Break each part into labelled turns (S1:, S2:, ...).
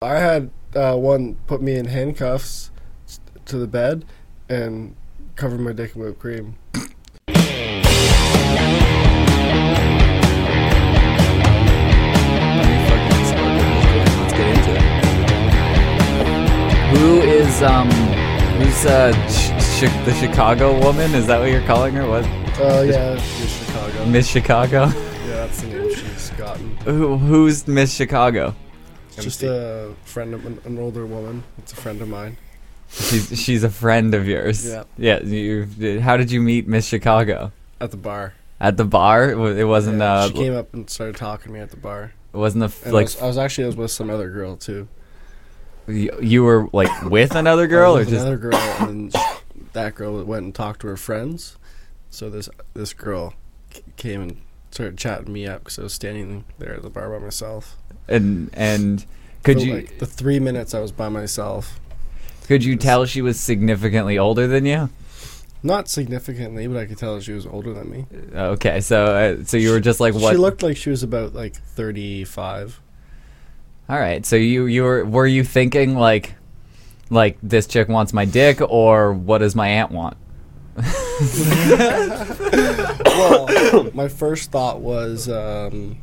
S1: I had uh, one put me in handcuffs s- to the bed and cover my dick in whipped cream.
S2: Let's get into it. Who is um? Who's uh? Ch- Chi- the Chicago woman? Is that what you're calling her? What
S1: Oh yeah, Miss Chicago.
S2: Miss Chicago?
S1: yeah, that's the name she's gotten.
S2: Who, who's Miss Chicago?
S1: It's just a friend of an, an older woman. It's a friend of mine.
S2: She's she's a friend of yours.
S1: Yep.
S2: Yeah. You, how did you meet Miss Chicago?
S1: At the bar.
S2: At the bar? Wa- It wasn't
S1: Yeah,
S2: uh.
S1: she came up and started talking to me at the bar.
S2: it wasn't a f-
S1: And I,
S2: like
S1: was, I was actually I was with some other girl too.
S2: y- you were like with another
S1: I
S2: girl
S1: was
S2: or
S1: with
S2: just
S1: another girl, and then sh- that girl went and talked to her friends. So this this girl c- came and started chatting me up because I was standing there at the bar by myself.
S2: and and could
S1: for,
S2: you
S1: like, the three minutes I was by myself?
S2: could you tell she was significantly older than you?
S1: Not significantly, but I could tell she was older than me.
S2: Okay, so uh, so you were just like what?
S1: She looked like she was about like thirty-five.
S2: All right, so you you were were you thinking like like this chick wants my dick or what does my aunt want?
S1: Well, my first thought was, um,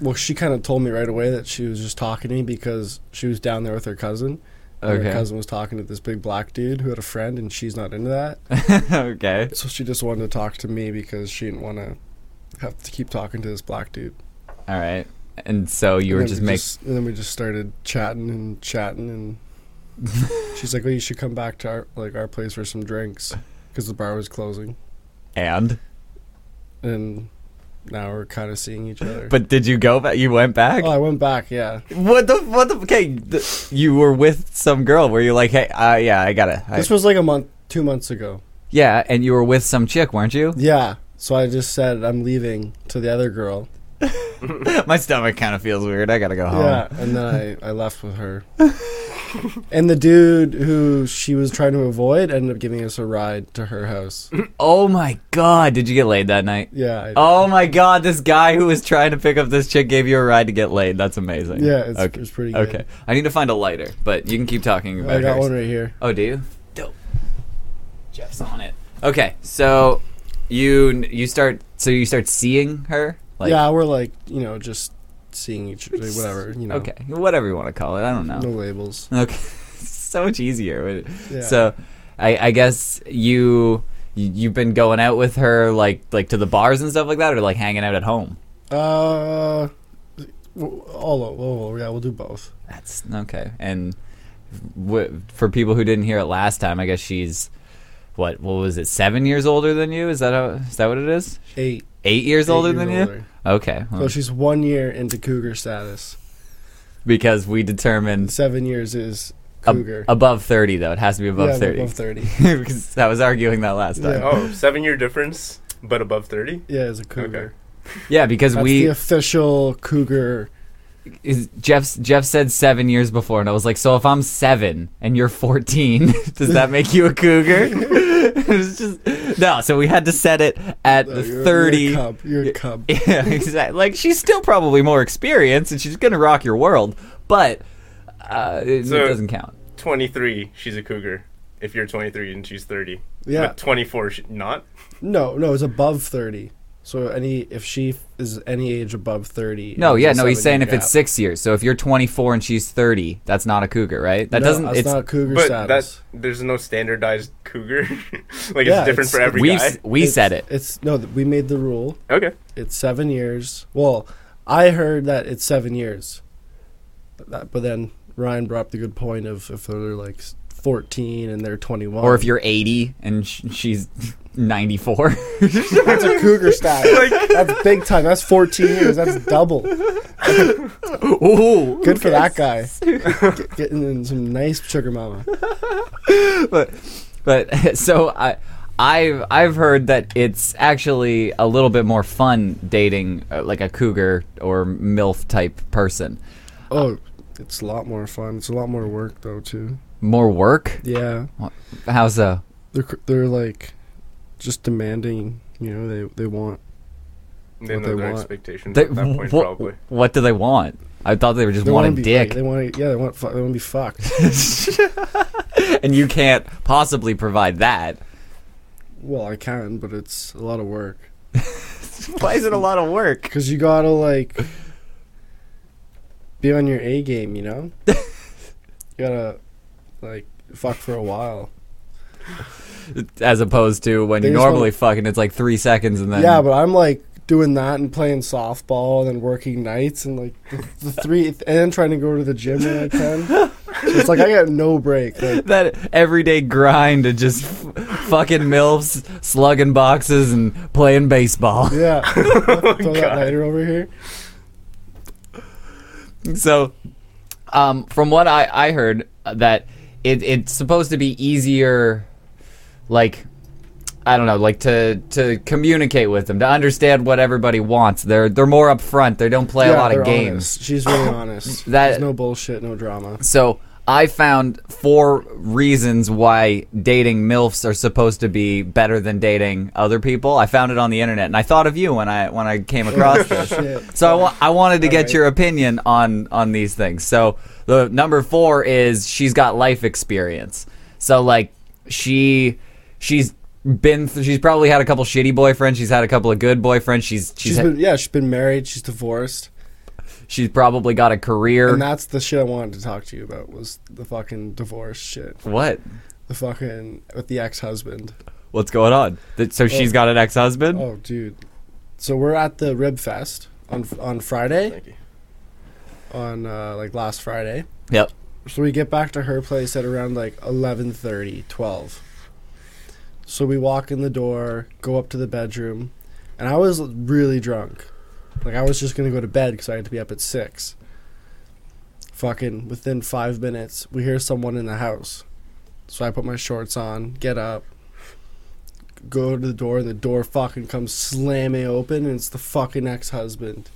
S1: well, she kind of told me right away that she was just talking to me because she was down there with her cousin. and
S2: Okay.
S1: Her cousin was talking to this big black dude who had a friend, and she's not into that.
S2: okay.
S1: So she just wanted to talk to me because she didn't want to have to keep talking to this black dude.
S2: All right. And so you were
S1: And then
S2: just
S1: we
S2: make
S1: and then we just started chatting and chatting, and she's like, "Well, you should come back to our like our place for some drinks because the bar was closing."
S2: and
S1: And now we're kind of seeing each other.
S2: but did you go back you went back?
S1: oh, I went back. Yeah,
S2: what the what the okay, th- you were with some girl were you like hey uh, yeah, I got to I,
S1: this was like a month, two months ago.
S2: Yeah, and you were with some chick, weren't you?
S1: Yeah, so I just said I'm leaving to the other girl.
S2: my stomach kind of feels weird. I got to go home.
S1: Yeah, and then I I left with her. and the dude who she was trying to avoid ended up giving us a ride to her house.
S2: Oh my god, did you get laid that night?
S1: Yeah. I,
S2: Oh my god, this guy who was trying to pick up this chick gave you a ride to get laid. That's amazing.
S1: Yeah, it's,
S2: okay.
S1: it's pretty good.
S2: Okay. I need to find a lighter, but you can keep talking about
S1: I
S2: it.
S1: got one right here.
S2: Oh, do you? Dope. Jeff's on it. Okay, so you you start so you start seeing her?
S1: yeah, we're like you know just seeing each like, whatever you know.
S2: Okay. Whatever you want to call it. I don't
S1: No
S2: know.
S1: labels.
S2: Okay. so much easier.
S1: Yeah.
S2: So I I guess you you- you've been going out with her like like to the bars and stuff like that or like hanging out at home.
S1: Uh, w- all o- well, well, yeah, we'll do both.
S2: That's okay. And w- for people who didn't hear it last time, I guess she's what? What was it? Seven years older than you? Is that how, is that what it is?
S1: Eight.
S2: Eight years
S1: eight
S2: older
S1: years
S2: than you?
S1: older.
S2: Okay. well,
S1: So she's one year into cougar status.
S2: because we determined
S1: Seven years is
S2: ab-
S1: cougar.
S2: above thirty though. It has to be above
S1: yeah,
S2: thirty.
S1: Above thirty.
S2: because I was arguing that last time.
S1: Yeah.
S2: Yeah,
S3: Oh, seven year difference, but above 30?
S1: Yeah, is a cougar.
S2: because
S1: That's
S2: we
S1: the official cougar.
S2: is, Jeff's Jeff said seven years before, and I was like, so if I'm seven and you're fourteen, does that make you a cougar? it was just no. So we had to set it at
S1: No,
S2: the
S1: you're-
S2: thirty.
S1: You're a uh, cub. You're a cub.
S2: Yeah, exactly. Like she's still probably more experienced, and she's gonna rock your world, but uh, it,
S3: So-
S2: it doesn't count.
S3: 23, she's a cougar. If you're 23 and she's 30.
S1: Yeah.
S3: But 24, she, not?
S1: No, no, it's above thirty. So any if she is any age above thirty.
S2: No,
S1: it's
S2: yeah,
S1: a
S2: no. He's
S1: seven-year
S2: saying if
S1: gap.
S2: it's six years. So if you're 24 and she's 30, that's not a cougar, right? That
S1: No,
S2: doesn't.
S1: That's
S2: It's
S1: not cougar
S3: But
S1: status.
S3: that, there's no standardized cougar. like,
S1: Yeah,
S3: it's different
S1: it's-
S3: for every
S2: we
S3: guy.
S2: we
S1: It's-
S2: said it.
S1: It's no, th- we made the rule.
S3: Okay.
S1: It's seven years. Well, I heard that it's seven years, but, that, but then Ryan brought up the good point of if they're like s- fourteen and they're twenty-one,
S2: Or if you're 80 and sh- she's 94.
S1: that's a cougar status. that's big time. That's fourteen years. That's double. Good
S2: Ooh,
S1: for that guy. Get- getting in some nice sugar mama.
S2: but but so I I've I've heard that it's actually a little bit more fun dating uh, like a cougar or milf type person.
S1: Oh, it's a lot more fun. It's a lot more work though too.
S2: More work? uh,
S1: Yeah,
S2: How so?
S1: they're cr- they're like just demanding. You know, they they want
S3: They
S1: What
S3: know
S1: they
S3: their
S1: want.
S3: expectations
S2: They-
S3: at that point,
S2: wh-
S3: probably.
S2: What do they want? I thought they were just
S1: They
S2: want
S1: wanna
S2: a
S1: be,
S2: dick,
S1: They want to. Yeah, they want. Fu- they want to be fucked.
S2: and you can't possibly provide that.
S1: well, I can, but it's a lot of work.
S2: Why is it a lot of work?
S1: Because you gotta like be on your A game, you know. you gotta like fuck for a while.
S2: As opposed to when
S1: They
S2: you
S1: just wanna-
S2: normally fuck and it's like three seconds and then
S1: yeah, but I'm like doing that and playing softball and then working nights and like the, the three and then trying to go to the gym when I can. So it's like I got no break. Like,
S2: that everyday grind of just f- fucking milfs, slugging boxes, and playing baseball.
S1: yeah,
S2: Oh
S1: throw that
S3: God.
S1: lighter over here. Mm-hmm.
S2: so um, from what I, I heard uh, that it, it's supposed to be easier like I don't know like to to communicate with them to understand what everybody wants they're they're more upfront they don't play a
S1: Yeah,
S2: lot
S1: they're
S2: of games
S1: honest. She's really honest.
S2: That-
S1: There's no bullshit, no drama.
S2: so I found four reasons why dating milfs are supposed to be better than dating other people I found it on the internet and I thought of you when I when I came across this
S1: Shit.
S2: so I, wa- I wanted to get
S1: right.
S2: your opinion on on these things. So the number four is she's got life experience. So like she she's been th- she's probably had a couple shitty boyfriends. She's had a couple of good boyfriends. She's she's
S1: She's
S2: ha-
S1: been yeah, she's been married. She's divorced.
S2: she's probably got a career.
S1: And that's the shit I wanted to talk to you about was the fucking divorce shit.
S2: what?
S1: The fucking with the ex husband.
S2: What's going on? That, so she's got an ex husband.
S1: Oh, dude. So we're at the Rib Fest on on Friday,
S3: Thank you.
S1: on uh, like last Friday.
S2: Yep.
S1: So we get back to her place at around like 11:30, 12. So we walk in the door, go up to the bedroom, and I was really drunk. Like I was just going to go to bed cuz I had to be up at 6. Fucking within 5 minutes, we hear someone in the house. So I put my shorts on, get up, go to the door, and the door fucking comes slamming open and it's the fucking ex-husband.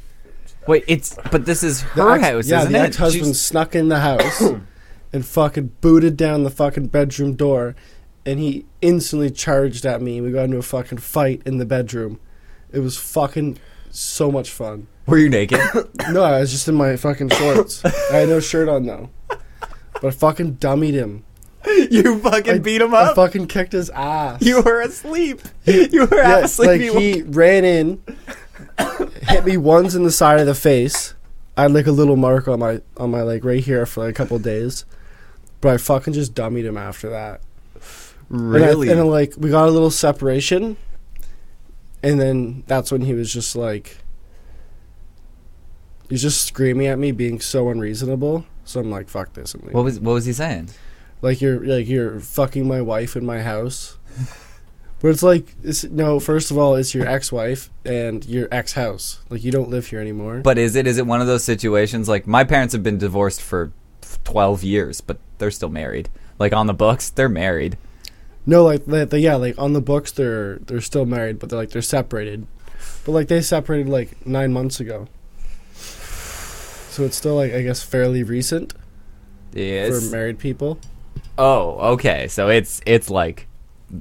S2: Wait, it's but this is
S1: The
S2: her
S1: ex-
S2: house,
S1: Yeah,
S2: isn't
S1: the
S2: it?
S1: ex-husband
S2: She's-
S1: snuck in the house and fucking booted down the fucking bedroom door, and he instantly charged at me. We got into a fucking fight in the bedroom. It was fucking so much fun.
S2: were you naked?
S1: No, I was just in my fucking shorts. I had no shirt on though, but I fucking dummied him.
S2: you fucking
S1: I-
S2: beat him
S1: I
S2: up.
S1: fucking kicked his ass.
S2: you were asleep. You were half
S1: Yeah,
S2: asleep.
S1: like
S2: You-
S1: he ran in, hit me once in the side of the face. I had like a little mark on my on my like right here for like a couple days, but I fucking just dummied him after that. And I-
S2: really?
S1: and, like we got a little separation, and then that's when he was just like, he's just screaming at me, being so unreasonable. So I'm like, fuck this. And leave.
S2: what was what was he saying?
S1: like you're like you're fucking my wife in my house. But it's like it's, no. First of all, it's your ex-wife and your ex-house. Like you don't live here anymore.
S2: But is it is it one of those situations like my parents have been divorced for twelve years, but they're still married. Like on the books, they're married.
S1: no, like they, they, yeah, like on the books they're they're still married, but they're like they're separated. But like they separated like nine months ago. So it's still like I guess fairly recent
S2: Yes.
S1: for married people.
S2: oh, okay. So it's it's like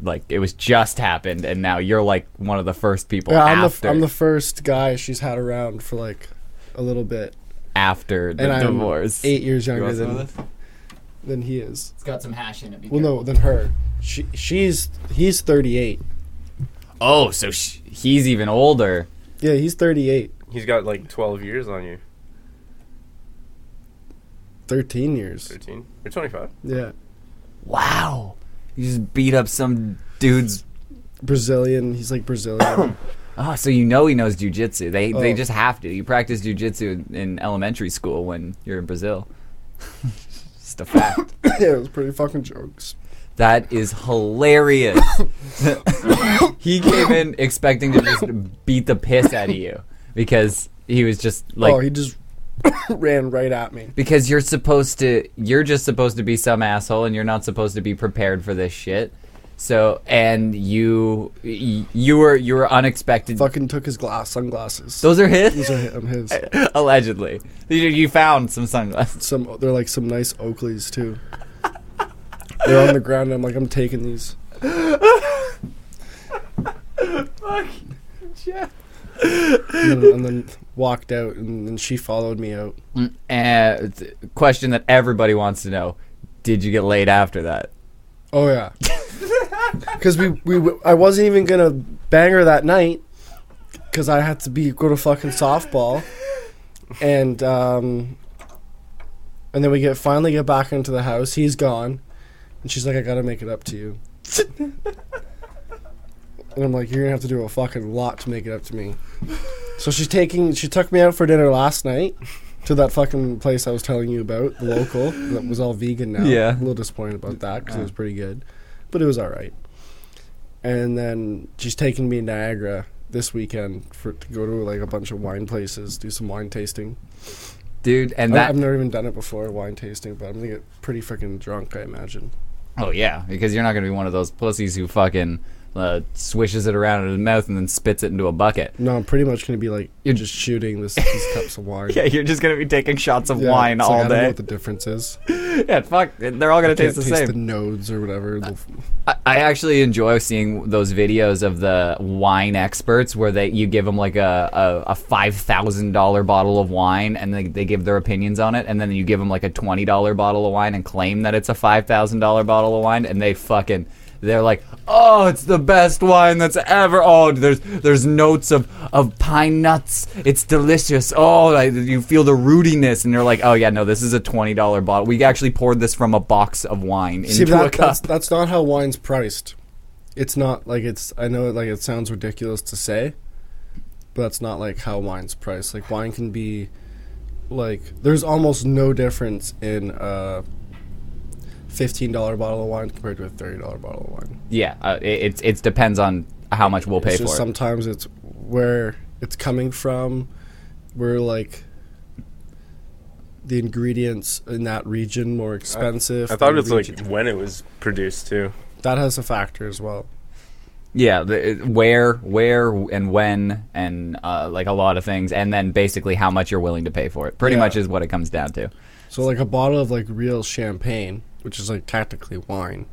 S2: like it was just happened, and now you're like one of the first people
S1: Yeah, I'm the f-
S2: after
S1: I'm the first guy she's had around for like a little bit.
S2: after the
S1: and I'm
S2: divorce.
S1: Eight years
S2: You
S1: younger
S2: want some of
S1: than
S2: this?
S1: than he is.
S2: It's got some hash in it.
S1: Well, no, than her. She she's he's thirty eight.
S2: Oh, so sh- he's even older.
S1: Yeah, he's 38.
S3: He's got like 12 years on you.
S1: 13 years.
S3: 13 or 25.
S1: Yeah,
S2: Wow. You just beat up some dude's.
S1: Brazilian. He's like Brazilian.
S2: Oh, so you know he knows jujitsu. They they
S1: Oh.
S2: just have to. You practice jujitsu in- in elementary school when you're in Brazil. just a fact.
S1: yeah, it was pretty fucking jokes.
S2: that is hilarious. he came in expecting to just beat the piss out of you because he was just like
S1: oh, he just ran right at me.
S2: because you're supposed to you're just supposed to be some asshole and you're not supposed to be prepared for this shit. So and you y- you were you were unexpected.
S1: Fucking took his glass sunglasses.
S2: Those are his.
S1: These are hi- um, his.
S2: Allegedly, you, you found some sunglasses.
S1: Some they're like some nice Oakleys too. they're on the ground. And I'm like, I'm taking these.
S2: Fuck, Jeff.
S1: and, then, and then walked out, and then she followed me out.
S2: Mm, eh, it's a question that everybody wants to know: Did you get laid after that?
S1: Oh yeah, because we, we w- I wasn't even gonna bang her that night because I had to be go to fucking softball, and um, and then we get finally get back into the house. He's gone, and she's like, "I gotta make it up to you," and I'm like, "You're gonna have to do a fucking lot to make it up to me." So she's taking she took me out for dinner last night. To that fucking place I was telling you about, the local that was all vegan now.
S2: Yeah.
S1: a little disappointed about that because it was pretty good, but it was all right. And then she's taking me to Niagara this weekend for to go to like a bunch of wine places, do some wine tasting.
S2: Dude, and
S1: I-
S2: that
S1: I've never even done it before, wine tasting, but I'm gonna get pretty freaking drunk, I imagine.
S2: Oh yeah, because you're not gonna be one of those pussies who fucking uh, swishes it around in his mouth and then spits it into a bucket.
S1: No, I'm pretty much gonna be like
S2: You're-
S1: just shooting this, these cups of wine.
S2: Yeah, you're just gonna be taking shots of
S1: Yeah,
S2: wine
S1: it's like,
S2: all
S1: I don't know
S2: day.
S1: what the difference is.
S2: yeah, fuck, they're all gonna taste the
S1: Can't taste
S2: same. Uh,
S1: the nodes or whatever. the f-
S2: I, I actually enjoy seeing those videos of the wine experts where they you give them like a, a, a five thousand dollar bottle of wine and they, they give their opinions on it and then you give them like a twenty dollar bottle of wine and claim that it's a five thousand dollar bottle of wine and they fucking they're like oh it's the best wine that's ever oh there's there's notes of of pine nuts it's delicious oh I, you feel the rootiness and they're like oh yeah no this is a twenty dollar bottle we actually poured this from a box of wine into
S1: See,
S2: a
S1: that,
S2: cup.
S1: that's that's not how wine's priced. It's not like it's. I know, like it sounds ridiculous to say, but that's not like how wine's priced. Like wine can be, like there's almost no difference in a fifteen dollar bottle of wine compared to a thirty dollar bottle of wine.
S2: Yeah, uh, it, it it depends on how much we'll pay
S1: It's
S2: for
S1: just
S2: it.
S1: sometimes it's where it's coming from, where like the ingredients in that region more expensive.
S3: I thought
S1: the
S3: it was like
S1: region-
S3: when it was produced too.
S1: that has a factor as well.
S2: yeah, the, it- where, where, and when, and uh, like a lot of things, and then basically how much you're willing to pay for it. Pretty
S1: Yeah.
S2: much is what it comes down to.
S1: So like a bottle of like real champagne, which is like technically wine,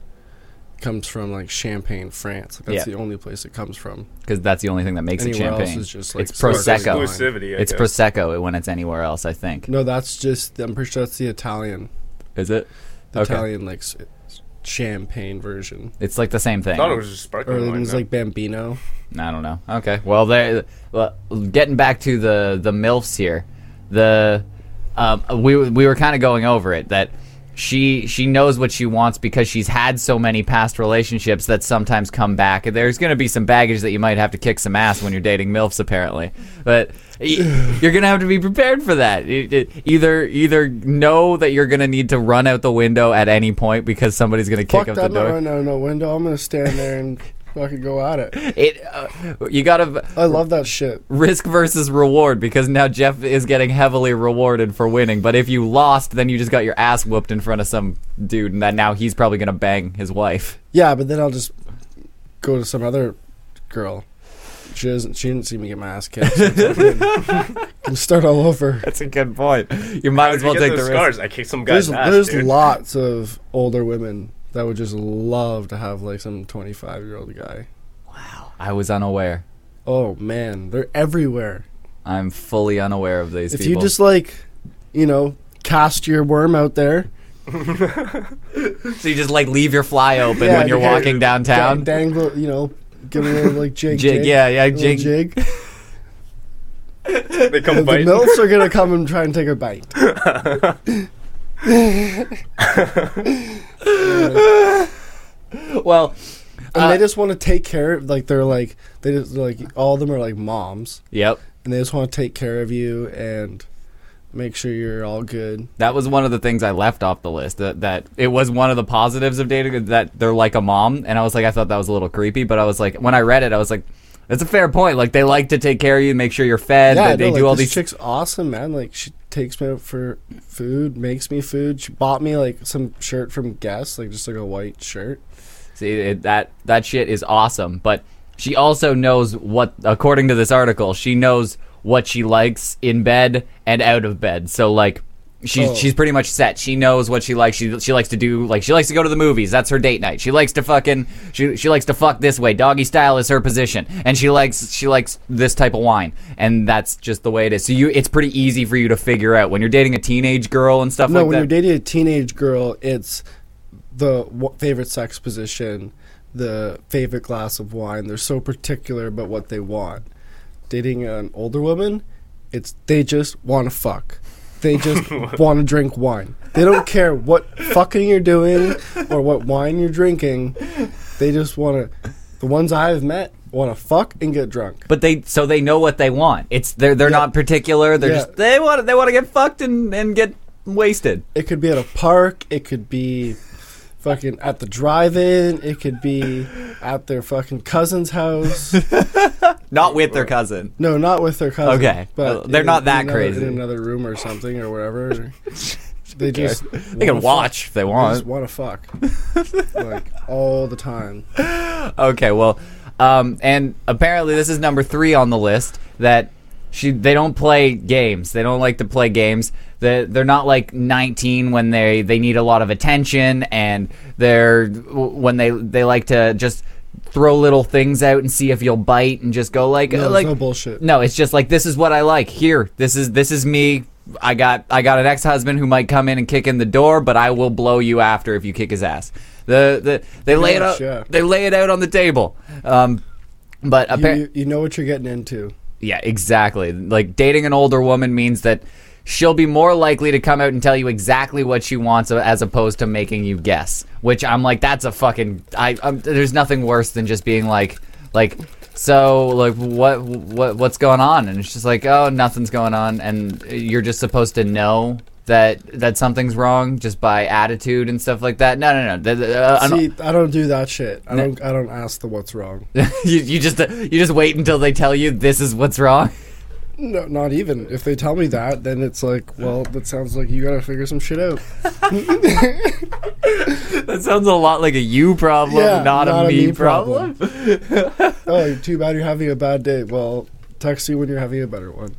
S1: comes from like Champagne, France. Like, that's the
S2: Yeah.
S1: only place it comes from.
S2: Because that's the only thing that makes it
S1: Anywhere else
S2: champagne.
S1: is just, like,
S2: it's
S1: sparkling
S2: prosecco.
S1: wine.
S3: Exclusivity. I
S2: It's
S3: guess.
S2: prosecco when it's anywhere else. I think.
S1: No, that's just I'm pretty sure that's the Italian,
S2: Is it?
S1: the
S2: Okay.
S1: Italian like s- champagne version.
S2: It's like the same thing.
S3: I thought it was just
S1: Or
S3: sparkling
S1: it
S3: wine.
S1: was
S3: though.
S1: like Bambino.
S2: I don't know. Okay. Well, there. Well, getting back to the the milfs here, the um, we were- we were kind of going over it that she she knows what she wants because she's had so many past relationships that sometimes come back. There's going to be some baggage that you might have to kick some ass when you're dating milfs, apparently. But y- you're going to have to be prepared for that. E- e- Either either know that you're going to need to run out the window at any point because somebody's going to kick
S1: Fuck
S2: up the
S1: that! No,
S2: door.
S1: no, no window. I'm gonna stand there and fucking go at it.
S2: It uh, you got to
S1: I love that shit.
S2: risk versus reward because now Jeff is getting heavily rewarded for winning. But if you lost, then you just got your ass whooped in front of some dude, and that now he's probably gonna bang his wife.
S1: Yeah, but then I'll just go to some other girl. She doesn't. She didn't see me get my ass kicked. so it's okay. Can start all over.
S2: That's a good point. You might
S3: How'd
S2: as well
S3: you get
S2: take the
S3: those
S2: risk.
S3: scars. I kicked some
S1: There's
S3: guy's ass.
S1: there's
S3: dude.
S1: lots of older women that would just love to have like some 25 year old guy.
S2: I was unaware.
S1: Oh man, they're everywhere.
S2: I'm fully unaware of these
S1: If
S2: people.
S1: you just like, you know, cast your worm out there,
S2: so you just like leave your fly open
S1: Yeah,
S2: when you're
S1: because-
S2: walking downtown.
S1: dang- dangle, you know, give it a little like jig,
S2: Jig,
S1: jig,
S2: yeah, yeah,
S1: a little
S2: jig.
S1: jig.
S3: They come
S1: The
S3: bite.
S1: milfs are gonna come and try and take a bite.
S2: Well,
S1: And
S2: Uh,
S1: they just want to take care of like they're like they just like all of them are like moms,
S2: yep.
S1: and they just want to take care of you and make sure you're all good.
S2: That was one of the things I left off the list. That, that it was one of the positives of dating that they're like a mom, and I was like, I thought that was a little creepy, but I was like, when I read it, I was like, that's a fair point. Like they like to take care of you, make sure you're fed.
S1: yeah,
S2: that they
S1: no,
S2: do
S1: like,
S2: all
S1: this
S2: these.
S1: chick's awesome, man. Like she takes me out for food, makes me food. She bought me like some shirt from Guess, like just like a white shirt.
S2: See, it, that that shit is awesome. But she also knows what, according to this article, she knows what she likes in bed and out of bed. So like, She's
S1: Oh.
S2: she's pretty much set. She knows what she likes. She she likes to do like she likes to go to the movies. That's her date night. She likes to fucking she she likes to fuck this way. Doggy style is her position, and she likes she likes this type of wine, and that's just the way it is. So you, it's pretty easy for you to figure out when you're dating a teenage girl and stuff
S1: No,
S2: like
S1: when
S2: that.
S1: you're dating a teenage girl, it's the w- favorite sex position, the favorite glass of wine. They're so particular about what they want. Dating an older woman, it's they just want to fuck. They just want to drink wine. They don't care what fucking you're doing or what wine you're drinking. They just want to. The ones I've met want to fuck and get drunk.
S2: But they so they know what they want. It's they're they're
S1: Yeah.
S2: not particular. They're
S1: Yeah.
S2: just they want they want to get fucked and and get wasted.
S1: It could be at a park. It could be fucking at the drive-in. It could be at their fucking cousin's house.
S2: Not with their cousin.
S1: No, not with their cousin.
S2: Okay. Uh, they're
S1: in-
S2: not that
S1: in another,
S2: crazy.
S1: In another room or something or whatever. they just
S2: They can watch if they
S1: I just
S2: want.
S1: want to fuck like all the time.
S2: Okay, well, um, and apparently this is number three on the list that she they don't play games. They don't like to play games. They they're not like 19 when they they need a lot of attention and they're when they they like to just throw little things out and see if you'll bite and just go like
S1: No, it's
S2: like
S1: no bullshit.
S2: No, it's just like this is what I like. Here, this is this is me. I got I got an ex husband who might come in and kick in the door, but I will blow you after if you kick his ass. The, the they lay it
S1: much,
S2: out
S1: yeah.
S2: they lay it out on the table. Um, but apparently,
S1: You, you know what you're getting into.
S2: yeah, exactly. Like dating an older woman means that she'll be more likely to come out and tell you exactly what she wants as opposed to making you guess. Which I'm like, that's a fucking. I i there's nothing worse than just being like, like, so like what what what's going on? And it's just like, oh, nothing's going on, and you're just supposed to know. That, that something's wrong just by attitude and stuff like that. No, no, no. Th- th- uh, an-
S1: See, I don't do that shit. I don't. I don't ask the what's wrong.
S2: you, you just you just wait until they tell you this is what's wrong.
S1: No, not even. If they tell me that, then it's like, well, that sounds like you gotta figure some shit out.
S2: That sounds a lot like a you problem,
S1: Yeah,
S2: not, a me, problem.
S1: Oh, too bad you're having a bad day. Well, text you when you're having a better one.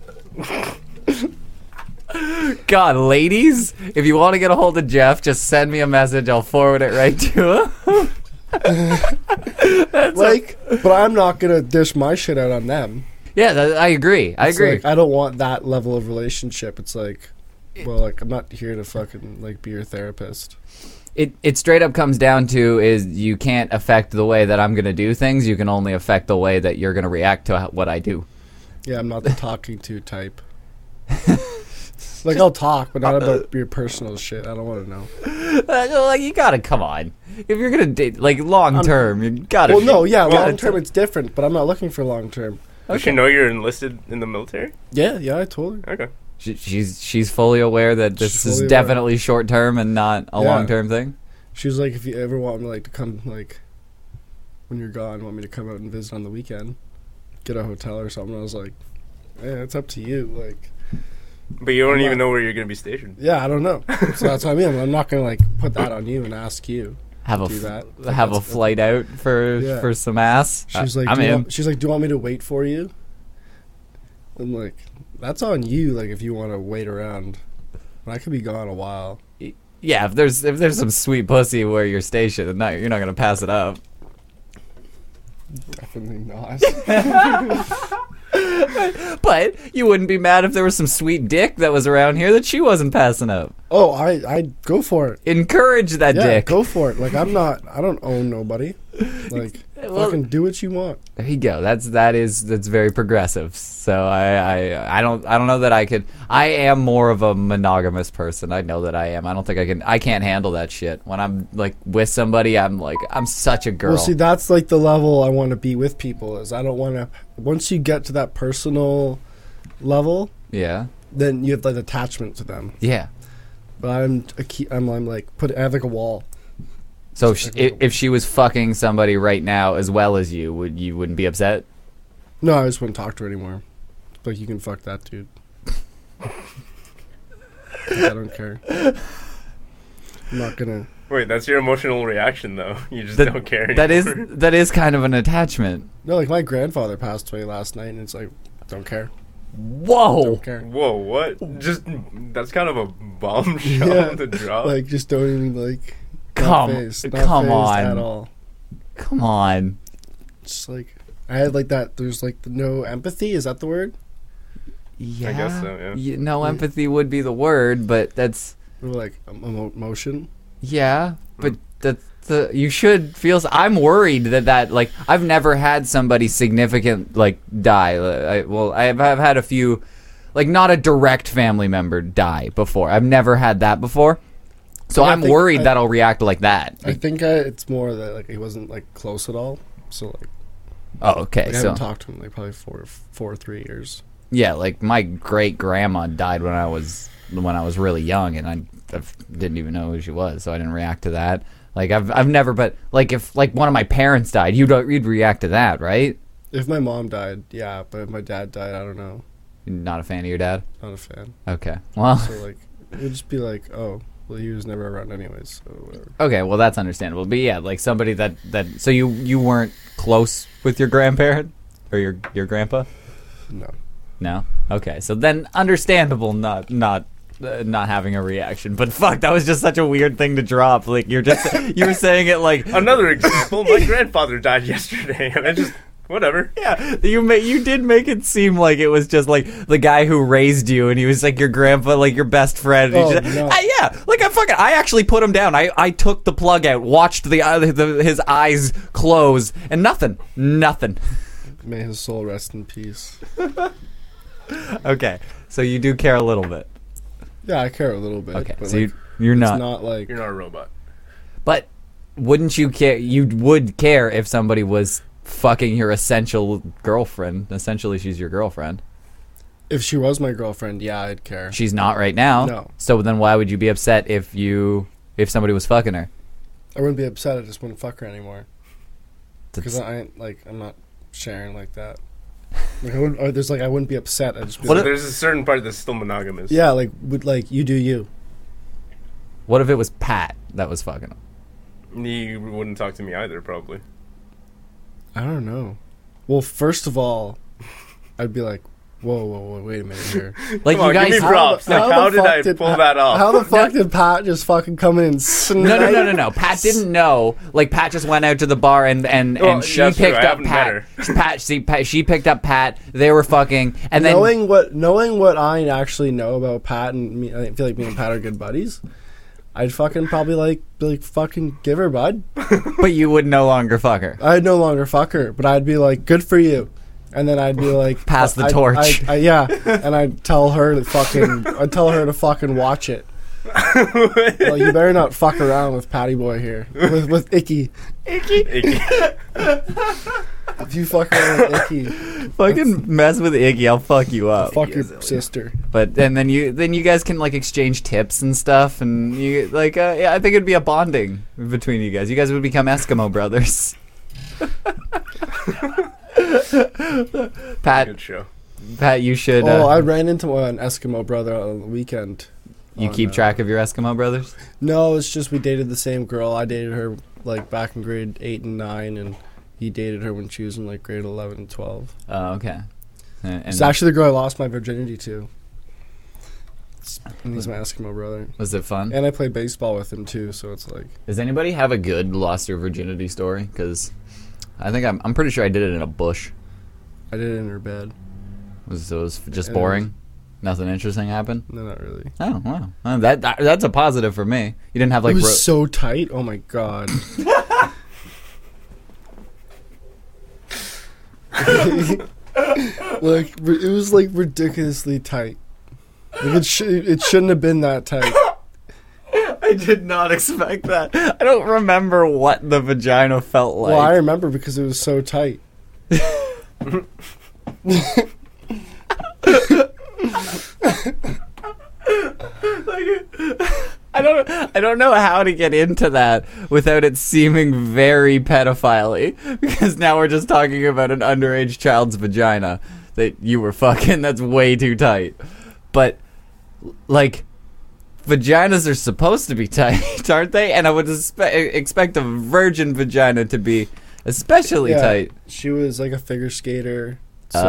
S2: God, ladies, if you want to get a hold of Jeff, just send me a message. I'll forward it right to him.
S1: like, but I'm not gonna dish my shit out on them.
S2: yeah, that, I agree. I
S1: It's
S2: agree.
S1: like, I don't want that level of relationship. It's like, well, like I'm not here to fucking like be your therapist.
S2: it it straight up comes down to is you can't affect the way that I'm going to do things. You can only affect the way that you're going to react to what I do.
S1: Yeah, I'm not the talking to type. like I'll talk, but not about your personal shit. I don't want to know.
S2: Uh, like you gotta come on. If you're gonna date like long term, you gotta.
S1: Um, Well, no, yeah,
S2: you gotta
S1: long term it's different, but I'm not looking for long term.
S3: Does she know you're enlisted in the military?
S1: Yeah, yeah, I told her.
S3: Okay.
S2: She, she's she's fully aware that this
S1: She's
S2: is
S1: fully aware.
S2: definitely short term and not a
S1: Yeah.
S2: long term thing.
S1: She was like, if you ever want me like to come like when you're gone, want me to come out and visit on the weekend, get a hotel or something. I was like, yeah, it's up to you. Like.
S3: But you don't
S1: Yeah.
S3: even know where you're going to be stationed.
S1: Yeah, I don't know. So that's what I mean. I'm not gonna like put that on you and ask you
S2: Have a
S1: to do
S2: f-
S1: that.
S2: have a flight out for
S1: Yeah.
S2: for some ass.
S1: She's
S2: I-
S1: like,
S2: I'm
S1: do you
S2: in.
S1: want, she's like, do you want me to wait for you? I'm like, that's on you. Like if you want to wait around, but I could be gone a while.
S2: yeah, if there's if there's some sweet pussy where you're stationed, and not, you're not gonna pass it up.
S1: Definitely not.
S2: But you wouldn't be mad if there was some sweet dick that was around here that she wasn't passing up.
S1: oh, I I go for it.
S2: Encourage that
S1: Yeah,
S2: dick.
S1: go for it. Like I'm not. I don't own nobody. Like
S2: Well-
S1: fucking do what you want.
S2: There you go. That's that is that's very progressive. So I, I I don't I don't know that I could. I am more of a monogamous person. I know that I am. I don't think I can. I can't handle that shit. When I'm like with somebody, I'm like I'm such a girl.
S1: Well, see, that's like the level I want to be with people. Is I don't want to. Once you get to that personal level,
S2: yeah.
S1: then you have like attachment to them.
S2: Yeah.
S1: But I'm a key, I'm, I'm like put I have like a wall.
S2: So if she, if, if she was fucking somebody right now as well as you, would you wouldn't be upset?
S1: No, I just wouldn't talk to her anymore. Like you can fuck that dude. I don't care. I'm not gonna.
S3: Wait, that's your emotional reaction, though. You just
S2: That-
S3: don't care.
S2: That is
S3: anymore.
S2: that is kind of an attachment.
S1: No, like my grandfather passed away last night, and it's like, don't care.
S2: Whoa.
S1: Okay.
S3: Whoa, what? Just that's kind of a bombshell
S1: Yeah,
S3: to drop.
S1: Like just don't even like not
S2: Come-
S1: phased- not
S2: come
S1: phased
S2: on.
S1: at all.
S2: Come on.
S1: Just like I had like that. There's like no empathy. Is that the word?
S2: Yeah.
S3: guess so, yeah.
S2: Y- no empathy would be the word, but that's
S1: Or like um, emo- emotion. Hmm.
S2: yeah, but that's the you should feel s- I'm worried that that like I've never had somebody significant like die. Uh, I, well, I've I've had a few like not a direct family member die before. I've never had that before. So
S1: Yeah, I
S2: I'm
S1: think
S2: worried
S1: I-
S2: that I'll react like that.
S1: I think I, it's more that like he wasn't like close at all. So like
S2: oh, okay.
S1: I
S2: so
S1: haven't talked to him like probably four, four or three years.
S2: yeah, like my great grandma died when I was when I was really young, and I, I f- didn't even know who she was, so I didn't react to that. Like I've I've never, but like if like one of my parents died, you'd you'd react to that, right?
S1: If my mom died, yeah, but if my dad died, I don't know.
S2: Not a fan of your dad.
S1: Not a fan.
S2: Okay. Well.
S1: So like it would just be like, oh, well, he was never around anyways. So whatever.
S2: Okay. Well, that's understandable. But yeah, like somebody that that so you you weren't close with your grandparent or your your grandpa.
S1: No,
S2: No. Okay. So then, understandable not not uh, not having a reaction. But fuck, that was just such a weird thing to drop. Like you're just you were saying it like
S3: Another example, my grandfather died yesterday, and I just whatever.
S2: Yeah, you ma- you did make it seem like it was just like the guy who raised you, and he was like your grandpa, like your best friend. and he
S1: Oh,
S2: just-
S1: no.
S2: I- yeah, like I fucking, I actually put him down. I, I took the plug out, watched the, uh, the his eyes close, and nothing, nothing.
S1: may his soul rest in peace.
S2: Okay, so you do care a little bit.
S1: Yeah, I care a little bit.
S2: Okay,
S1: but
S2: so
S1: like,
S2: you, you're
S1: it's
S2: not,
S1: not, like
S3: You're not a robot.
S2: but wouldn't you care? You would care if somebody was fucking your essential girlfriend. Essentially, she's your girlfriend.
S1: if she was my girlfriend, yeah, I'd care.
S2: She's not right now.
S1: No.
S2: So then why would you be upset if you if somebody was fucking her?
S1: I wouldn't be upset. I just wouldn't fuck her anymore because
S2: That's-
S1: I ain't like I'm not sharing like that. Like I wouldn't. Or there's like I wouldn't be upset. I'd just be
S2: What
S1: like,
S2: if-
S3: There's a certain part that's still monogamous.
S1: yeah, like would like you do you.
S2: what if it was Pat that was fucking him?
S3: He wouldn't talk to me either, probably.
S1: I don't know. Well, first of all, I'd be like, whoa, whoa, whoa, wait a minute here.
S2: Like you
S3: Come on, give
S2: guys
S3: me props.
S1: How
S3: Like,
S1: the
S3: how did
S1: fuck
S3: I
S1: did-
S3: pull that off?
S1: How the fuck did Pat just fucking come in and snipe?
S2: No, no, no, no, no. Pat didn't know. Like Pat just went out to the bar and and,
S3: Well,
S2: and she
S3: that's true.
S2: picked
S3: I
S2: up
S3: haven't
S2: Pat. Pat, see, Pat. She picked up Pat. They were fucking, and then
S1: knowing what knowing what I actually know about Pat and me, I feel like me and Pat are good buddies. I'd fucking probably like be like fucking give her bud.
S2: but you would no longer fuck her.
S1: I'd no longer fuck her, but I'd be like good for you, and then I'd be like
S2: Pass the
S1: I'd-
S2: torch.
S1: I'd- I- yeah, and I'd tell her to fucking I'd tell her to fucking watch it. well, you better not fuck around with Patty Boy here with with Icky.
S3: Icky.
S1: If you fuck around with Icky,
S2: Fucking mess with Iggy, I'll fuck you up.
S1: fuck your sister.
S2: But and then you then you guys can like exchange tips and stuff, and you like uh, yeah, I think it'd be a bonding between you guys. You guys would become Eskimo brothers. Pat,
S3: Good show.
S2: Pat, you should.
S1: Oh,
S2: Uh,
S1: I ran into an Eskimo brother on the weekend.
S2: you
S1: oh,
S2: keep
S1: no.
S2: track of your Eskimo brothers.
S1: No, it's just we dated the same girl. I dated her like back in grade eight and nine, and he dated her when she was in like grade eleven and twelve.
S2: Oh, okay. Uh, And
S1: It's actually the girl I lost my virginity to. And he's my Eskimo brother,
S2: was it fun?
S1: and I play baseball with him too. So it's like
S2: Does anybody have a good lost your virginity story? Because I think I'm I'm pretty sure I did it in a bush.
S1: I did it in her bed.
S2: It was, it was just
S1: And-
S2: boring. Nothing interesting happened.
S1: No, not really.
S2: Oh wow, Uh, that, that that's a positive for me. You didn't have like
S1: it was
S2: ro-
S1: so tight. Oh my god. like ri- it was like ridiculously tight. Like it, sh- it shouldn't have been that tight.
S2: I did not expect that. I don't remember what the vagina felt like.
S1: well, I remember because it was so tight.
S2: Like, I don't I don't know how to get into that without it seeming very pedophile because now we're just talking about an underage child's vagina that you were fucking that's way too tight. But like vaginas are supposed to be tight, aren't they? And I would espe- expect a virgin vagina to be especially
S1: Yeah.
S2: tight.
S1: She was like a figure skater. So she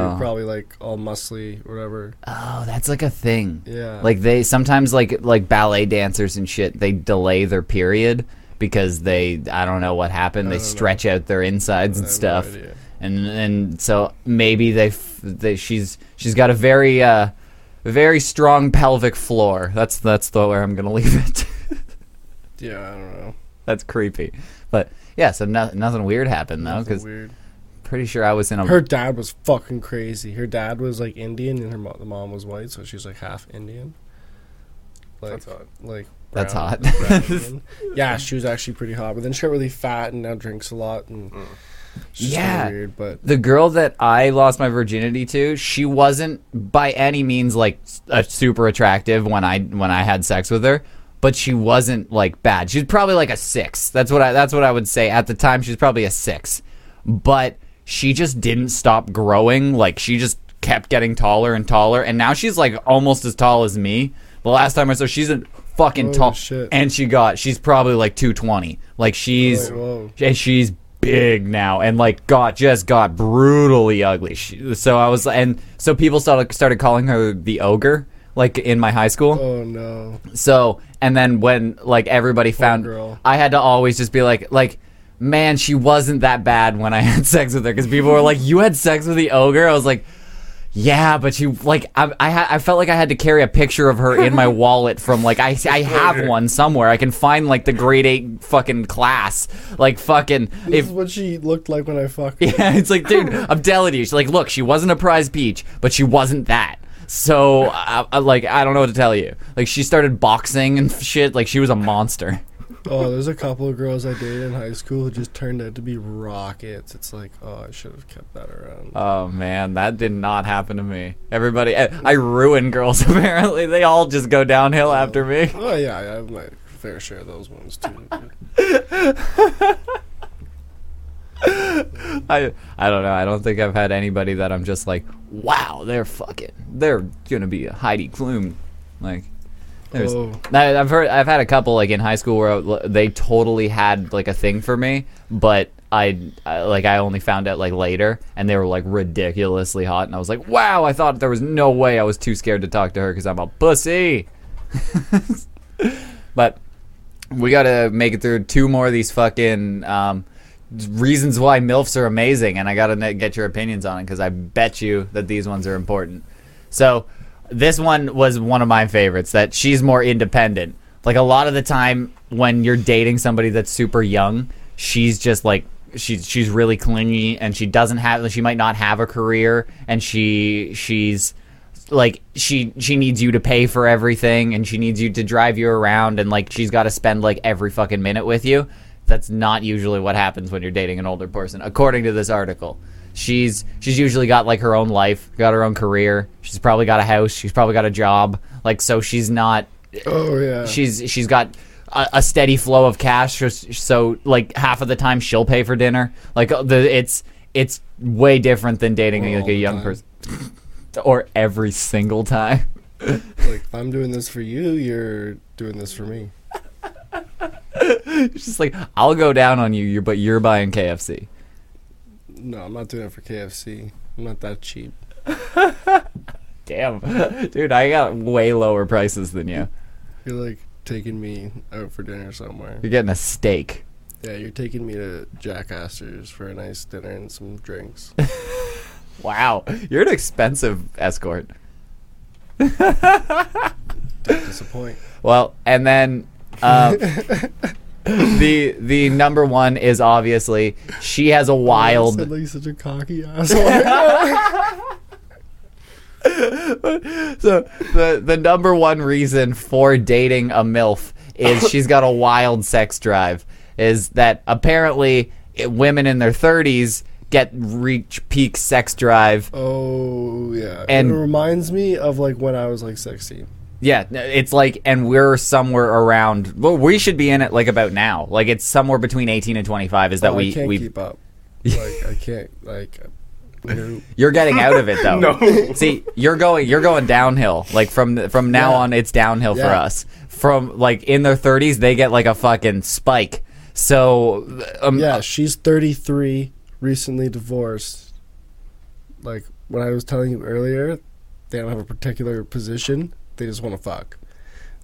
S2: Oh.
S1: was probably like all muscly or whatever.
S2: Oh, that's like a thing.
S1: Yeah.
S2: Like they sometimes like like ballet dancers and shit, they delay their period because they I don't know what happened. They
S1: don't know.
S2: stretch out their
S1: I
S2: insides
S1: have
S2: and
S1: no
S2: stuff.
S1: idea.
S2: and and so maybe they, f- they she's she's got a very uh very strong pelvic floor. That's that's the where I'm going to leave it.
S1: Yeah, I don't know.
S2: that's creepy. But yeah, so no, nothing weird happened though
S1: Nothing
S2: cuz
S1: weird.
S2: pretty sure I was in a
S1: Her dad was fucking crazy. Her dad was like Indian, and her mo- the mom was white, so she's like half Indian. Like,
S3: That's hot.
S1: like
S2: That's
S1: brown-
S2: hot.
S1: brown Indian. yeah, she was actually pretty hot, but then she got really fat and now drinks a lot, and
S3: Mm.
S1: it's just
S2: Yeah.
S1: yeah, weird. But
S2: the girl that I lost my virginity to, she wasn't by any means like s- uh, super attractive when I when I had sex with her, but she wasn't like bad. She's probably like a 6. That's what I that's what I would say at the time she's probably a 6. But she just didn't stop growing. Like she just kept getting taller and taller and now she's like almost as tall as me. The last time I saw she's a fucking
S1: Oh,
S2: tall
S1: shit.
S2: and she got she's probably like 220. Like she's
S1: Whoa, whoa.
S2: and she's big now and like got just got brutally ugly she, so i was and so people started started calling her the ogre like in my high school
S1: oh no,
S2: so and then when like everybody found
S1: girl.
S2: i had to always just be like like man she wasn't that bad when i had sex with her because people were like you had sex with the ogre i was like yeah, but she like I I, ha- I felt like I had to carry a picture of her in my wallet from like I I have one somewhere I can find like the grade eight fucking class like fucking
S1: this
S2: if
S1: is what she looked like when I fucked. her.
S2: yeah, it's like, dude, I'm telling you. She's like, look, she wasn't a prize peach, but she wasn't that. So, I, I, like, I don't know what to tell you. Like, she started boxing and shit. Like, she was a monster.
S1: Oh, there's a couple of girls I dated in high school who just turned out to be rockets. It's like, oh, I should have kept that around.
S2: Oh man, that did not happen to me. Everybody, I, I ruin girls. Apparently, they all just go downhill after me.
S1: oh yeah, I have my fair share of those ones too.
S2: I, I don't know. I don't think I've had anybody that I'm just like, wow, they're fucking, they're gonna be a Heidi Klum, like. There's,
S1: Oh.
S2: I, I've heard I've had a couple like in high school where I- they totally had like a thing for me, but I, I like I only found out like later, and they were like ridiculously hot, and I was like, wow, I thought there was no way I was too scared to talk to her because I'm a pussy. but we gotta make it through two more of these fucking um, reasons why milfs are amazing, and I gotta ne- get your opinions on it because I bet you that these ones are important. So this one was one of my favorites. That she's more independent. Like a lot of the time when you're dating somebody that's super young, she's just like she's she's really clingy and she doesn't have she might not have a career and she she's like she she needs you to pay for everything and she needs you to drive you around and like she's got to spend like every fucking minute with you that's not usually what happens when you're dating an older person according to this article she's she's usually got like her own life got her own career she's probably got a house she's probably got a job like so she's not
S1: oh yeah,
S2: she's she's got a, a steady flow of cash so- so like half of the time she'll pay for dinner like uh, the it's it's way different than dating
S1: Or
S2: like
S1: all
S2: a
S1: the
S2: young
S1: time.
S2: person or every single time
S1: like if I'm doing this for you, you're doing this for me.
S2: It's just like I'll go down on you, you're, but you're buying KFC.
S1: No, I'm not doing it for KFC. I'm not that cheap.
S2: Damn, dude, I got way lower prices than you.
S1: You're like taking me out for dinner somewhere.
S2: You're getting a steak.
S1: Yeah, you're taking me to Jack Astor's for a nice dinner and some drinks.
S2: Wow, you're an expensive escort.
S1: Don't disappoint.
S2: Well, and then uh, the the number one is obviously she has a
S1: I sound
S2: wild.
S1: like such a cocky asshole.
S2: So the the number one reason for dating a milf is she's got a wild sex drive. Is that apparently it, women in their thirties get reach peak sex drive
S1: oh yeah,
S2: And-
S1: it reminds me of like when I was like 16.
S2: Yeah, no, it's like, and we're somewhere around. Well, we should be in it like about now. Like it's somewhere between eighteen and twenty-five. Is that
S1: Oh,
S2: we
S1: I can't
S2: we
S1: keep up. Like I can't. Like no.
S2: you're getting out of it though.
S3: No.
S2: See, you're going you're going downhill. Like from from now
S1: Yeah.
S2: on, it's downhill for
S1: Yeah.
S2: us. From like in their thirties, they get like a fucking spike. So um,
S1: yeah, she's 33, recently divorced. like what I was telling you earlier, they don't have a particular position. They just want to fuck.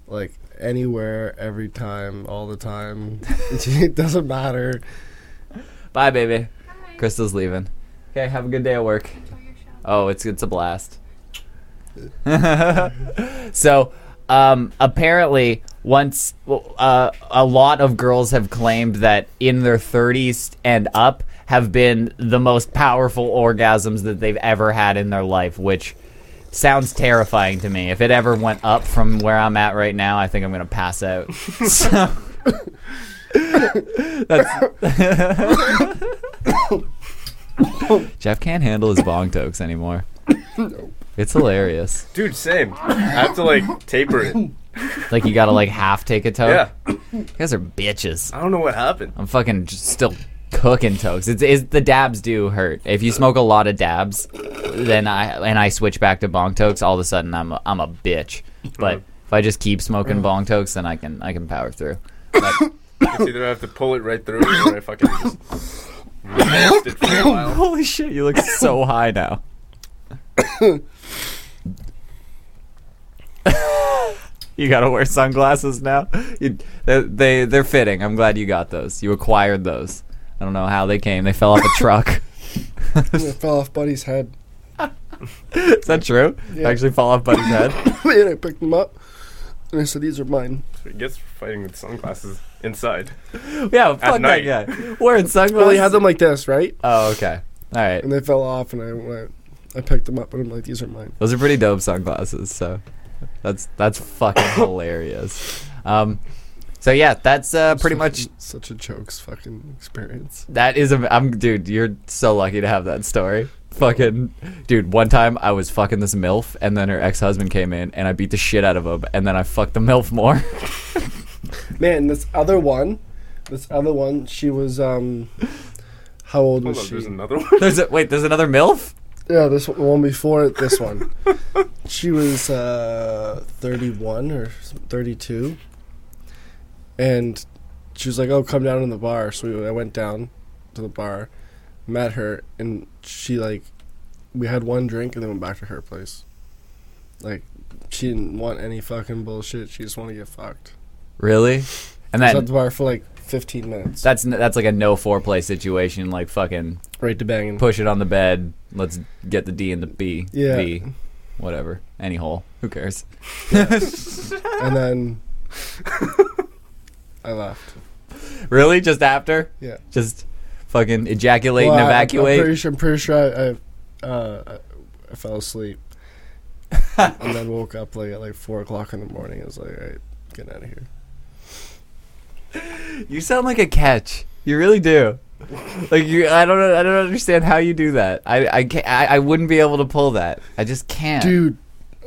S1: Like anywhere, every time, all the time. it doesn't matter.
S2: Bye, baby.
S4: Hi.
S2: Crystal's leaving. Okay, have a good day at work.
S4: Enjoy your show.
S2: Oh, it's it's a blast. so, um, apparently, once uh, a lot of girls have claimed that in their 30s and up have been the most powerful orgasms that they've ever had in their life, which sounds terrifying to me. If it ever went up from where I'm at right now, I think I'm gonna pass out. so. That's Jeff can't handle his bong tokes anymore. It's hilarious.
S3: Dude, same. I have to like taper it.
S2: Like you gotta like half take a toke.
S3: Yeah.
S2: You guys are bitches.
S3: I don't know what happened.
S2: I'm fucking just still cooking tokes. It's, it's the dabs do hurt. If you smoke a lot of dabs, then I and I switch back to bong tokes. All of a sudden I'm a, I'm a bitch. But if I just keep smoking bong tokes, then I can I can power through.
S3: It's either I have to pull it right through or I fucking just resist it for a while.
S2: Holy shit! You look so high now. you gotta wear sunglasses now. You, they, they they're fitting. I'm glad you got those. You acquired those. I don't know how they came. They fell off a truck.
S1: it fell off Buddy's head.
S2: Is that true? They
S1: Yeah.
S2: Actually, fall off Buddy's head.
S1: and I picked them up, and I said, "These are mine."
S3: I guess fighting with sunglasses inside.
S2: yeah, fuck that
S3: night.
S2: guy. Wearing sunglasses.
S1: Well, he had them like this, right?
S2: Oh, okay. All right.
S1: And they fell off, and I went, I picked them up, and I'm like, "These are mine."
S2: Those are pretty dope sunglasses. So that's that's fucking hilarious. Um, so yeah, that's uh, pretty much
S1: such a jokes fucking experience.
S2: That is a I'm dude, you're so lucky to have that story. Fucking dude, one time I was fucking this MILF and then her ex-husband came in and I beat the shit out of him and then I fucked the MILF more.
S1: Man, this other one, this other one, she was um, how
S2: Oh,
S1: old
S3: Hold
S1: was
S3: on,
S1: she?
S3: there's another one.
S2: there's a wait, there's another MILF?
S1: Yeah, this one, the one before this one. she was uh, 31 or 32. And she was like, oh, come down to the bar. So we, I went down to the bar, met her, and she, like, we had one drink and then went back to her place. Like, she didn't want any fucking bullshit. She just wanted to get fucked.
S2: Really? And
S1: I was at
S2: that
S1: the bar for like 15 minutes.
S2: that's n- that's like a no foreplay situation like fucking
S1: right to banging.
S2: push it on the bed, let's get the D and the B.
S1: Yeah.
S2: B, whatever. Any hole. Who cares?
S1: And then I left.
S2: Really? Just after?
S1: Yeah.
S2: Just fucking ejaculate and
S1: I-
S2: evacuate?
S1: I'm pretty sure, I'm pretty sure I, I, uh, I fell asleep and then woke up like at like four o'clock in the morning. I was like, all right, get out of here.
S2: You sound like a catch. You really do. Like you, I don't, I don't understand how you do that. I, I, can't, I, I wouldn't be able to pull that. I just can't.
S1: Dude,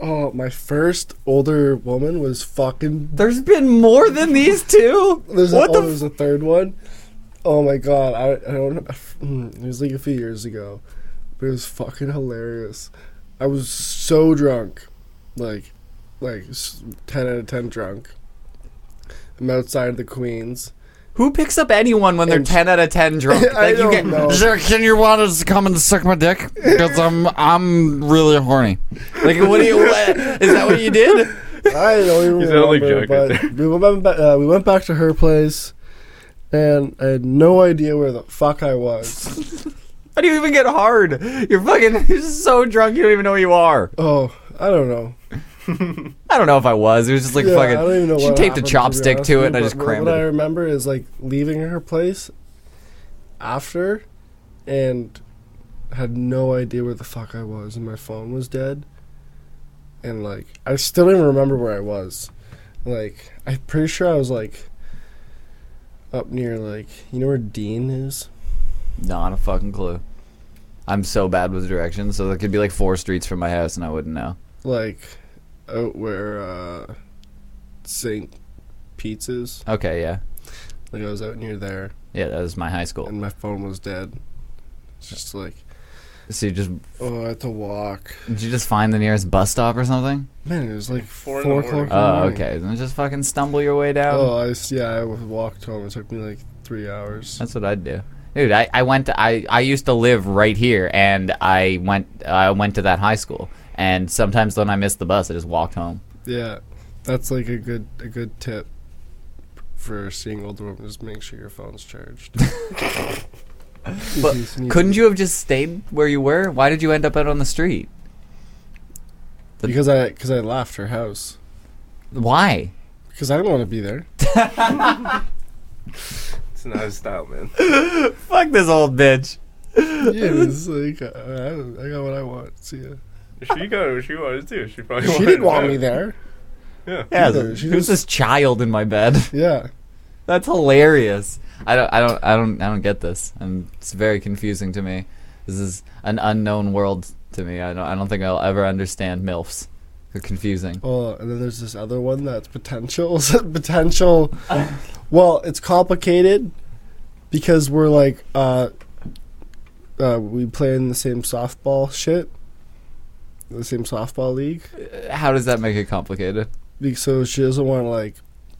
S1: oh, my first older woman was fucking.
S2: there's been more than these two.
S1: There's
S2: what
S1: a,
S2: the?
S1: oh, there's a third one. Oh my god, I, I don't. mm, It was like a few years ago, but it was fucking hilarious. I was so drunk, like, like s- ten out of ten drunk. I'm outside the Queens.
S2: who picks up anyone when they're
S1: And-
S2: ten out of ten drunk?
S1: I
S2: Like,
S1: don't
S2: you get,
S1: know.
S2: "Sir, Can you want us to come and suck my dick? Because I'm, I'm really horny. Like, what do you? What, is that what you did?
S1: I don't even
S3: He's the only
S1: remember.
S3: joke right
S1: But we went back. Uh, we went back to her place, and I had no idea where the fuck I was.
S2: How do you even get hard? You're fucking you're so drunk you don't even know who you are.
S1: Oh, I don't know.
S2: I don't know if I was. It was just like
S1: Yeah,
S2: fucking.
S1: I don't even know.
S2: she
S1: what
S2: taped a
S1: happened, be
S2: chopstick
S1: honest
S2: to
S1: with
S2: it,
S1: you,
S2: and I
S1: but
S2: just
S1: what-
S2: crammed
S1: What I
S2: it.
S1: remember is like leaving her place after, and had no idea where the fuck I was, and my phone was dead, and like I still don't even remember where I was. Like I'm pretty sure I was like up near like you know where Dean is.
S2: Not a fucking clue. I'm so bad with directions, so there could be like four streets from my house, and I wouldn't know.
S1: like out where uh Saint Pete's is.
S2: Okay, yeah,
S1: Like I was out near there
S2: yeah, that was my high school.
S1: and my phone was dead. It's just like
S2: So you just
S1: oh I had to walk.
S2: did you just find the nearest bus stop or something?
S1: Man, it was like
S3: Four
S1: four,
S3: in the
S1: o'clock. in
S3: morning.
S1: the
S2: Oh,
S1: morning.
S2: okay. Oh. Then just fucking stumble your way down.
S1: Oh I s- yeah, I w- walked home. It took me like three hours.
S2: That's what I'd do. dude, I, I went to, I, I used to live right here, and I went I went to that high school, and sometimes when I missed the bus, I just walked home.
S1: Yeah, that's like a good a good tip for seeing older women. Just make sure your phone's charged.
S2: But Couldn't you have just stayed where you were? Why did you end up out on the street? the-
S1: Because I because I left her house
S2: Why?
S1: because I didn't want to be there.
S3: It's not his style, man.
S2: Fuck this old bitch.
S1: yeah, it's like uh, I, I got what I want. See ya.
S3: She got what she wanted to. She probably
S1: She
S3: wanted
S1: didn't want
S3: that.
S1: me there.
S3: Yeah.
S2: Yeah,
S1: Either.
S2: there's
S1: She
S2: there's
S1: just-
S2: this child in my bed.
S1: Yeah,
S2: That's hilarious. I don't, I don't, I don't, I don't get this. And it's very confusing to me. This is an unknown world to me. I don't, I don't think I'll ever understand milfs. They're confusing.
S1: Well, Oh, and then there's this other one that's potential. potential. well, it's complicated because we're like, uh, uh, we play in the same softball shit, the same softball league.
S2: How does that make it complicated?
S1: Be- So she doesn't want to like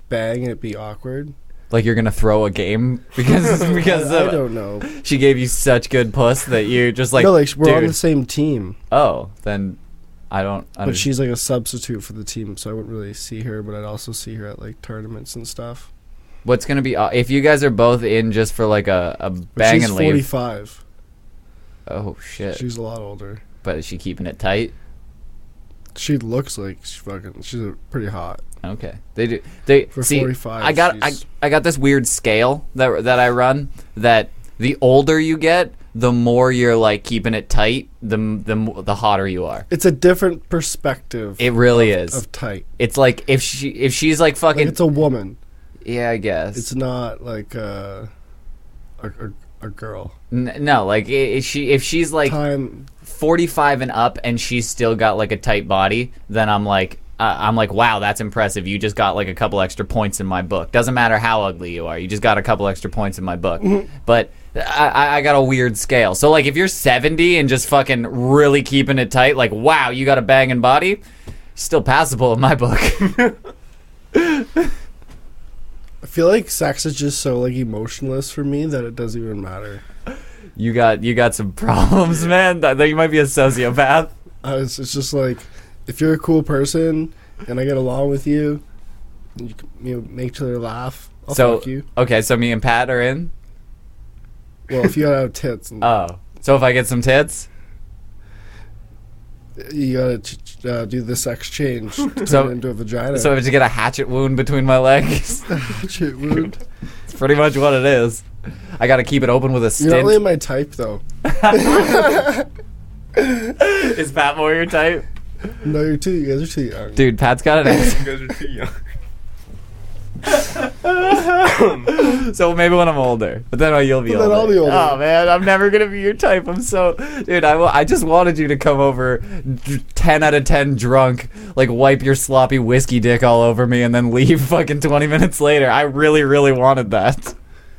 S1: bang and it be awkward.
S2: Like you're gonna throw a game because because
S1: I, I
S2: uh,
S1: don't know.
S2: she gave you such good puss that you just like,
S1: no, like we're on
S2: dude.
S1: the same team,
S2: oh then I don't. I
S1: but she's like a substitute for the team, so I wouldn't really see her. But I'd also see her at like tournaments and stuff.
S2: what's gonna be aw- if you guys are both in just for like a a
S1: But
S2: bang
S1: she's
S2: and leave?
S1: 45.
S2: Oh shit!
S1: She's a lot older.
S2: but is she keeping it tight?
S1: She looks like she's fucking. She's a pretty hot
S2: Okay, they do. They
S1: for
S2: see.
S1: forty five.
S2: I got I, I got this weird scale that that I run that the older you get, the more you're like keeping it tight, the m- the m- the hotter you are.
S1: it's a different perspective
S2: It really is.
S1: of tight.
S2: it's like if she if she's like
S1: Like
S2: fucking
S1: it's a woman.
S2: yeah, I guess.
S1: It's not like uh, a a, a girl.
S2: N- no, like i i- she if she's like
S1: Time.
S2: 45 and up and she's still got like a tight body, then I'm like uh, I'm like, wow, that's impressive. You just got like a couple extra points in my book. Doesn't matter how ugly you are, you just got a couple extra points in my book.
S1: Mm-hmm.
S2: But I, I- I got a weird scale. So like, if you're 70 and just fucking really keeping it tight, like, wow, you got a banging body, still passable in my book.
S1: I feel like sex is just so like emotionless for me that it doesn't even matter.
S2: you got you got some problems, man. I think you might be a sociopath.
S1: I was, it's just like if you're a cool person and I get along with you, and you, can- you know, make each other laugh. I'll
S2: So-
S1: Oh, fuck you.
S2: Okay, so me and Pat are in.
S1: Well, if you gotta have tits, and
S2: Oh, so if I get some tits.
S1: you gotta ch- ch- uh, do the sex change to turn
S2: So-
S1: it into a vagina.
S2: So if I just get a hatchet wound between my legs,
S1: Shit, wound.
S2: it's pretty much what it is. I got to keep it open with a
S1: You're not
S2: stint.
S1: really my type, though.
S2: Is Pat more your type?
S1: No, you're too. You guys are too young.
S2: Dude, Pat's got an
S3: You
S2: ass.
S3: guys are too young.
S2: so maybe when I'm older, but then you'll be
S1: But
S2: older.
S1: then I'll be older.
S2: Oh man, I'm never gonna be your type. I'm so dude. I, wa- I just wanted you to come over, d- ten out of ten drunk, like wipe your sloppy whiskey dick all over me, and then leave fucking twenty minutes later. I really, really wanted that.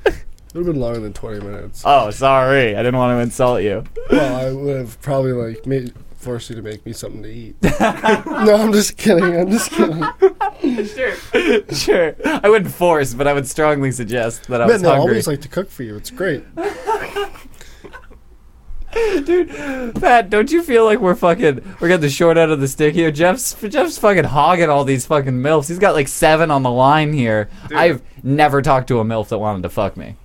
S1: It would have been longer than 20 minutes.
S2: Oh, sorry. I didn't want to insult you.
S1: well, I would have probably like made forced you to make me something to eat. no, I'm just kidding. I'm just kidding.
S2: sure, sure. I wouldn't force, but I would strongly suggest that I
S1: Man,
S2: was
S1: no, I
S2: hungry.
S1: always like to cook for you. It's great.
S2: Pat, don't you feel like we're fucking we got the short end of the stick here? Jeff's Jeff's fucking hogging all these fucking milfs. He's got like seven on the line here.
S3: Dude.
S2: I've never talked to a milf that wanted to fuck me.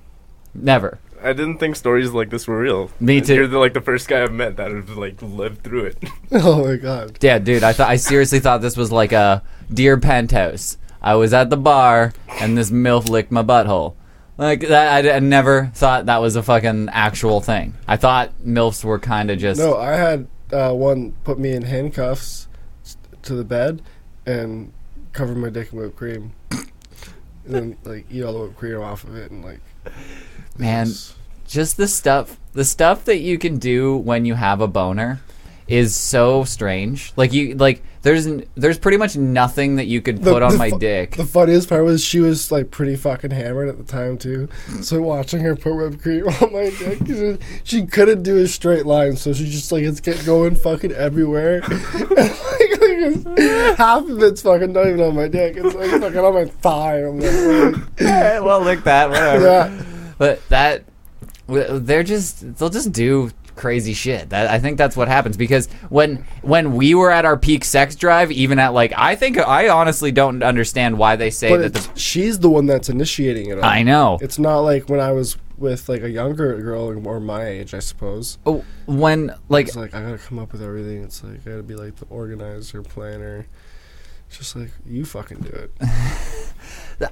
S2: Never.
S3: I didn't think stories like this were real.
S2: Me too.
S3: You're the, like the first guy I've met that have like lived through it.
S1: Oh my god.
S2: Yeah, dude. I thought I seriously thought this was like a dear penthouse. I was at the bar and this milf licked my butthole. Like that, I, I never thought that was a fucking actual thing. I thought milfs were kind of just
S1: No, I had uh, one put me in handcuffs s- to the bed and cover my dick in whipped cream, and then like eat all the whipped cream off of it and like.
S2: Man,
S1: just-
S2: just the stuff the stuff that you can do when you have a boner is so strange like you like there's n- there's pretty much nothing that you could
S1: The-
S2: put on
S1: the
S2: my
S1: fu-
S2: dick
S1: The funniest part was she was like pretty fucking hammered at the time too. So watching her put whipped cream on my dick, she- she couldn't do a straight line, so she just like it's get going fucking everywhere. And, like, like, it's- half of it's fucking not even on my dick; it's like fucking on my thigh. I'm like,
S2: "Eh, well look that whatever
S1: yeah.
S2: but that w- they're just they'll just do crazy shit. That I think that's what happens because when when we were at our peak sex drive, even at like I think I honestly don't understand why they say
S1: But
S2: that.
S1: it's,
S2: The,
S1: she's the one that's initiating it. All.
S2: I know.
S1: It's not like when I was with like a younger girl or my age, I suppose.
S2: Oh, when like
S1: It's like I gotta come up with everything. It's like I gotta be like the organizer, planner. It's just like you fucking do it.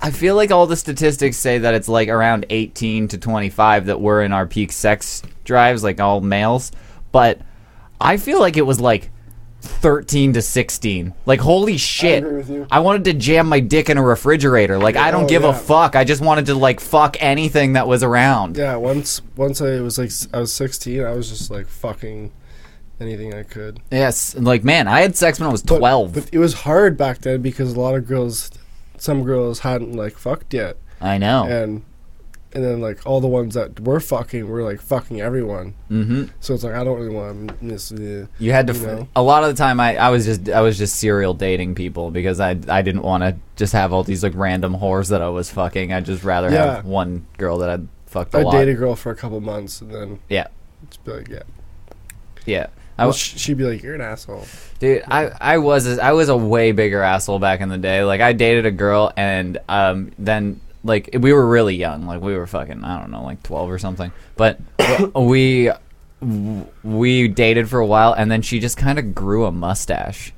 S2: I feel like all the statistics say that it's like around 18 to 25 that we're in our peak sex drives, like all males. But I feel like it was like 13 to 16. Like, holy shit.
S1: agree with you.
S2: I wanted to jam my dick in a refrigerator. Like, I don't
S1: Oh,
S2: give
S1: yeah.
S2: a fuck. I just wanted to, like, fuck anything that was around.
S1: Yeah, once once I was like s- I was 16, I was just like fucking anything I could.
S2: Yes. and, Like, man, I had sex when I was
S1: But-
S2: 12.
S1: But it was hard back then because a lot of girls, some girls hadn't like fucked yet,
S2: I know.
S1: and and then like all the ones that were fucking were like fucking everyone.
S2: hmm
S1: So it's like I don't really want to miss. The,
S2: You had to.
S1: You know?
S2: A lot of the time, I, I was just I was just serial dating people because I I didn't want to just have all these like random whores that I was fucking. I'd just rather
S1: Yeah.
S2: have one girl that I'd fucked a
S1: I
S2: lot.
S1: date a girl for a couple months and then
S2: Yeah. Oh.
S1: it's be like yeah.
S2: Yeah, I
S1: Well,
S2: was,
S1: sh- she'd be like, "You're an asshole."
S2: dude. I I was a- I was a way bigger asshole back in the day. Like I dated a girl and um then like we were really young. Like we were fucking I don't know like twelve or something. But we we dated for a while and then she just kind of grew a mustache,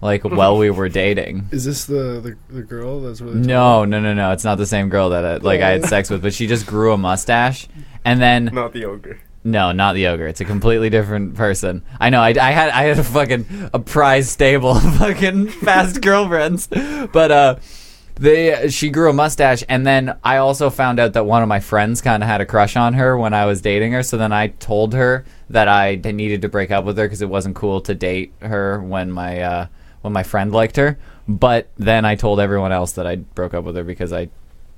S2: like while we were dating.
S1: Is this the the, the girl that's really
S2: No, no, no, no. It's not the same girl that I, like I had sex with, but she just grew a mustache, and then
S3: Not the ogre.
S2: no, not the ogre. It's a completely different person. I know. I, I had I had a fucking a prize stable of fucking fast girlfriends, but uh, they she grew a mustache, and then I also found out that one of my friends kind of had a crush on her when I was dating her. So then I told her that I d- needed to break up with her because it wasn't cool to date her when my uh, when my friend liked her. But then I told everyone else that I broke up with her because I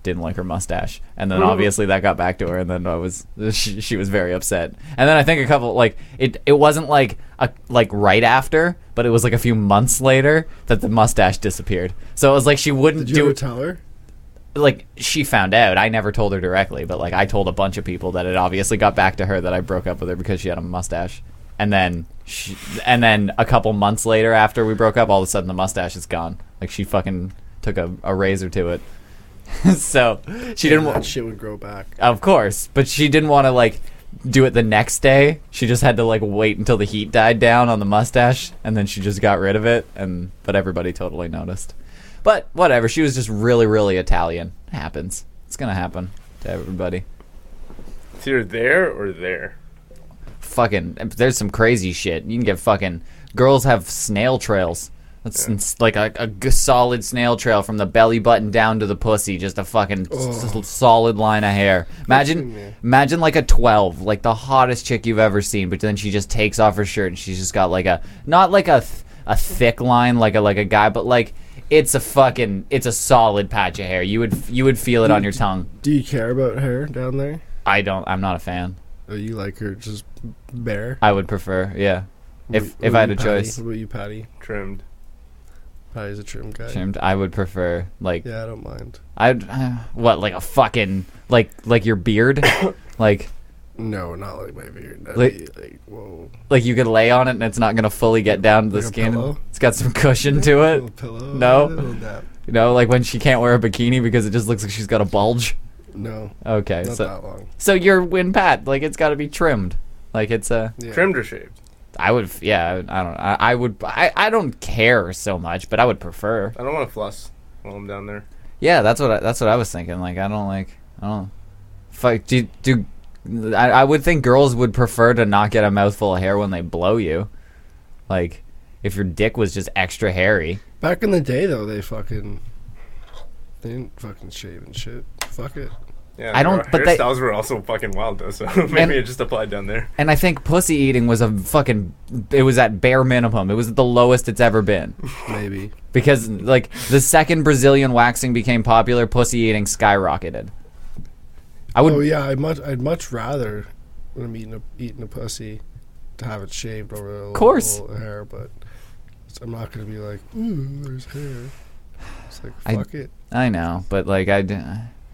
S2: didn't like her mustache and then obviously that got back to her and then i was she, she was very upset and then i think a couple like it it wasn't like a like right after but it was like a few months later that the mustache disappeared so it was like she wouldn't
S1: Did you
S2: do
S1: ever
S2: it
S1: tell her?
S2: like she found out i never told her directly but like i told a bunch of people that it obviously got back to her that i broke up with her because she had a mustache and then she, and then a couple months later after we broke up all of a sudden the mustache is gone like she fucking took a, a razor to it so she didn't wa-
S1: That shit would grow back.
S2: of course, but she didn't want to like do it the next day. She just had to like wait until the heat died down on the mustache, and then she just got rid of it. And but everybody totally noticed. But whatever, she was just really, really Italian. It happens. It's gonna happen to everybody.
S3: It's either there or there.
S2: Fucking, there's some crazy shit. You can get fucking girls have snail trails. That's it's like a, a g- solid snail trail from the belly button down to the pussy, just a fucking s- s- solid line of hair. Imagine,
S1: me.
S2: Imagine like a 12, like the hottest chick you've ever seen, but then she just takes off her shirt and she's just got like a not like a th- a thick line like a like a guy, but like it's a fucking it's a solid patch of hair. You would you would feel it on your tongue.
S1: Do you care about her down there?
S2: I don't I'm not a fan.
S1: Or you like her just bare?
S2: I would prefer, yeah. If
S1: What
S2: if
S1: about
S2: I had
S1: you,
S2: a
S1: Patty?
S2: choice,
S1: What about you, Patty?
S3: Trimmed.
S1: Patty's a trim guy.
S2: trimmed, I would prefer like
S1: Yeah, I don't mind.
S2: I'd uh, what like a fucking like like your beard like
S1: No, not like my beard. That'd
S2: Like-
S1: be like, whoa.
S2: like you could lay on it and it's not going to fully get down to the
S1: Like a
S2: skin.
S1: pillow?
S2: It's got some cushion to
S1: A
S2: it.
S1: little pillow.
S2: No.
S1: a little nap.
S2: You know, like when she can't wear a bikini because it just looks like she's got a bulge.
S1: No,
S2: Okay,
S1: not
S2: so
S1: that long.
S2: so your win pat like it's got to be trimmed. Like it's a,
S1: Yeah.
S3: Trimmed or shaved?
S2: I would, yeah, I I don't, I, I would, I, I don't care so much, but I would prefer.
S3: I don't want to floss while I'm down there.
S2: Yeah, that's what I, that's what I was thinking. Like I don't like, I don't. Fuck, do do. I, I would think girls would prefer to not get a mouthful of hair when they blow you. Like, if your dick was just extra hairy.
S1: Back in the day, though, they fucking they didn't fucking shave and shit. Fuck it.
S3: Yeah,
S2: I
S3: their
S2: don't- but they-
S3: hairstyles were also fucking wild though, so maybe
S2: And-
S3: it just applied down there.
S2: And I think pussy eating was a fucking. It was at bare minimum. It was the lowest it's ever been.
S1: Maybe.
S2: Because, like, the second Brazilian waxing became popular, pussy eating skyrocketed. I would.
S1: oh yeah, I'd much I'd much rather when I'm eating a eating a pussy to have it shaved over a little,
S2: course.
S1: little hair, but it's- I'm not gonna be like, ooh, there's hair. It's like
S2: I-
S1: fuck it.
S2: I know, but, like, I. d-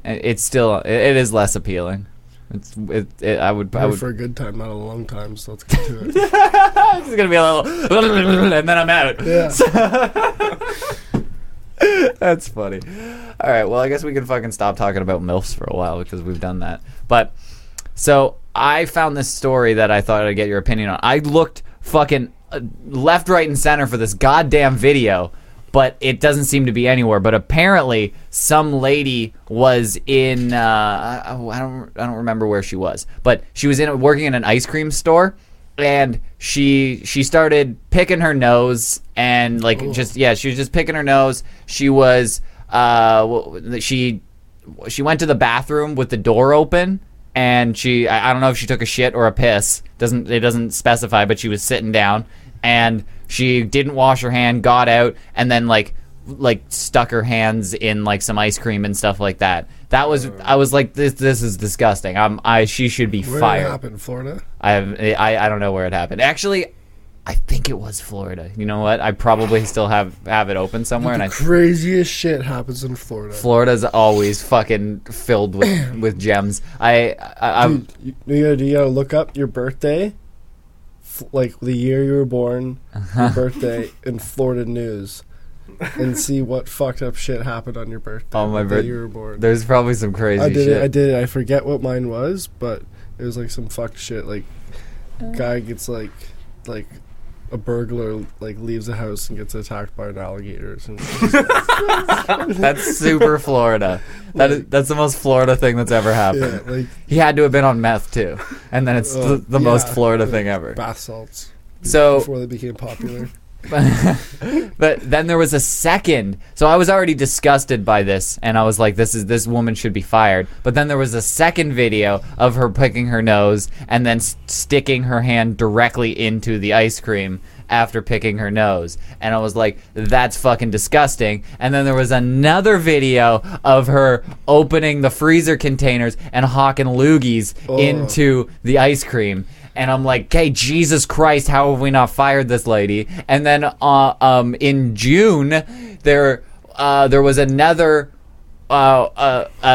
S2: It's still. It it is less appealing.
S5: It's it, it I would I
S1: Here
S5: would
S1: for a good time, not a long time. So let's get to it.
S5: it's gonna be a little, and then I'm out.
S1: Yeah.
S5: That's funny. All right. Well, I guess we can fucking stop talking about milfs for a while because we've done that. But so I found this story that I thought I'd get your opinion on. I looked fucking uh, left, right, and center for this goddamn video, but it doesn't seem to be anywhere. But apparently, some lady was in. Uh, I, I don't. I don't remember where she was, but she was in working in an ice cream store and she she started picking her nose and like just yeah she was just picking her nose she was uh w- she she went to the bathroom with the door open and she I, I don't know if she took a shit or a piss doesn't it doesn't specify but she was sitting down and she didn't wash her hand got out and then like like stuck her hands in like some ice cream and stuff like that that was i was like this this is disgusting i'm i she should be
S1: Where did it
S5: fired
S1: happen? Florida.
S5: I have I, I don't know where it happened. Actually, I think it was Florida. You know what? I probably still have have it open somewhere and I
S1: Craziest shit happens in Florida.
S5: Florida's always fucking filled with with gems. I I, I
S1: Dude, you, you gotta, you gotta look up your birthday, f- like the year you were born, your birthday, in Florida news, and see what fucked up shit happened on your birthday.
S5: On my
S1: the day
S5: birth-
S1: you were born.
S5: there's probably some crazy
S1: I did
S5: shit.
S1: it. I did it. I forget what mine was, but it was like some fucked shit. Like, guy gets like, like, a burglar like leaves the house and gets attacked by an alligator. Or something.
S5: That's super Florida. That is, that's the most Florida thing that's ever
S1: yeah,
S5: happened.
S1: like
S5: He had to have been on meth too, and then it's
S1: Oh,
S5: the, the most
S1: yeah.
S5: Florida thing ever.
S1: bath salts
S5: So
S1: before they became popular.
S5: but then there was a second. So I was already disgusted by this, and I was like, "This is this woman should be fired." But then there was a second video of her picking her nose and then s- sticking her hand directly into the ice cream after picking her nose, and I was like, "That's fucking disgusting." And then there was another video of her opening the freezer containers and hawking loogies into the ice cream and I'm like, "Hey, Jesus Christ, how have we not fired this lady?" And then, uh, um, in June, there, uh, there was another. Uh, uh, uh,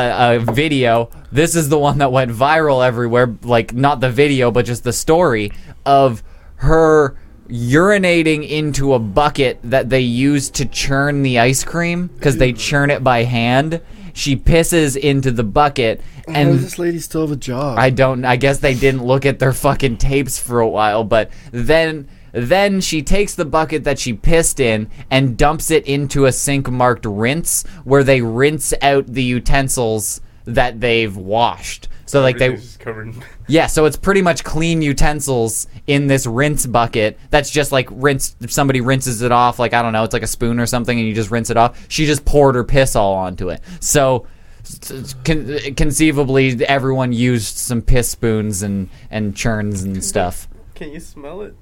S5: uh, video. This is the one that went viral everywhere. Like not the video, but just the story of her urinating into a bucket that they use to churn the ice cream because they churn it by hand. She pisses into the bucket,
S1: How
S5: and
S1: does this lady still have a job?
S5: I don't. I guess they didn't look at their fucking tapes for a while, but then then she takes the bucket that she pissed in and dumps it into a sink marked rinse, where they rinse out the utensils that they've washed. So like they
S3: Everything's just covered. in-
S5: yeah, so it's pretty much clean utensils in this rinse bucket. That's just like rinse. If somebody rinses it off, like I don't know, it's like a spoon or something, and you just rinse it off. She just poured her piss all onto it. So s- s- con- conceivably, everyone used some piss spoons and and churns and stuff.
S3: Can you smell it?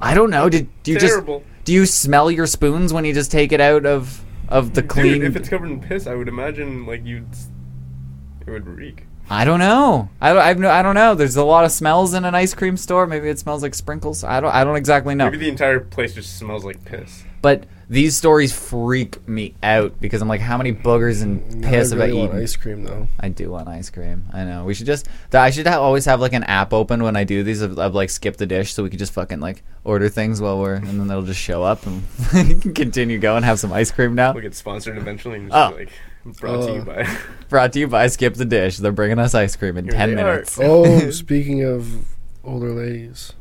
S5: I don't know. Did do you
S3: Terrible.
S5: just do you smell your spoons when you just take it out of of the clean?
S3: Dude, if it's covered in piss, I would imagine like you'd. s- It would reek.
S5: I don't know. I don't, I've no, I don't know. There's a lot of smells in an ice cream store. Maybe it smells like sprinkles. I don't. I don't exactly know.
S3: Maybe the entire place just smells like piss.
S5: But these stories freak me out because I'm like, how many boogers and
S1: Now
S5: piss
S1: I
S5: have I
S1: really want
S5: eaten?
S1: ice cream though.
S5: I do want ice cream. I know. We should just. th- I should ha- always have like an app open when I do these of, of like skip the dish, so we could just fucking like order things while we're, and then they'll just show up and we can continue going. Have some ice cream now.
S3: We'll get sponsored eventually and just
S1: Ah.
S5: Oh.
S3: be like brought to you
S1: Oh.
S3: by.
S5: Brought to you by Skip the Dish. They're bringing us ice cream in
S3: Here
S5: ten
S3: they are.
S5: minutes.
S1: Oh, speaking of older ladies,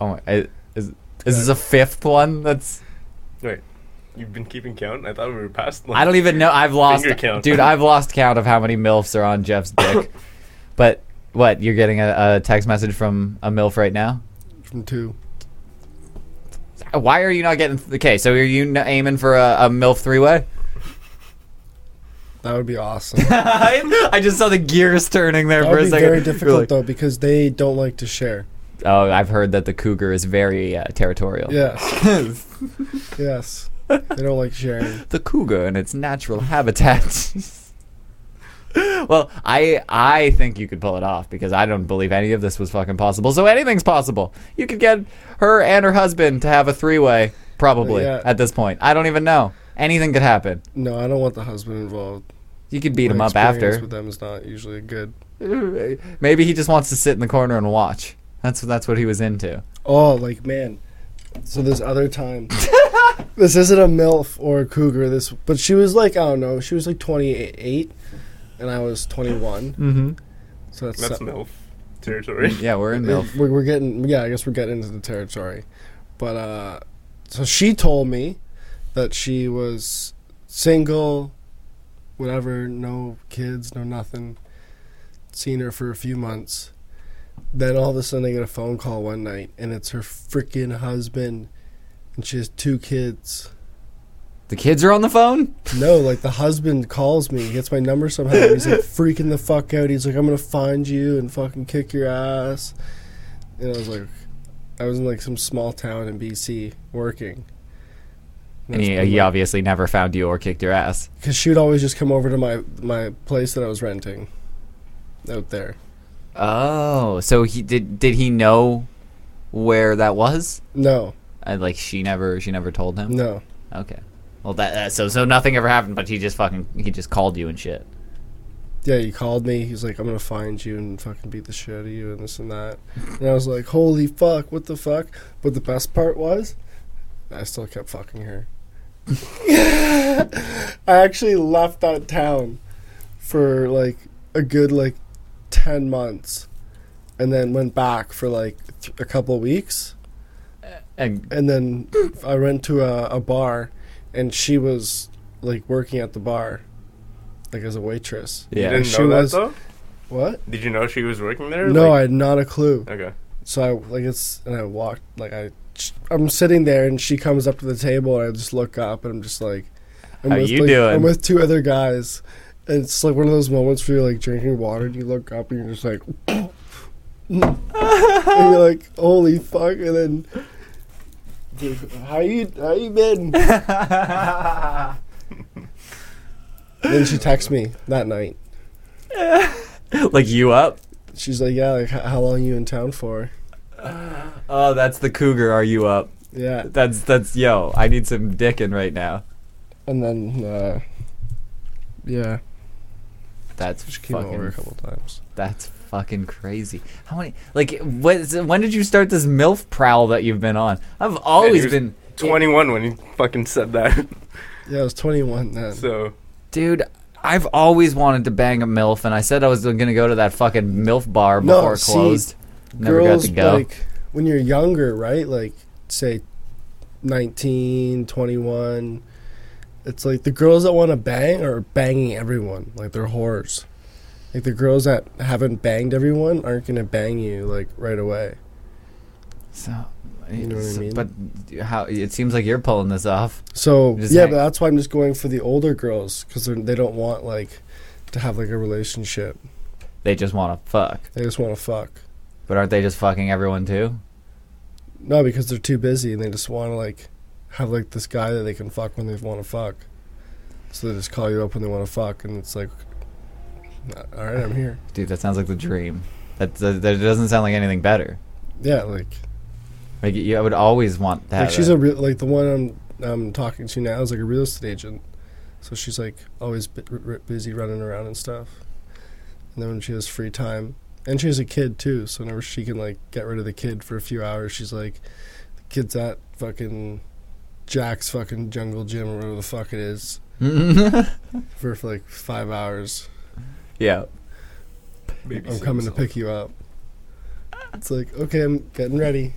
S5: Oh, my, I, is is this a fifth one? That's
S3: Wait, you've been keeping count? I thought we were past. Like,
S5: I don't even know. I've lost
S3: Finger count.
S5: dude. I've lost count of how many milfs are on Jeff's dick. but what? You're getting a, a text message from a milf right now.
S1: from two.
S5: Why are you not getting? Okay, so are you n- aiming for a, a milf three way?
S1: That would be awesome.
S5: I just saw the gears turning there
S1: That
S5: for
S1: would
S5: a
S1: be
S5: second.
S1: very
S5: You're
S1: difficult
S5: like,
S1: though because they don't like to share.
S5: Oh, I've heard that the cougar is very uh, territorial.
S1: Yes, yes, they don't like sharing.
S5: the cougar in its natural habitat. well, I I think you could pull it off because I don't believe any of this was fucking possible. So anything's possible. You could get her and her husband to have a three-way probably
S1: Yeah.
S5: at this point. I don't even know. Anything could happen.
S1: No, I don't want the husband involved.
S5: You could beat him
S1: My
S5: up
S1: experience
S5: after.
S1: With them is not usually good.
S2: Maybe he just wants to sit in the corner and watch. That's that's what he was into.
S1: Oh, like man. So this other time, this isn't a milf or a cougar. This, but she was like I don't know. She was like twenty eight, and I was twenty one.
S2: Mm-hmm.
S1: So that's,
S3: That's
S1: se-
S3: MILF territory.
S2: Yeah, we're in milf.
S1: We're, we're getting yeah. I guess we're getting into the territory, but uh, so she told me that she was single, whatever, no kids, no nothing. Seen her for a few months. Then all of a sudden, I get a phone call one night, and it's her freaking husband, and she has two kids.
S2: The kids are on the phone.
S1: No, like the husband calls me, he gets my number somehow. and he's like freaking the fuck out. He's like, I'm gonna find you and fucking kick your ass. And I was like, I was in like some small town in BC working.
S2: And he, he obviously never found you or kicked your ass.
S1: because she would always just come over to my my place that I was renting out there.
S2: Oh, so he did? Did he know where that was?
S1: No,
S2: And like she never, she never told him.
S1: no,
S2: Okay. Well, that, that so so nothing ever happened, but he just fucking he just called you and shit.
S1: yeah, he called me. He's like, I'm gonna find you and fucking beat the shit out of you and this and that. And I was like, holy fuck, what the fuck? But the best part was, I still kept fucking her. I actually left that town for like a good like ten months, and then went back for like th- a couple weeks,
S2: And
S1: and then I went to a, a bar, and she was like working at the bar, like as a waitress.
S3: You
S2: yeah,
S3: didn't
S1: She
S3: know that
S1: was-
S3: though.
S1: What?
S3: Did you know she was working there?
S1: No, I
S3: Like-
S1: had not a clue.
S3: Okay.
S1: So I like it's and I walked like I I'm sitting there and she comes up to the table and I just look up and I'm just like I'm
S2: How you
S1: like,
S2: doing?
S1: I'm with two other guys. And it's like one of those moments where you're like drinking water and you look up and you're just like and you're like, holy fuck and then dude, how you how you been? then she texts me that night.
S2: like you up.
S1: She's like, Yeah, like h- how long you in town for?
S2: Oh, that's the cougar. Are you up?
S1: Yeah.
S2: That's that's yo. I need some dickin' right now.
S1: And then uh yeah,
S2: That's
S1: she came over a
S2: fucking
S1: couple times.
S2: that's fucking crazy. How many? Like, what? Is, when did you start this milf prowl that you've been on? I've always
S3: was-
S2: been,
S3: 21 when he fucking said that.
S1: Yeah, I was 21 then.
S3: so
S2: dude. I've always wanted to bang a milf, and I said I was gonna go to that fucking milf bar
S1: No,
S2: before it
S1: see,
S2: closed. Never
S1: girls
S2: got to go.
S1: like when you're younger right like say 19 21 it's like the girls that want to bang are banging everyone like they're whores like the girls that haven't banged everyone aren't gonna bang you like right away
S2: so,
S1: You know what I
S2: so-
S1: mean?
S2: but how? It seems like you're pulling this off.
S1: so
S2: Just
S1: yeah
S2: hang-
S1: but that's why i'm just going for the older girls because they don't want like to have like a relationship
S2: They just want to fuck,
S1: they just want to fuck
S2: but aren't they just fucking everyone too?
S1: no because they're too busy and they just want to like have like this guy that they can fuck when they want to fuck so they just call you up when they want to fuck and it's like all right i'm here
S2: Dude, that sounds like the dream. That that, that doesn't sound like anything better.
S1: yeah like
S2: Like, you, I would always want that.
S1: like she's a real like the one i'm i'm talking to now is like a real estate agent so she's like always bu- r- r- busy running around and stuff and then when she has free time and she has a kid too so whenever she can like get rid of the kid for a few hours she's like the kid's at fucking jack's fucking jungle gym or whatever the fuck it is for like five hours.
S2: yeah.
S1: I'm coming to pick you up. It's like, okay, I'm getting ready.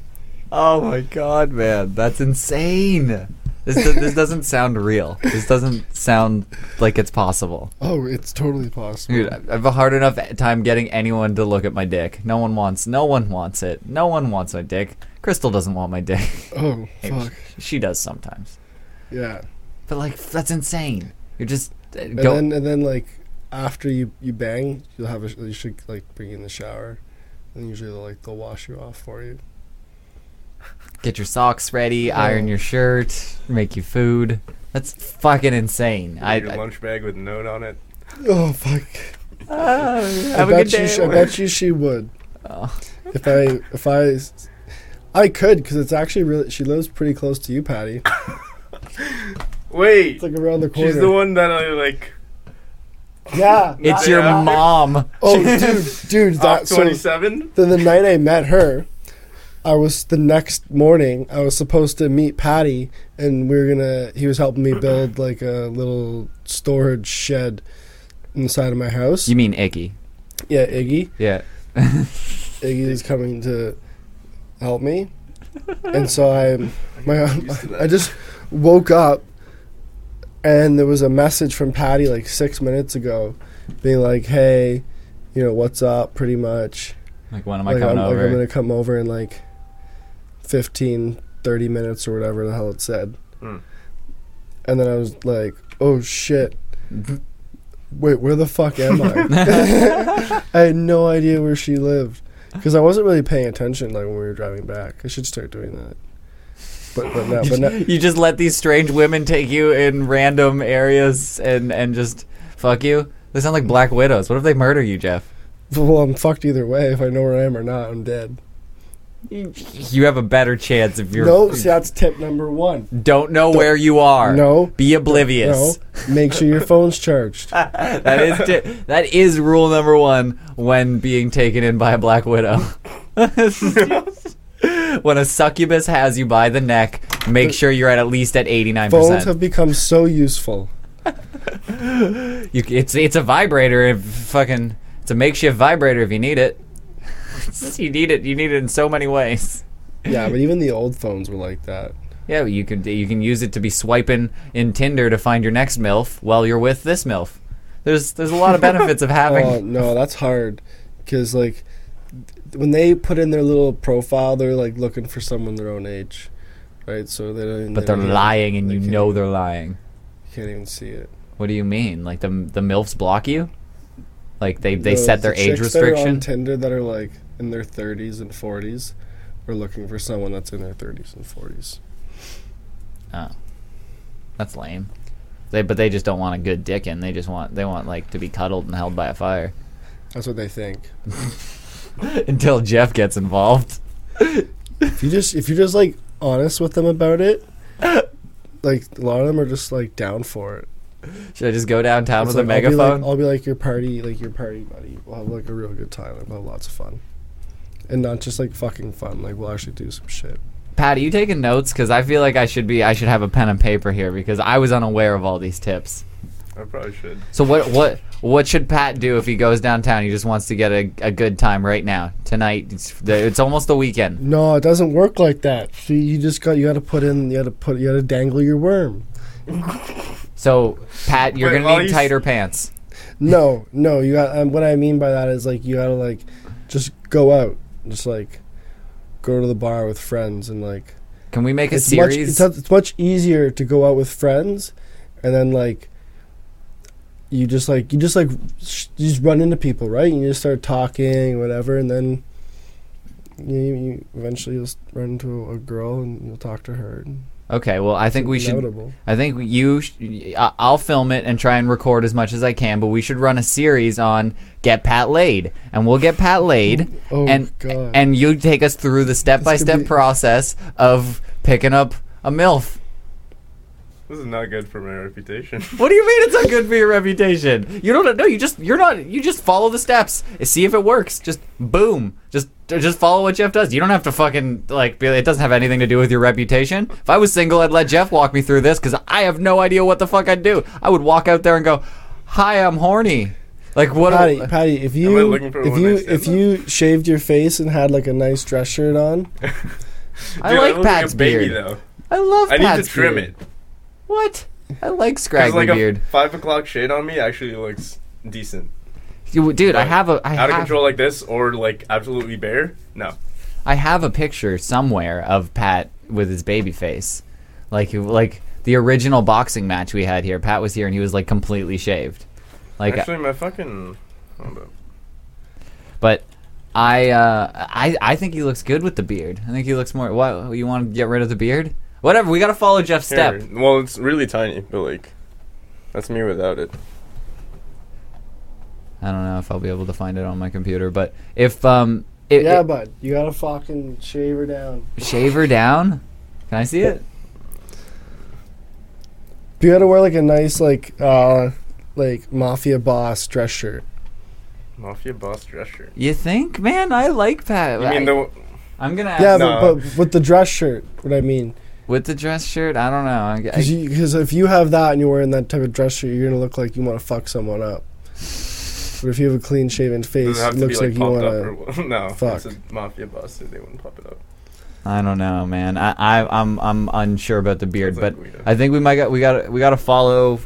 S2: Oh my god, man, that's insane. This do- this doesn't sound real. This doesn't sound like it's possible.
S1: Oh, it's totally possible.
S2: Dude, I I have a hard enough time getting anyone to look at my dick. No one wants. No one wants it. No one wants my dick. Crystal doesn't want my dick.
S1: oh,
S2: Maybe
S1: fuck.
S2: She does sometimes.
S1: Yeah.
S2: But like, that's insane. You're just uh,
S1: And
S2: go.
S1: then and then like after you you bang, you'll have a sh- you should like bring in the shower. And usually they'll like they'll wash you off for you.
S2: Get your socks ready, iron
S1: Yeah.
S2: your shirt, make you food. That's fucking insane. I,
S3: your
S2: I
S3: lunch bag with a note on it.
S1: Oh fuck.
S2: Ah,
S1: I
S2: have a
S1: bet
S2: good
S1: you
S2: day.
S1: sh- I bet you she would.
S2: Oh.
S1: If I if I s- I could cuz it's actually really she lives pretty close to you, Patty.
S3: Wait,
S1: It's like around the corner.
S3: she's the one that I like
S1: Yeah.
S2: It's
S3: Yeah.
S2: your mom.
S1: oh, dude, dude,
S3: Op
S1: that Uh, so
S3: 27?
S1: then the night I met her, I was the next morning. I was supposed to meet Patty, and we were gonna. He was helping me build like a little storage shed inside of my house.
S2: You mean Icky?
S1: Yeah, Iggy.
S2: Yeah.
S1: Iggy is coming to help me, and so I, my,
S3: used to that.
S1: I just woke up, and there was a message from Patty like six minutes ago, being like, "Hey, you know what's up?" Pretty much.
S2: Like when am I
S1: like, I'm,
S2: coming
S1: like I'm
S2: over?
S1: gonna come over in like 15 30 minutes or whatever the hell it said
S3: Mm.
S1: and then i was like oh shit wait where the fuck am i i had no idea where she lived because i wasn't really paying attention like when we were driving back i should start doing that but but no but no
S2: you just let these strange women take you in random areas and and just fuck you. They sound like black widows. What if they murder you, Jeff?
S1: well i'm fucked either way if i know where i am or not i'm dead
S2: You have a better chance if you
S1: no see that's tip number one
S2: don't know where you are.
S1: no
S2: Be oblivious.
S1: no make sure your phone's charged
S2: that is t- that is rule number one when being taken in by a black widow. when a succubus has you by the neck, make sure you're at at least at eighty nine
S1: phones
S2: percent.
S1: have become so useful
S2: It's it's a vibrator. If fucking it's a makeshift vibrator if you need it. you need it. You need it in so many ways.
S1: Yeah, but even the old phones were like that.
S2: Yeah, you could you can use it to be swiping in Tinder to find your next milf while you're with this milf. There's there's a lot of benefits of having.
S1: Oh no, that's hard because like th- when they put in their little profile, they're like looking for someone their own age, right? So they don't.
S2: But
S1: they
S2: they're
S1: don't even-
S2: lying, and
S1: they
S2: you
S1: can't
S2: know
S1: even-
S2: they're lying.
S1: Can't even see it.
S2: What do you mean? Like the the milfs block you? Like they they
S1: The-
S2: set their
S1: the
S2: age
S1: chicks That are on
S2: restriction?
S1: Tinder that are like in their 30s and 40s, are looking for someone that's in their 30s and 40s.
S2: That's lame. They but they just don't want a good dick in. They just want they want like to be cuddled and held by a fire.
S1: That's what they think.
S2: Until Jeff gets involved.
S1: If you just if you just like honest with them about it, like a lot of them are just like down for it.
S2: Should I just go downtown
S1: It's
S2: with a
S1: like, I'll be like- oh.
S2: megaphone?
S1: I'll be, like, your party, like your party buddy. We'll have like a real good time. Like, we'll have lots of fun, and not just like fucking fun. Like we'll actually do some shit.
S2: Pat, are you taking notes? Because I feel like I should be. I should have a pen and paper here because I was unaware of all these tips.
S3: I probably should.
S2: So what what what should Pat do if he goes downtown? He just wants to get a, a good time right now tonight. It's, the, it's almost the weekend.
S1: No, it doesn't work like that. See, you just got you got to put in. You got to put. You got to dangle your worm.
S2: So Pat, you're
S3: Wait,
S2: gonna
S3: while
S2: need
S3: he's-
S2: tighter pants.
S1: No, no. You got. Um, what I mean by that is like you got to like just go out, just like go to the bar with friends and like
S2: Can we make a
S1: it's
S2: series?
S1: Much, it's, it's much easier to go out with friends, and then like you just like you just like sh- you just run into people, right? And you just start talking, whatever, and then you, you eventually you'll s- run into a girl and you'll talk to her. And
S2: okay. Well, I think we
S1: it's
S2: should.
S1: inevitable.
S2: I think you. Sh- I- I'll film it and try and record as much as I can. But we should run a series on get Pat laid, and we'll get Pat laid.
S1: Oh
S2: and
S1: God!
S2: and you take us through the step by
S1: gonna
S2: step
S1: be-
S2: process of picking up a milf.
S3: This is not good for my reputation.
S2: What do you mean it's not good for your reputation? You don't know. You just you're not. You just follow the steps. See if it works. Just boom. Just just follow what Jeff does. You don't have to fucking like. Be, it doesn't have anything to do with your reputation. If I was single, I'd let Jeff walk me through this because I have no idea what the fuck I'd do. I would walk out there and go, "Hi, I'm horny." Like what?
S1: Patty, Patty, if
S3: Am I
S1: you
S3: looking for a
S1: if you
S3: one-night stand
S1: if
S3: then?
S1: you shaved your face and had like a nice dress shirt on,
S2: I
S3: Dude,
S2: like
S3: look a
S2: Pat's
S3: baby,
S2: beard.
S3: though.
S2: I love.
S3: I need
S2: Pat's
S3: to trim
S2: beard.
S3: it.
S2: What? I like
S3: Because
S2: scraggly
S3: like
S2: beard.
S3: a five o'clock shade on me actually looks decent.
S2: You- Dude, I
S3: Right.
S2: have a I
S3: Out of
S2: have-
S3: control like this or like absolutely bare? No.
S2: I have a picture somewhere of Pat with his baby face, like like the original boxing match we had here. Pat was here and he was like completely shaved, like.
S3: Actually, my fucking. Hold up.
S2: but I uh, I I think he looks good with the beard. I think he looks more. What you want to get rid of the beard? Whatever. We gotta follow Jeff's step.
S3: Here. Well, it's really tiny, but like, that's me without it.
S2: I don't know if I'll be able to find it on my computer, but if um it,
S1: yeah,
S2: yeah,
S1: bud, you gotta fucking shave her down.
S2: shave her down. Can I see it?
S1: You gotta wear like a nice like uh like mafia boss dress shirt.
S3: Mafia boss dress shirt.
S5: You think, man? I like Pat.
S3: You mean
S5: I,
S3: the
S5: am gonna ask
S1: Yeah,
S3: No.
S1: but, but with the dress shirt, what I mean,
S5: with the dress shirt. I don't know. I, I,
S1: because if you have that and you're wearing that type of dress shirt, you're gonna look like you want to fuck someone up. But if you have a clean shaven face,
S3: does it have
S1: it
S3: to
S1: looks
S3: be
S1: like, you
S3: like, popped
S1: want
S3: up or
S1: to.
S3: what? No,
S1: Fuck.
S3: it's a mafia boss, so they wouldn't pop it up.
S5: I don't know, man. I, I I'm I'm unsure about the beard,
S3: Sounds
S5: but
S3: like Guido.
S5: I think we might got we got we got to follow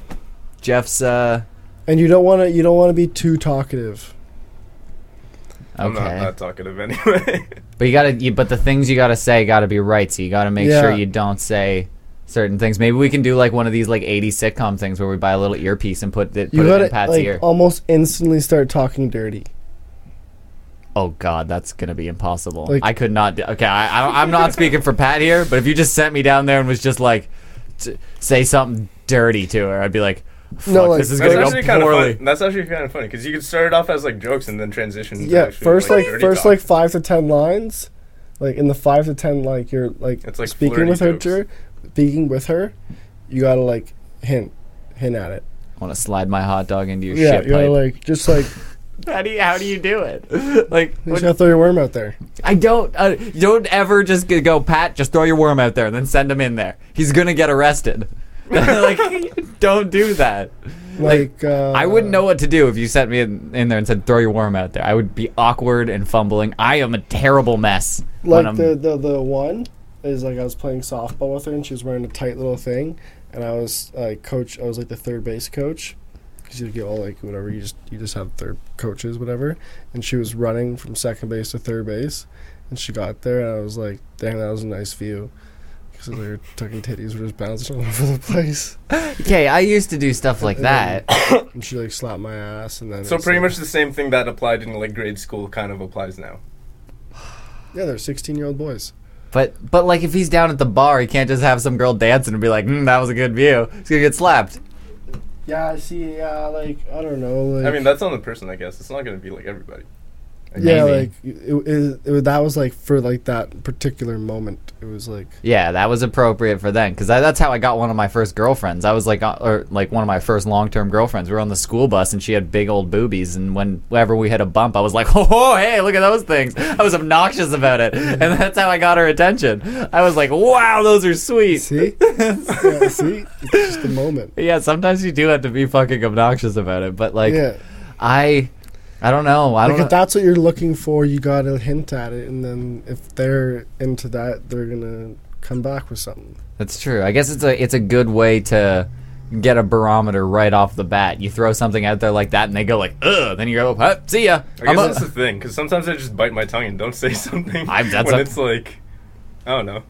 S5: Jeff's. uh
S1: And you don't want to. You don't want to be too talkative.
S3: I'm
S5: Okay,
S3: not that talkative anyway.
S5: but you gotta you, but the things you gotta say gotta be right. So you gotta make sure
S1: Yeah.
S5: you don't say certain things. Maybe we can do like one of these like 80 sitcom things where we buy a little earpiece and put it put
S1: you
S5: it in
S1: gotta
S5: Pat's
S1: like
S5: ear.
S1: almost instantly start talking dirty.
S5: Oh God, that's gonna be impossible.
S1: Like-
S5: I could not. Do, okay, I, I don't, I'm not speaking for Pat here, but if you just sent me down there and was just like, t- say something dirty to her, I'd be like, Fuck,
S1: No, like-
S5: this is
S1: That's
S5: gonna go
S3: kind of
S5: poorly.
S3: fun. That's actually kind of funny because you could start it off as like jokes and then transition. to
S1: Yeah,
S3: actually,
S1: first like,
S3: dirty
S1: first
S3: talk.
S1: like five to ten lines, like in the five to ten like you're like,
S3: It's like
S1: speaking
S3: flirty
S1: with her,
S3: jokes.
S1: to her, speaking with her, you gotta like hint hint at it.
S5: I want to slide my hot dog into your
S1: yeah,
S5: shit
S1: you gotta
S5: pipe.
S1: like just like
S5: how do you how do you do it? like,
S1: you
S5: what-
S1: just gotta throw your worm out there.
S5: I don't uh, don't ever just g- go Pat. Just throw your worm out there and then send him in there. He's gonna get arrested. like, don't do that.
S1: Like uh,
S5: I wouldn't know what to do if you sent me in, in there and said throw your worm out there. I would be awkward and fumbling. I am a terrible mess.
S1: Like
S5: when I'm-
S1: the, the the one is like I was playing softball with her and she was wearing a tight little thing, and I was like coach. I was like the third base coach. Cause you get all like whatever you just you just have third coaches whatever, and she was running from second base to third base, and she got there and I was like, dang, that was a nice view, because their tucking titties were just bouncing all over the place.
S5: okay, I used to do stuff like
S1: And then-
S5: that.
S1: and she like slapped my ass and then
S3: So
S1: it's,
S3: pretty
S1: like-
S3: much the same thing that applied in like grade school kind of applies now.
S1: yeah, they're sixteen year old boys.
S5: But but like if he's down at the bar, he can't just have some girl dancing and be like, mm, "That was a good view." He's gonna get slapped.
S1: Yeah, I see, yeah, like I don't know. Like,
S3: I mean, that's on the person, I guess. It's not going to be like everybody. I
S1: Yeah,
S3: guess.
S5: Maybe.
S1: like it, it, it, that was like for like that particular moment. It was like
S5: Yeah, that was appropriate for then, because that's how I got one of my first girlfriends. I was like, uh, or like one of my first long-term girlfriends. We were on the school bus, and she had big old boobies. And when- whenever we hit a bump, I was like, "Oh, ho, hey, look at those things!" I was obnoxious about it, and that's how I got her attention. I was like, "Wow, those are sweet."
S1: see, yeah, see, it's just the moment.
S5: Yeah, sometimes you do have to be fucking obnoxious about it, but like,
S1: yeah,
S5: I, I don't know. I
S1: like
S5: don't.
S1: if
S5: know.
S1: that's what you're looking for, you gotta hint at it, and then if they're into that, they're gonna come back with something.
S5: That's true. I guess it's a it's a good way to get a barometer right off the bat. You throw something out there like that, and they go like, "Ugh," then you go, huh, "See ya."
S3: I
S5: I'm
S3: guess
S5: a-
S3: that's the thing because sometimes I just bite my tongue and don't say something
S5: I- that's
S3: when
S5: a-
S3: it's like, I don't know.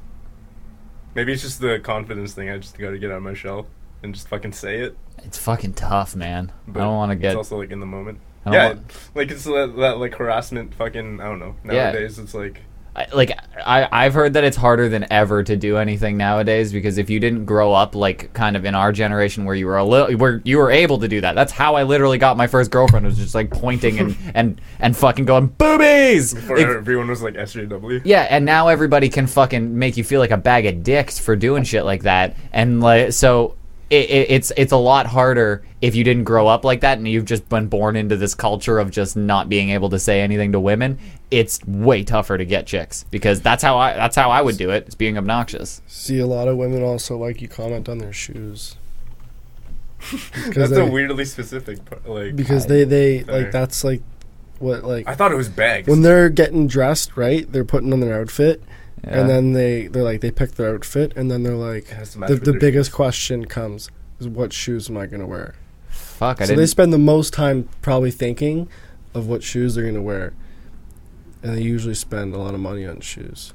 S3: Maybe it's just the confidence thing. I just got to get out of my shell and just fucking say it.
S5: It's fucking tough, man.
S3: But
S5: I don't want to
S3: It's
S5: get.
S3: also like in the moment.
S5: I don't
S3: Yeah,
S5: want-
S3: like it's that, that like harassment. Fucking I don't know.
S5: Yeah.
S3: Nowadays it's like
S5: I, like I, I've heard that it's harder than ever to do anything nowadays because if you didn't grow up like kind of in our generation where you were a little where you were able to do that. That's how I literally got my first girlfriend was just like pointing and and and fucking going boobies.
S3: before
S5: Like,
S3: everyone was like SJW.
S5: yeah, and now everybody can fucking make you feel like a bag of dicks for doing shit like that, and like so. It, it, it's it's a lot harder if you didn't grow up like that and you've just been born into this culture of just not being able to say anything to women. It's way tougher to get chicks because that's how I that's how I would do it. It's being obnoxious.
S1: See, a lot of women also like you comment on their shoes. because
S3: That's
S1: they,
S3: a weirdly specific part. Like
S1: because they they
S3: Sorry.
S1: like that's like what like
S3: I thought it was bags.
S1: when they're getting dressed, right? They're putting on their outfit,
S5: Yeah.
S1: and then they they're like they pick their outfit, and then they're like
S3: It has to match
S1: the,
S3: with
S1: the
S3: their
S1: biggest question comes is what shoes am I gonna wear?
S5: Fuck, I
S1: so
S5: didn't.
S1: they spend the most time probably thinking of what shoes they're gonna wear, and they usually spend a lot of money on shoes.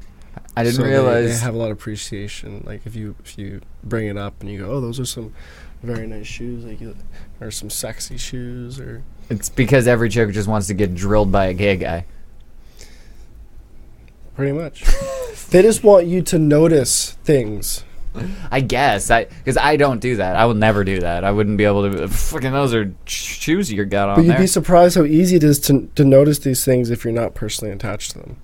S5: I didn't
S1: So they-
S5: realize.
S1: they, have a lot of appreciation. Like if you if you bring it up and you go, oh, those are some very nice shoes, like you- or some sexy shoes, or
S5: it's because every chick just wants to get drilled by a gay guy.
S1: pretty much. they just want you to notice things.
S5: I guess I because I don't do that. I will never do that. I wouldn't be able to. Fucking those are shoes you got on
S1: But you'd
S5: there.
S1: be surprised how easy it is to, to notice these things if you're not personally attached to them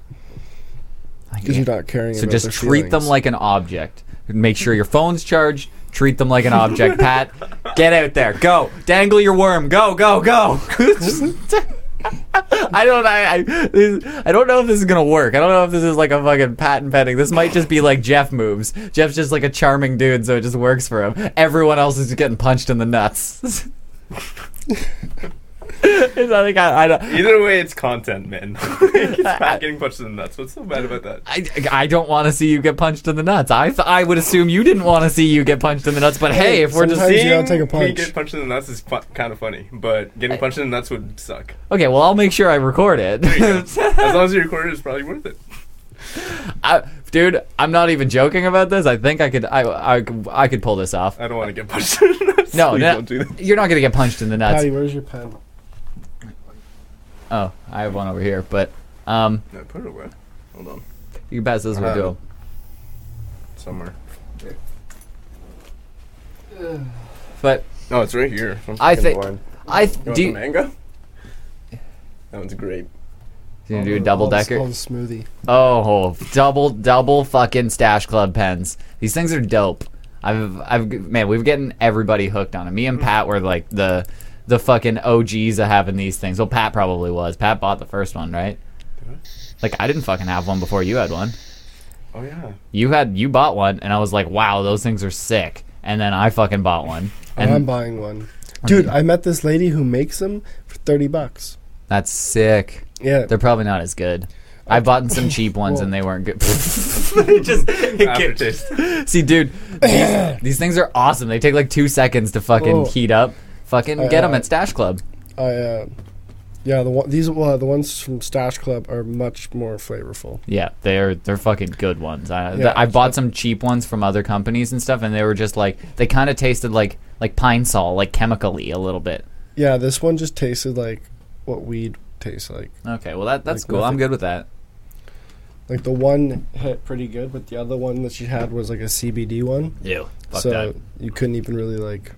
S5: I
S1: because
S5: can't.
S1: you're not caring.
S5: so
S1: about
S5: just
S1: their
S5: treat them
S1: feelings.
S5: like an object. Make sure your phone's charged.
S2: Treat them like an object, Pat. Get out there. Go. Dangle your worm. Go, go, go. I don't I, I this- I don't know if this is gonna work. I don't know if this is like a fucking patent pending. This might just be like Jeff moves. Jeff's just like a charming dude, so it just works for him. Everyone else is just getting punched in the nuts. It's not like I, I don't-
S3: Either way, it's content, man. it's Pat getting punched in the nuts. What's so bad about that?
S2: I, I don't want to see you get punched in the nuts. I th- I would assume you didn't want to see you get punched in the nuts, but hey, if we're just
S1: Sometimes you gotta take a
S3: me
S1: punch.
S3: get punched in the nuts is fu- kind of funny, but getting punched in the nuts would suck.
S2: okay, well, I'll make sure I record it.
S3: There you go. as long as you record it, it's probably worth it.
S2: I, dude, I'm not even joking about this. I think I could I I, I could pull this off.
S3: I don't want to get punched in the nuts.
S2: No, no
S3: Please don't do that.
S2: you're not gonna get punched in the nuts.
S1: Patty, where's your pen?
S2: Oh, I have one over here, but um,
S3: No, put it away. Hold on.
S2: you can pass this
S3: Uh,
S2: one to him.
S3: Somewhere.
S2: But
S3: No, it's right here. I'm
S2: I
S3: fucking
S2: think-
S3: blind.
S2: I th-
S3: You
S2: do.
S3: want
S2: You,
S3: the mango? That one's great.
S2: do you do a double
S1: All
S2: decker?
S1: the smoothie.
S2: Oh, double double fucking stash club pens. These things are dope. I've I've man, we've getting everybody hooked on them. Me and Pat were like the the fucking OGs of having these things. Well, Pat probably was. Pat bought the first one, right? Like I didn't fucking have one before you had one.
S3: Oh yeah.
S2: You had you bought one, and I was like, wow, those things are sick. And then I fucking bought one,
S1: And
S2: and
S1: I'm buying one. Dude, I met this lady who makes them for 30 bucks.
S2: that's sick.
S1: Yeah.
S2: They're probably not as good. I've bought some cheap ones and they weren't good. It just it
S3: Aftertaste.
S2: gets- see, dude, these, these things are awesome. They take like two seconds to fucking
S1: Oh.
S2: heat up. Fucking
S1: I,
S2: get them
S1: uh,
S2: at Stash Club.
S1: I uh yeah, the one, these well, the ones from Stash Club are much more flavorful.
S2: Yeah, they're they're fucking good ones. I th-
S1: Yeah,
S2: I bought some cheap ones from other companies and stuff, and they were just like they kind of tasted like like pine sol, like chemically a little bit.
S1: Yeah, this one just tasted like what weed tastes like.
S2: Okay, well that that's
S1: Like
S2: cool. I'm
S1: nothing.
S2: good with that.
S1: Like the one hit pretty good, but the other one that she had was like a CBD one.
S2: Ew, fuck
S1: so
S2: that.
S1: you couldn't even really like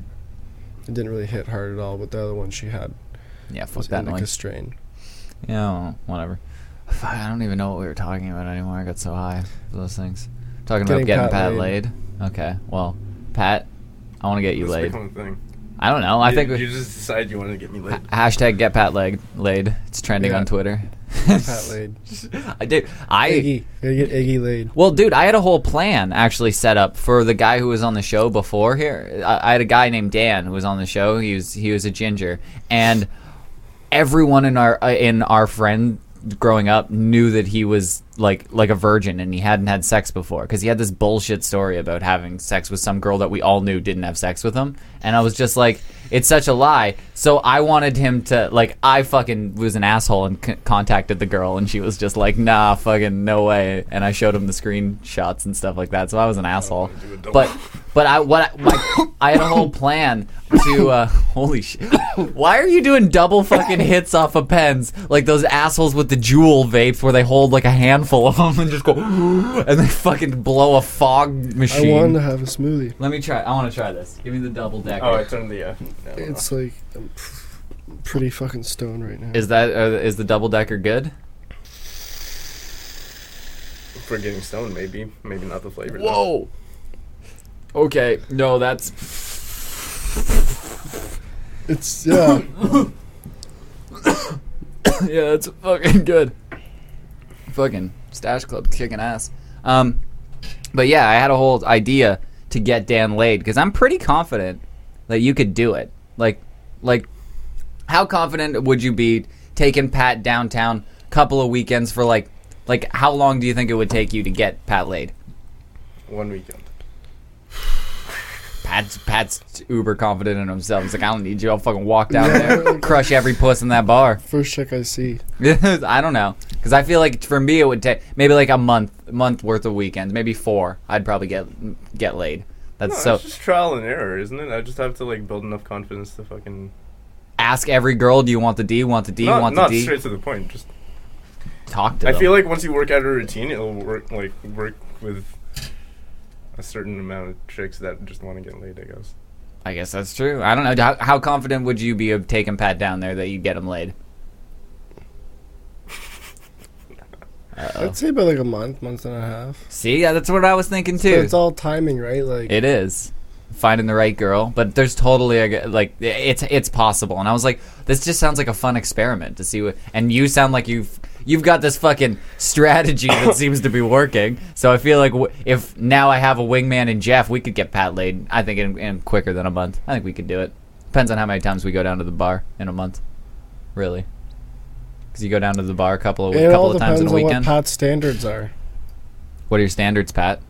S1: it didn't really hit hard at all, but the other one she had
S2: Yeah, fuck
S1: was
S2: that
S1: indica
S2: noise.
S1: strain.
S2: Yeah, well, whatever. Fuck, I don't even know what we were talking about anymore. I got so high for those things. Talking
S1: Getting
S2: about getting
S1: Pat
S2: Pat laid. Okay, well, Pat, I want to get you
S3: That's
S2: laid.
S3: become a thing.
S2: I don't know. I
S3: you,
S2: think
S3: you
S2: we,
S3: just decide you want to get me laid.
S2: ha- hashtag get Pat leg, laid. It's trending
S1: Yeah.
S2: on Twitter.
S1: Pat laid.
S2: I do. I
S1: Iggy. Gotta get Iggy laid.
S2: well, dude, I had a whole plan actually set up for the guy who was on the show before here. I, I had a guy named Dan who was on the show. He was he was a ginger, and everyone in our uh, in our friend growing up knew that he was like like a virgin and he hadn't had sex before because he had this bullshit story about having sex with some girl that we all knew didn't have sex with him and i was just like it's such a lie so i wanted him to like i fucking was an asshole and c- contacted the girl and she was just like nah fucking no way and i showed him the screenshots and stuff like that so i was an asshole
S3: do a double.
S2: but but I what I- my, I had a whole plan to uh, holy shit. Why are you doing double fucking hits off of pens like those assholes with the jewel vapes where they hold like a handful of them and just go and they fucking blow a fog
S1: I want
S2: machine.
S1: to have a smoothie.
S2: Let me try. I want to try this. Give me the double decker.
S3: Oh, I turned the. Uh, no, no.
S1: It's like I'm pretty fucking stoned right now.
S2: is that uh, is the double decker good?
S3: for getting stoned, maybe, maybe not the flavor.
S2: Whoa. Okay. No, that's
S1: It's yeah.
S2: yeah, that's fucking good. Fucking stash club kicking ass. Um, but yeah, I had a whole idea to get Dan laid because I'm pretty confident that you could do it. Like, like, how confident would you be taking Pat downtown couple of weekends for like, like how long do you think it would take you to get Pat laid?
S3: One weekend.
S2: Pat's Pat's uber confident in himself. He's like, I don't need you. I'll fucking walk down there, crush every puss in that bar.
S1: First chick I see.
S2: I don't know, because I feel like for me it would take maybe like a month, month worth of weekends, maybe four. I'd probably get get laid.
S3: No,
S2: That's
S3: Oh, it's
S2: so.
S3: just trial and error, isn't it? I just have to like build enough confidence to fucking.
S2: Ask every girl, do you want the D? Want the D?
S3: not
S2: want the
S3: not
S2: D?
S3: straight to the point. Just
S2: Talk to
S3: I
S2: them.
S3: feel like once you work out a routine, it'll work like work with a certain amount of chicks that just want to get laid. I guess.
S2: I guess that's true. I don't know. How, how confident would you be of taking Pat down there that you'd get him laid?
S1: I'd say about like a month, month and a half.
S2: See, yeah, that's what I was thinking
S1: But
S2: too.
S1: it's all timing, right? Like
S2: It is.
S5: finding the right girl. But there's totally a g like it's it's possible. And I was like, this just sounds like a fun experiment to see what. And you sound like you've you've got this fucking strategy that seems to be working. So I feel like w- if now I have a wingman in Jeff, we could get Pat laid. I think in, in quicker than a month. I think we could do it. Depends on how many times we go down to the bar in a month, really. Because you go down to the bar a couple of
S1: It
S5: couple
S1: all
S5: of
S1: depends
S5: times in a
S1: on
S5: weekend.
S1: what Pat's standards are.
S5: What are your standards, Pat?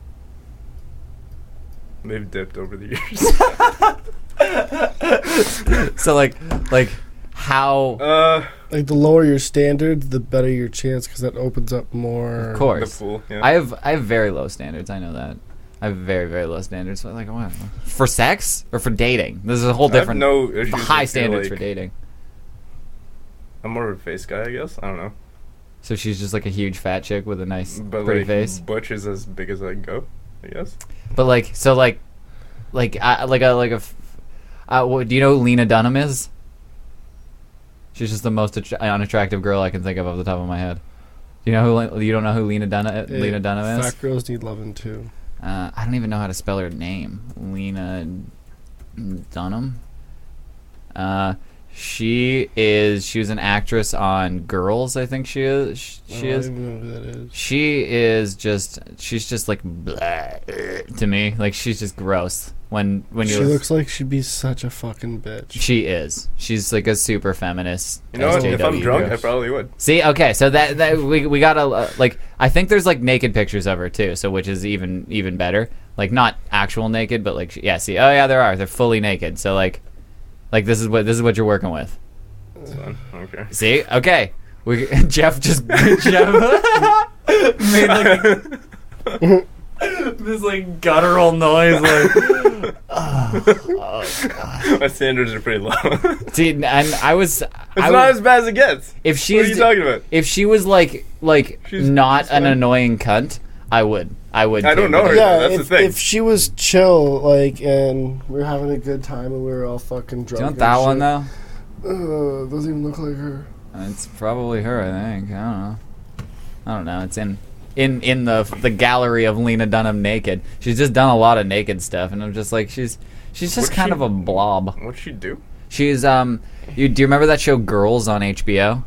S3: They've dipped over the years.
S5: So like, like how?
S3: uh,
S1: Like the lower your standard, the better your chance because that opens up more.
S5: of
S3: the
S5: course,
S3: pool. Yeah.
S5: I have I have very low standards. I know that. I have very very low standards. But like what? For sex or for dating? This is a whole
S3: I have
S5: different
S3: no issues. with
S5: high
S3: your,
S5: standards
S3: like-
S5: for dating.
S3: I'm more of a face guy, I guess. I don't know.
S5: So she's just like a huge fat chick with a nice
S3: But
S5: pretty
S3: like,
S5: face.
S3: Butch is as big as I can go. I guess.
S5: But like so like like I like a like a. f- Uh, what, do you know who Lena Dunham is? She's just the most attra- unattractive girl I can think of off the top of my head. Do you know who Le- you don't know who Lena Dunham
S1: Eh,
S5: Lena Dunham is?
S1: Fat girls need loving too.
S5: Uh, I don't even know how to spell her name. Lena Dunham. Uh, she is. She was an actress on Girls. I think she is. She,
S1: Oh, I
S5: she
S1: don't
S5: is.
S1: even know who that is.
S5: She is just. She's just like blah, uh, to me. Like she's just gross. When when you.
S1: she looks like she'd be such a fucking bitch.
S5: She is. She's like a super feminist.
S3: You know what? If I'm
S5: SJW
S3: drunk,
S1: yes.
S3: I probably would.
S5: See, okay, so that, that we we got to uh, like I think there's like naked pictures of her too, so which is even even better. Like not actual naked, but like yeah, see, oh yeah, there are. They're fully naked. So like, like this is what this is what you're working with.
S3: It's fine. Okay.
S5: See, okay, we Jeff just Jeff made like this like guttural noise. Like,
S3: My standards are pretty low. it's
S5: see, and I was I
S3: not
S5: was,
S3: as bad as it gets.
S5: if
S3: what are you
S5: she's
S3: talking about?
S5: if she was like like
S3: She's-
S5: not
S3: she's
S5: an
S3: fine.
S5: annoying cunt, I would I would.
S3: I don't
S5: too,
S3: know
S5: but-
S3: her.
S1: yeah,
S3: that's the
S1: if,
S3: thing.
S1: if she was chill, like, and we were having a good time and we were all fucking drunk.
S5: Do you want
S1: and
S5: that one
S1: shit. Uh,
S5: though?
S1: doesn't even look like her.
S5: It's probably her, I think. I don't know. I don't know. It's in in in the the gallery of Lena Dunham naked. She's just done a lot of naked stuff, and I'm just like she's she's just
S3: What'd
S5: kind
S3: she-
S5: of a blob.
S3: What'd she do?
S5: She's um. You, do you remember that show Girls on HBO?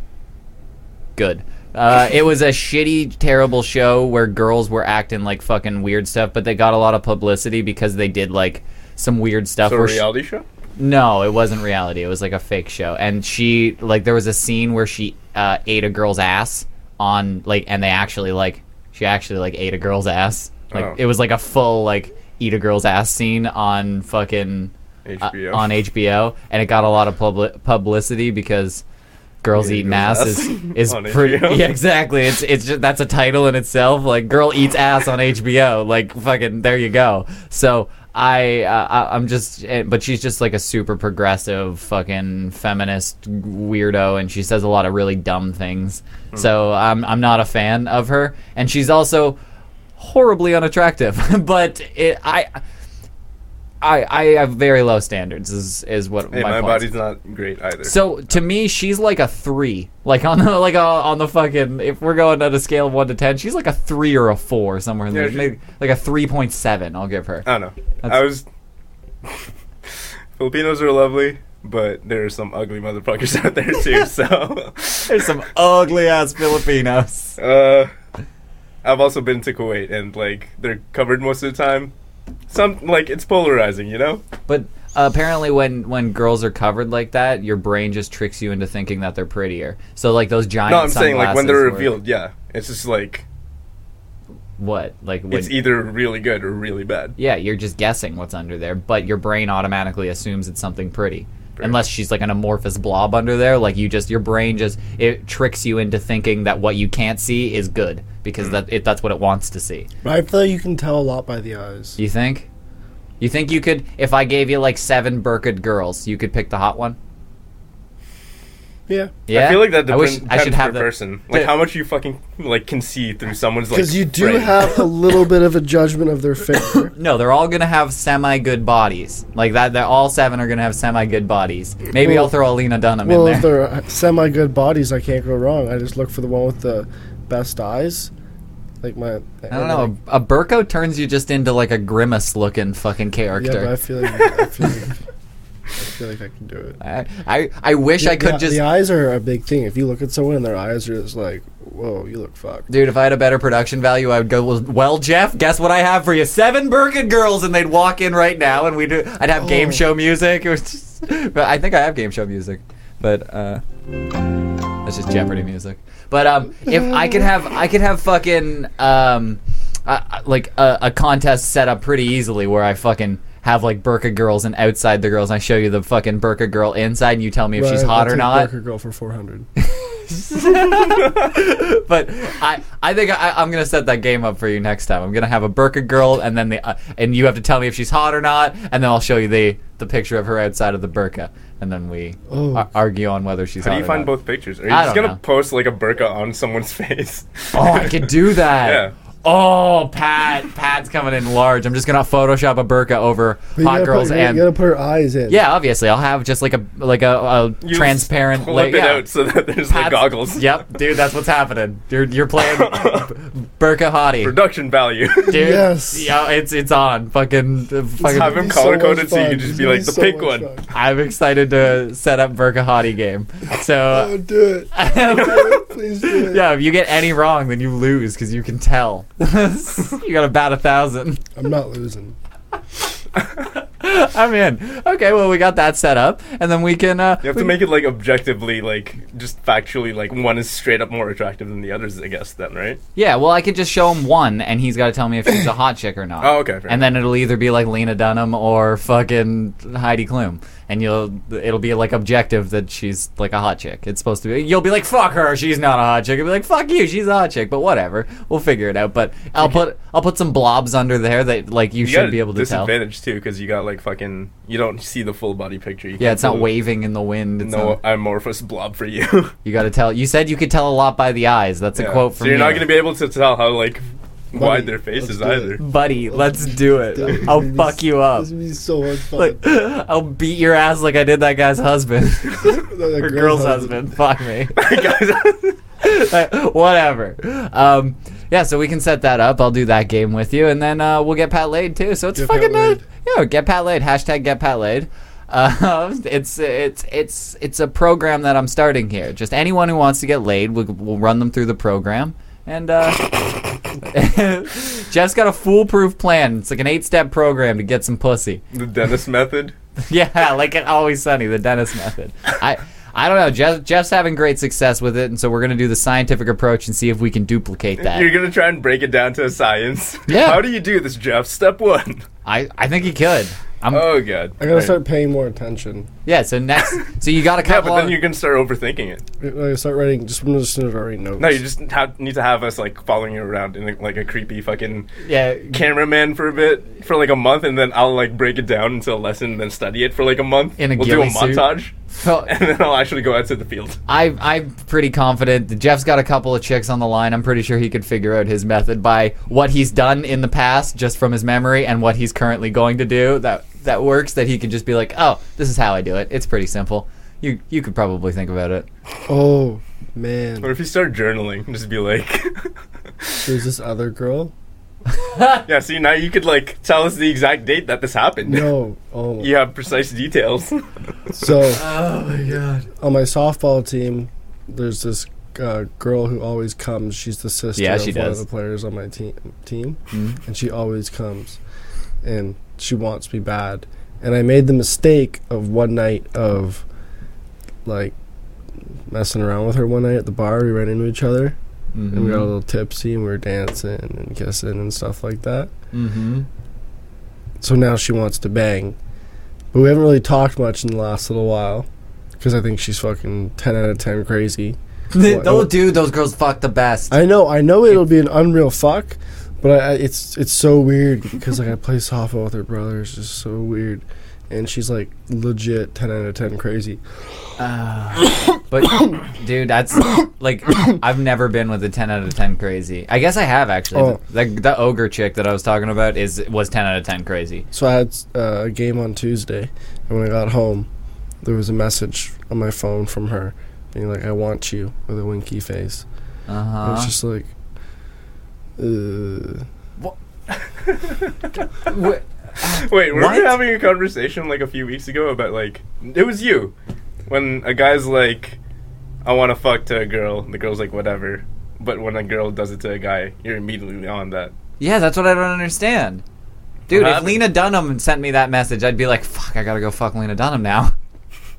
S5: Good. Uh, it was a shitty, terrible show where girls were acting like fucking weird stuff, but they got a lot of publicity because they did like some weird stuff.
S3: So a
S5: where sh- Uh,
S3: reality show?
S5: no, it wasn't reality. It was like a fake show. And she like there was a scene where she uh, ate a girl's ass on like and they actually like she actually like ate a girl's ass. Like
S3: Oh.
S5: it was like a full like eat a girl's ass scene on fucking uh,
S3: HBO.
S5: on HBO and it got a lot of publi- publicity because Girls
S3: Eat a
S5: eating
S3: Girl's
S5: ass,
S3: Ass
S5: is is
S3: on
S5: pretty
S3: HBO.
S5: yeah exactly it's it's just, that's a title in itself like girl eats ass on HBO like fucking there you go so I, uh, I I'm just eh, but she's just like a super progressive fucking feminist weirdo and she says a lot of really dumb things
S3: Hmm.
S5: so I'm I'm not a fan of her and she's also horribly unattractive but it I. I, I have very low standards is is what
S3: Hey, my,
S5: my,
S3: body's
S5: point's-
S3: not great either.
S5: so to me, she's like a three, like on the like uh, on the fucking. If we're going on a scale of one to ten, she's like a three or a four somewhere. In
S3: Yeah,
S5: there.
S3: she- Oh.
S5: Maybe like a three point seven. I'll give her.
S3: I don't know.
S5: That's-
S3: I was. Filipinos are lovely, but there are some ugly motherfuckers out there too. So,
S5: There's some ugly ass Filipinos.
S3: uh, I've also been to Kuwait, and like they're covered most of the time. Some like it's polarizing, you know.
S5: But uh, apparently, when when girls are covered like that, your brain just tricks you into thinking that they're prettier. So like those giant.
S3: No, I'm saying like when they're
S5: sunglasses were-
S3: revealed, yeah, it's just like
S5: What like when,
S3: it's either really good or really bad.
S5: Yeah, you're just guessing what's under there, but your brain automatically assumes it's something pretty.
S3: Pretty.
S5: Unless she's like an amorphous blob under there, like you just your brain just it tricks you into thinking that what you can't see is good because
S1: Hmm.
S5: that it, that's what it wants to see.
S1: I feel like you can tell a lot by the eyes.
S5: You think? You think you could if I gave you like seven Burkett girls, you could pick the hot one?
S1: Yeah.
S5: Yeah.
S3: I feel like that
S5: I wish-
S3: depends,
S5: I should
S3: per
S5: have the-
S3: person. Like
S5: the-
S3: how much you fucking like can see through someone's like.
S1: Because you do
S3: frame.
S1: have a little bit of a judgment of their figure.
S5: No, they're all gonna have semi good bodies. Like that, they're all seven are gonna have semi good bodies. Maybe
S1: Well-
S5: I'll throw Alina Dunham
S1: well, uh,
S5: in
S1: if
S5: there.
S1: they're semi good bodies, I can't go wrong. I just look for the one with the best eyes Like my.
S5: I don't know. A, a Burko turns you just into like a grimace looking fucking
S1: yeah, but I
S5: character.
S1: feel like I feel like, I feel like I can do it.
S5: I, I I wish I
S1: The- e-,
S5: could
S1: the,
S5: just
S1: The eyes are a big thing. If you look at someone, and their eyes are just like, "Whoa, you look fucked."
S5: Dude, if I had a better production value, I would go. Well, Jeff, guess what I have for you? Seven Birkin girls, and they'd walk in right now, and we do. I'd have game
S1: Oh.
S5: show music. It was just, but I think I have game show music, but uh, that's just Jeopardy music. But um, if I could have, I could have fucking um, uh, like a, a contest set up pretty easily where I fucking have like burqa girls and outside the girls, and I show you the fucking burqa girl inside, and you tell me if she's
S1: Right,
S5: hot
S1: I'll
S5: or
S1: take
S5: not.
S1: Burger girl for four hundred.
S5: but I, I think I, I'm gonna set that game up for you next time. I'm gonna have a burqa girl, and then the, uh, and you have to tell me if she's hot or not, and then I'll show you the, the picture of her outside of the burqa, and then we
S1: Oh.
S5: ar- argue on whether she's.
S3: How do
S5: hot
S3: you
S5: or
S3: find
S5: not.
S3: both pictures? Are you
S5: I
S3: just
S5: don't
S3: gonna
S5: know.
S3: post like a burqa on someone's face?
S5: Oh, I could do that.
S3: Yeah.
S5: Oh, Pat, Pat's coming in large. I'm just gonna Photoshop a burqa over
S1: You
S5: hot
S1: gotta
S5: girls
S1: put,
S5: and
S1: you gotta put her eyes in.
S5: yeah, obviously I'll have just like a like a, a
S3: You just
S5: transparent
S3: Pull
S5: la-
S3: it
S5: yeah.
S3: out so that there's the
S5: Pat's-
S3: goggles.
S5: Yep, dude, that's what's happening. You're you're playing burqa hottie.
S3: Production value.
S5: dude.
S1: Yes.
S5: Yeah, it's it's on. Fucking, uh, fucking.
S3: have him
S1: It'd be
S3: color
S1: much
S3: coded so you
S1: fun.
S3: could just
S1: It'd
S3: be like, the
S1: so
S3: pink
S1: much
S3: one.
S1: fun.
S5: I'm excited to set up Burka Hottie game.
S1: Oh,
S5: So.
S1: do it. Please do it.
S5: Yeah, if you get any wrong, then you lose because you can tell. you got about a thousand.
S1: I'm not losing.
S5: I'm in. Okay, well we got that set up, and then we can. Uh,
S3: You have
S5: we-
S3: to make it like objectively, like just factually, like one is straight up more attractive than the others, I guess. Then, right?
S5: Yeah, well I could just show him one, and he's got to tell me if she's a hot chick or not.
S3: Oh, okay. Fair
S5: And
S3: enough.
S5: then it'll either be like Lena Dunham or fucking Heidi Klum, and you'll it'll be like objective that she's like a hot chick. It's supposed to be you'll be like fuck her, she's not a hot chick. You'll be like fuck you, she's a hot chick. But whatever, we'll figure it out. But I'll put I'll put some blobs under there that like you,
S3: you got
S5: should be able to tell.
S3: disadvantage too, because you got like fucking. You don't see the full body picture. You
S5: Yeah,
S3: can't
S5: it's not
S3: really-
S5: waving in the wind. It's
S3: No
S5: not,
S3: amorphous blob for you.
S5: you got to tell. You said you could tell a lot by the eyes. That's
S3: Yeah.
S5: a quote from uh,
S3: so you're not
S5: you.
S3: gonna be able to tell how like wide their
S1: let's
S3: face is
S1: do it.
S3: either.
S5: buddy. Let's do it. I'll fuck you up.
S1: This would be so much fun.
S5: Like, I'll beat your ass like I did that guy's husband.
S1: The
S5: Her girl's husband. Fuck me.
S3: Guys,
S5: Whatever. Um, yeah, so we can set that up. I'll do that game with you, and then uh, we'll get Pat laid too. So it's
S1: Get Pat
S5: fucking uh,
S1: laid.
S5: yeah. Get Pat laid. Hashtag get Pat laid. Uh, it's it's it's it's a program that I'm starting here. Just anyone who wants to get laid, we'll, we'll run them through the program. And uh, Jeff's got a foolproof plan. It's like an eight-step program to get some pussy.
S3: the dentist method.
S5: Yeah, like an Always Sunny, the dentist method. I I don't know. Jeff, Jeff's having great success with it, and so we're gonna do the scientific approach and see if we can duplicate that.
S3: You're gonna try and break it down to a science.
S5: Yeah.
S3: How do you do this, Jeff? Step one.
S5: I I think he could. I'm,
S3: Oh god.
S1: I gotta start paying more attention.
S5: yeah. So next, so you got
S3: Yeah,
S5: a couple.
S3: but then
S5: of-
S3: you're gonna start overthinking it.
S1: I gotta start writing. Just I'm just gonna write notes.
S3: No, you just have, need to have us like following you around in like a creepy fucking
S5: yeah.
S3: cameraman for a bit for like a month, and then I'll like break it down into a lesson, and then study it for like a month.
S5: In a
S3: we'll do a
S5: ghillie suit.
S3: montage,
S5: So
S3: and then I'll actually go out to the field.
S5: I I'm pretty confident. that Jeff's got a couple of chicks on the line. I'm pretty sure he could figure out his method by what he's done in the past, just from his memory, and what he's currently going to do. That that works. That he can just be like, oh, this is how I do it. It's pretty simple. You you could probably think about it.
S1: oh
S3: Or
S1: man,
S3: if you start journaling, just be like,
S1: there's this other girl.
S3: yeah. See, now you could like tell us the exact date that this happened.
S1: No. Oh.
S3: You have precise details.
S1: So
S5: Oh my god.
S1: on my softball team, there's this uh, girl who always comes. She's the sister
S5: Yeah,
S1: of
S5: she
S1: one
S5: does. Hmm.
S1: of the players on my team, team, and she always comes, and she wants me bad. And I made the mistake of one night of, like, messing around with her one night at the bar. We ran into each other,
S5: Mm-hmm.
S1: and we got a little tipsy, and we were dancing and kissing and stuff like that.
S5: Mm-hmm.
S1: So now she wants to bang. But we haven't really talked much in the last little while because I think she's fucking 10 out of 10 crazy. What-
S5: Don't do those girls fuck the best.
S1: I know, I know it'll be an unreal fuck, but I, I, it's it's so weird because like I play softball with her brother, it's just so weird. And she's like legit 10 out of 10 crazy.
S5: Uh, but dude, that's like I've never been with a ten out of ten crazy. I guess I have actually.
S1: Oh.
S5: Like the ogre chick that I was talking about is was ten out of ten crazy.
S1: So I had uh, a game on Tuesday, and when I got home, there was a message on my phone from her being like, I want you with a winky face.
S5: Uh
S1: And
S5: huh.
S1: It's just like, Uh,
S5: Wh-
S3: Wait, were
S5: What?
S3: we having a conversation like a few weeks ago about like it was you when a guy's like, I want to fuck to a girl, and the girl's like whatever, but when a girl does it to a guy, you're immediately on that.
S5: Yeah, that's what I don't understand. Dude,
S3: What
S5: if
S3: happened?
S5: Lena Dunham sent me that message, I'd be like, fuck, I gotta go fuck Lena Dunham now.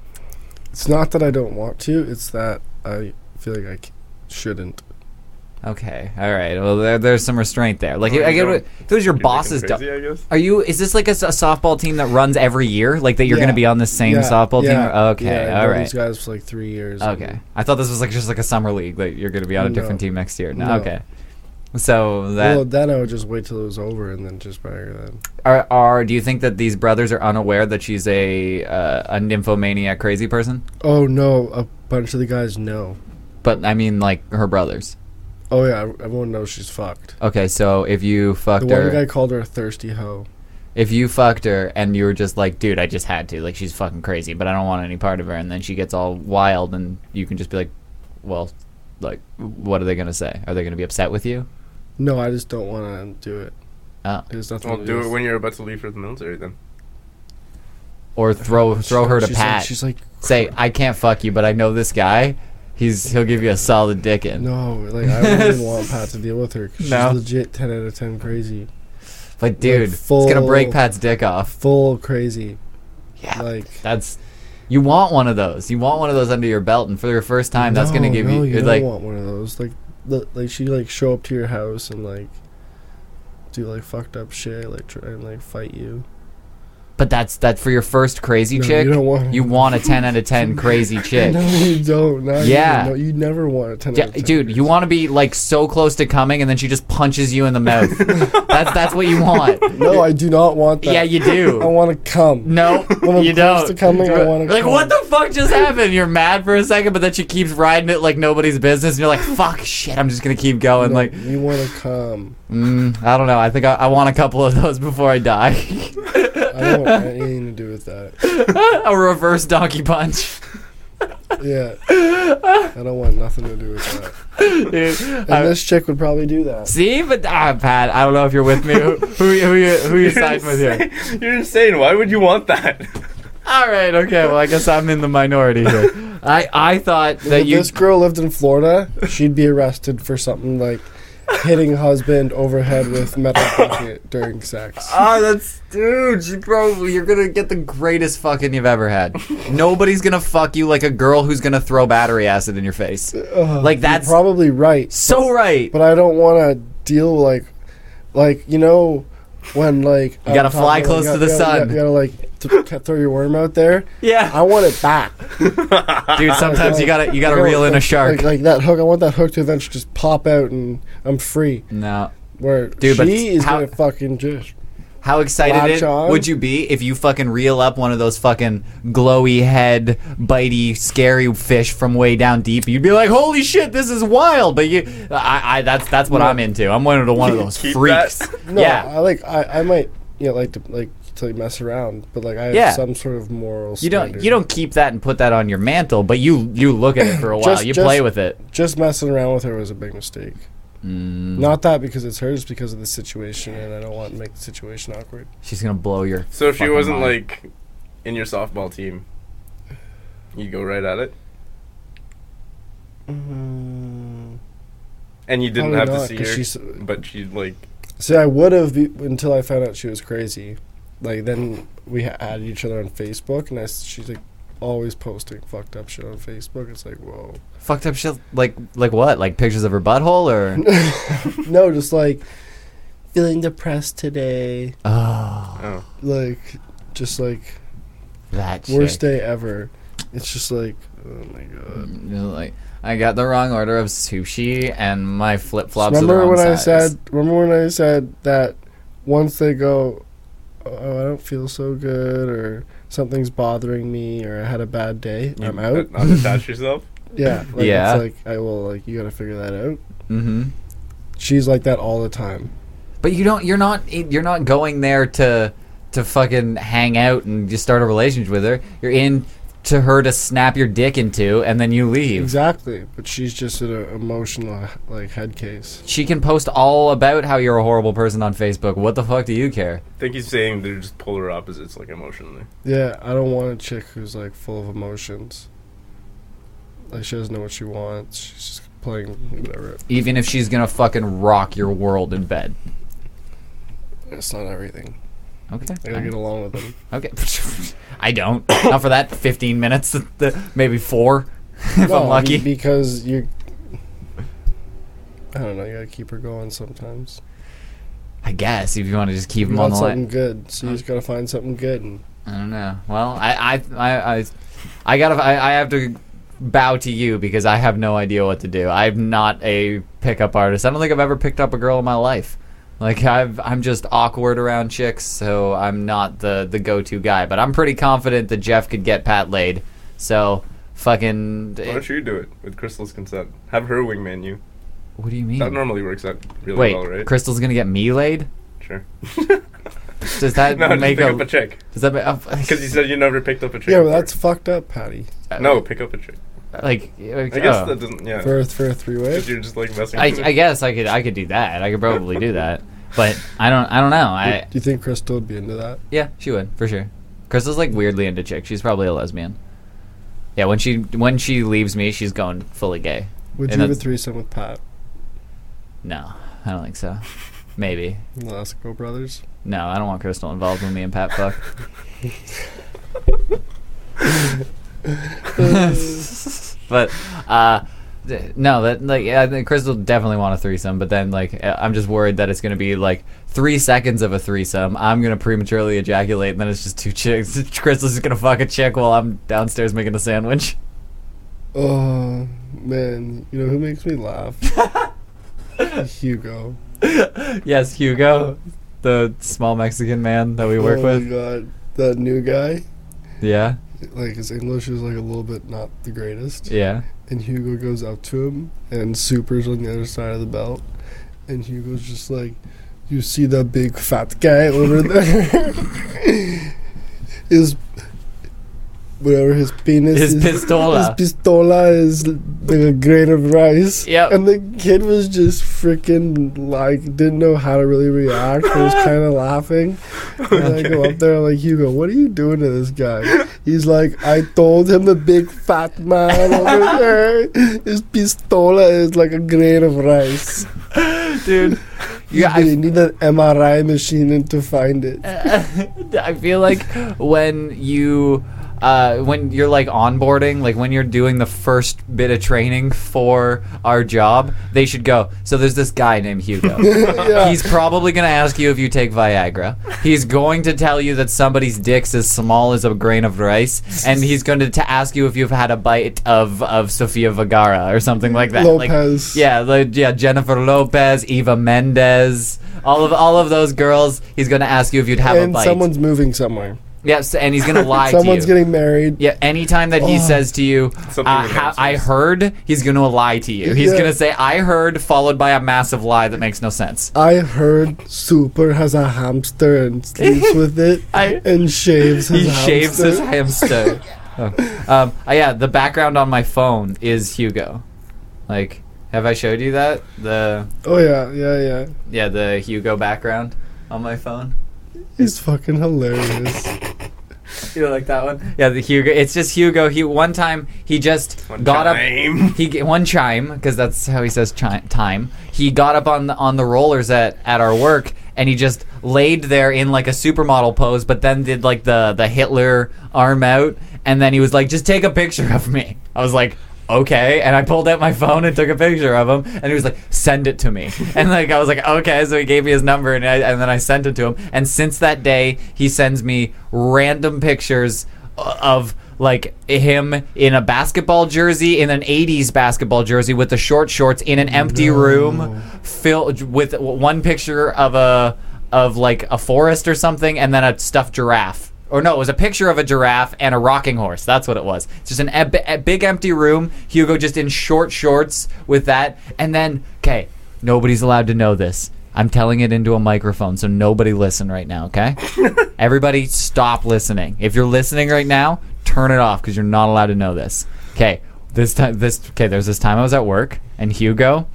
S1: it's not that I don't want to. It's that I feel like I c- shouldn't.
S5: Okay, alright. Well, there, there's some restraint there. Like,
S3: Oh,
S5: I
S3: you
S5: get
S3: don't-
S5: what, who's your
S3: You're
S5: boss's
S3: freaking
S5: do-
S3: crazy, I guess.
S5: Are you, is this like a, s- a softball team that runs every year? Like, that you're
S1: Yeah.
S5: gonna be on the same
S1: Yeah,
S5: softball
S1: yeah,
S5: team? Okay,
S1: yeah, I've known
S5: alright.
S1: These guys for like three years. and-
S5: Okay. I thought this was like just like a summer league that you're gonna be on a different
S1: No.
S5: team next year. No,
S1: No.
S5: okay. So that
S1: well, then I would just wait till it was over and then just buy her then.
S5: are, are do you think that these brothers are unaware that she's a uh, a nymphomaniac crazy person?
S1: Oh no, a bunch of the guys know.
S5: But I mean, like her brothers.
S1: Oh yeah, everyone knows she's fucked.
S5: Okay, so if you
S1: The
S5: fucked
S1: one
S5: her,
S1: guy called her a thirsty hoe.
S5: if you fucked her, and you were just like, dude, I just had to, like, she's fucking crazy, but I don't want any part of her, and then she gets all wild, and you can just be like, well, like, what are they gonna say? Are they gonna be upset with you?
S1: No, I just don't want to do it.
S5: Oh.
S1: There's nothing.
S3: Well,
S1: to
S3: do
S1: with-
S3: it when you're about to leave for the military then.
S5: Or throw throw her to
S1: she's
S5: Pat.
S1: Like, she's like,
S5: say, I can't fuck you, but I know this guy. He's he'll give you a solid dick in.
S1: no, like I wouldn't want Pat to deal with her. 'cause
S5: No.
S1: she's legit ten out of ten crazy,
S5: But dude,
S1: full-
S5: it's gonna break Pat's dick off.
S1: full crazy.
S5: Yeah.
S1: Like
S5: That's you want one of those. You want one of those under your belt, and for your first time, that's gonna
S1: no,
S5: give
S1: no,
S5: you,
S1: You don't
S5: like
S1: want one of those. Like, the, like she like show up to your house and like do like fucked up shit, like try and like fight you.
S5: But that's that for your first crazy
S1: No,
S5: chick.
S1: you don't want.
S5: You want a ten out of ten crazy chick.
S1: No, you don't. Not
S5: Yeah.
S1: even. No, you never want a ten.
S5: Yeah,
S1: out of 10
S5: dude, you want to be like so close to coming, and then she just punches you in the mouth. that's that's what you want.
S1: No, I do not want that.
S5: yeah, you
S1: I
S5: do.
S1: want to come.
S5: No,
S1: When I'm
S5: you
S1: close to
S5: don't.
S1: coming, I want to.
S5: Like what the fuck just happened? You're mad for a second, but then she keeps riding it like nobody's business. And you're like, fuck, shit, I'm just gonna keep going. Like,
S1: you want to come.
S5: mm, I don't know. I think I, I want a couple of those before I die.
S1: I don't want anything to do with that.
S5: a reverse donkey punch.
S1: Yeah, I don't want nothing to do with that.
S5: Dude,
S1: And
S5: I-
S1: this chick would probably do that.
S5: See, but ah, Pat, I don't know if you're with me. Who who you- who you who you siding with here?
S3: insane. You're insane. Why would you want that?
S5: All right, okay. Well, I guess I'm in the minority here. I I thought that
S1: If
S5: you
S1: this girl lived in Florida, she'd be arrested for something like hitting husband overhead with metal bucket during sex.
S5: Oh, that's dude. You probably you're gonna get the greatest fucking you've ever had. Nobody's gonna fuck you like a girl who's gonna throw battery acid in your face.
S1: Ugh,
S5: Like,
S1: you're
S5: that's-
S1: probably right,
S5: So right.
S1: but I don't want to deal like, like you know. When like
S5: You
S1: I'm
S5: gotta
S1: talking
S5: fly
S1: about,
S5: close
S1: you
S5: to
S1: gotta-
S5: the
S1: you gotta-
S5: sun.
S1: you gotta like th- th- throw your worm out there. I
S5: Yeah,
S1: want it back.
S5: dude. Sometimes you gotta you gotta reel in a shark.
S1: Like, like that hook. I want that hook to eventually just pop out and I'm free.
S5: No.
S1: Where she
S5: Dude, but
S1: is
S5: how-
S1: gonna fucking just
S5: How excited
S1: Latch
S5: it
S1: on.
S5: would you be if you fucking reel up one of those fucking glowy head, bitey, scary fish from way down deep? You'd be like, "Holy shit, this is wild!" But you, I, I that's that's what I'm into. I'm one of the, one of those
S3: Keep
S5: freaks.
S3: that.
S1: no.
S5: yeah,
S1: I like I, I might you know like to like to mess around, but like I have
S5: Yeah.
S1: some sort of moral.
S5: you don't
S1: standard.
S5: you don't keep that and put that on your mantle, but you you look at it for a while.
S1: Just-
S5: you
S1: just-
S5: play with it.
S1: just messing around with her was a big mistake.
S5: Mm,
S1: Not that because it's hers, because of the situation, and I don't want to make the situation awkward.
S5: she's gonna blow your.
S3: So if she
S5: fucking
S3: wasn't
S5: mind.
S3: like in your softball team, you go right at it,
S1: Mm-hmm.
S3: and you didn't
S1: Probably
S3: have
S1: not,
S3: to see
S1: 'cause
S3: her,
S1: she's-
S3: but she like
S1: See, I would have be- until I found out she was crazy. Like then we ha- added each other on Facebook, and I s she's like always posting fucked up shit on Facebook. It's like whoa.
S5: fucked up shit like like what like pictures of her butthole or
S1: no, just like feeling depressed today.
S5: oh
S3: oh,
S1: Like just like
S5: that shit.
S1: worst day ever. It's just like oh my god.
S5: You're like I got the wrong order of sushi and my flip flops. are the
S1: Remember
S5: wrong
S1: when I
S5: size.
S1: said? Remember when I said that once they go, oh, I don't feel so good, or something's bothering me, or I had a bad day.
S3: you
S1: I'm
S3: un-
S1: out.
S3: unattach yourself.
S1: Yeah, like,
S5: Yeah.
S1: It's like I will like you got to figure that out.
S5: Mm-hmm.
S1: She's like that all the time.
S5: But you don't. You're not. You're not going there to to fucking hang out and just start a relationship with her. You're in to her to snap your dick into, and then you leave.
S1: Exactly, but she's just an uh, emotional like head case.
S5: She can post all about how you're a horrible person on Facebook. What the fuck do you care?
S3: I think he's saying they're just polar opposites, like emotionally.
S1: Yeah, I don't want a chick who's like full of emotions. Like she doesn't know what she wants. She's just playing whatever.
S5: Even if she's gonna fucking rock your world in bed.
S1: It's not everything.
S5: Okay.
S1: I gotta get along with them.
S5: Okay. I don't. Not for that 15 minutes, the- maybe four, if
S1: No, I
S5: I'm
S1: mean,
S5: lucky.
S1: because you. I don't know. You gotta keep her going sometimes.
S5: I guess if you want to just keep
S1: You
S5: them on
S1: want
S5: the
S1: something
S5: line.
S1: good, so you just gotta find something good. And
S5: I don't know. Well, I I I I, I gotta I, I have to bow to you because I have no idea what to do. I'm not a pickup artist. I don't think I've ever picked up a girl in my life. Like I've I'm just awkward around chicks, so I'm not the the go to guy. But I'm pretty confident that Jeff could get Pat laid. So fucking. eh,
S3: Why don't you do it with Crystal's consent? Have her wingman you.
S5: What do you
S3: That
S5: mean?
S3: normally works out really
S5: Mm. Wait,
S3: well, right?
S5: Crystal's gonna get me laid?
S3: sure.
S5: Does that
S3: no, just
S5: make
S3: pick
S5: a,
S3: up a chick.
S5: Does that uh, make
S3: Because you said you never picked up a chick.
S1: yeah, well,
S3: before.
S1: that's fucked up, Patty.
S3: no, pick up a chick.
S5: like
S3: I guess
S5: oh.
S3: that doesn't. Yeah,
S1: For a- for a three way.
S3: because you're just like messing.
S5: I,
S3: with
S5: I
S3: it.
S5: guess I could I could do that. I could probably do that. But I don't I don't know. I
S1: Do you think Crystal would be into that?
S5: yeah, she would for sure. Crystal's like weirdly into chick. She's probably a lesbian. Yeah, when she when she leaves me, she's going fully gay.
S1: Would
S5: And
S1: you have a
S5: that's-
S1: threesome with Pat?
S5: No, I don't think so. Maybe.
S1: and The Eskimo brothers.
S5: No, I don't want Crystal involved when me and Pat fuck. but uh th- no that like yeah, I think crystal definitely want a threesome but then like I- i'm just worried that it's gonna be like three seconds of a threesome i'm gonna prematurely ejaculate and then it's just two chicks crystal's just gonna fuck a chick while i'm downstairs making a sandwich
S1: Oh man, you know who makes me laugh? Hugo.
S5: yes hugo the small mexican man that we work
S1: oh
S5: with
S1: my god, that new guy.
S5: yeah
S1: Like his English is like a little bit not the greatest.
S5: yeah
S1: And Hugo goes up to him and supers on the other side of the belt, and Hugo's just like, "You see that big fat guy over there? Is whatever his penis
S5: his
S1: is."
S5: pistola
S1: His pistola is the grain of rice.
S5: Yep.
S1: And the kid was just freaking like didn't know how to really react. He was kind of laughing. And I go up there like Hugo, what are you doing to this guy? He's like, I told him the big fat man over there. His pistola is like a grain of rice.
S5: dude
S1: You
S5: yeah I- Uh,
S1: really need an MRI machine and to find it.
S5: I feel like when you uh, when you're like onboarding, like when you're doing the first bit of training for our job, they should go. So there's this guy named Hugo.
S1: yeah.
S5: He's probably going to ask you if you take Viagra. He's going to tell you that somebody's dick's as small as a grain of rice, and he's going to t- ask you if you've had a bite of of Sofia Vergara or something like that. Like,
S1: Lopez.
S5: yeah, like, yeah, Jennifer Lopez, Eva Mendes, all of all of those girls. He's going to ask you if you'd have a
S1: and
S5: bite.
S1: someone's moving somewhere.
S5: Yes, and he's gonna lie
S1: Someone's
S5: to you.
S1: getting married.
S5: yeah, anytime that he
S1: Oh.
S5: says to you,
S3: Something
S5: uh,
S3: with
S5: ha-
S3: answers.
S5: "I heard," he's gonna lie to you. He's
S1: Yeah.
S5: gonna say, "I heard," followed by a massive lie that makes no sense.
S1: I heard Super has a hamster and sleeps with it
S5: I-
S1: and shaves his
S5: he shaves his
S1: hamster.
S5: hamster. oh. um, uh, yeah, the background on my phone is Hugo. Like, have I showed you that the
S1: Oh yeah, yeah, yeah.
S5: yeah the Hugo background on my phone?
S1: He's fucking hilarious.
S5: You like that one? Yeah, the Hugo. It's just Hugo. He one time he just
S3: One
S5: got up.
S3: time.
S5: He g- one chime because that's how he says chi- time. He got up on the, on the rollers at, at our work and he just laid there in like a supermodel pose, but then did like the the Hitler arm out, and then he was like, "Just take a picture of me." I was like. Okay, and I pulled out my phone and took a picture of him, and he was like, "Send it to me." And like I was like, "Okay," so he gave me his number, and I, and then I sent it to him. And since that day, he sends me random pictures of like him in a basketball jersey, in an '80s basketball jersey with the short shorts, in an empty room, filled with one picture of a of like a forest or something, and then a stuffed giraffe. Or no, it was a picture of a giraffe and a rocking horse. That's what it was. It's just an eb- a big empty room. Hugo just in short shorts with that, and then okay, nobody's allowed to know this. I'm telling it into a microphone, so nobody listen right now, okay? Everybody, stop listening. If you're listening right now, turn it off because you're not allowed to know this. Okay, this time, this okay. There's this time I was at work, and Hugo,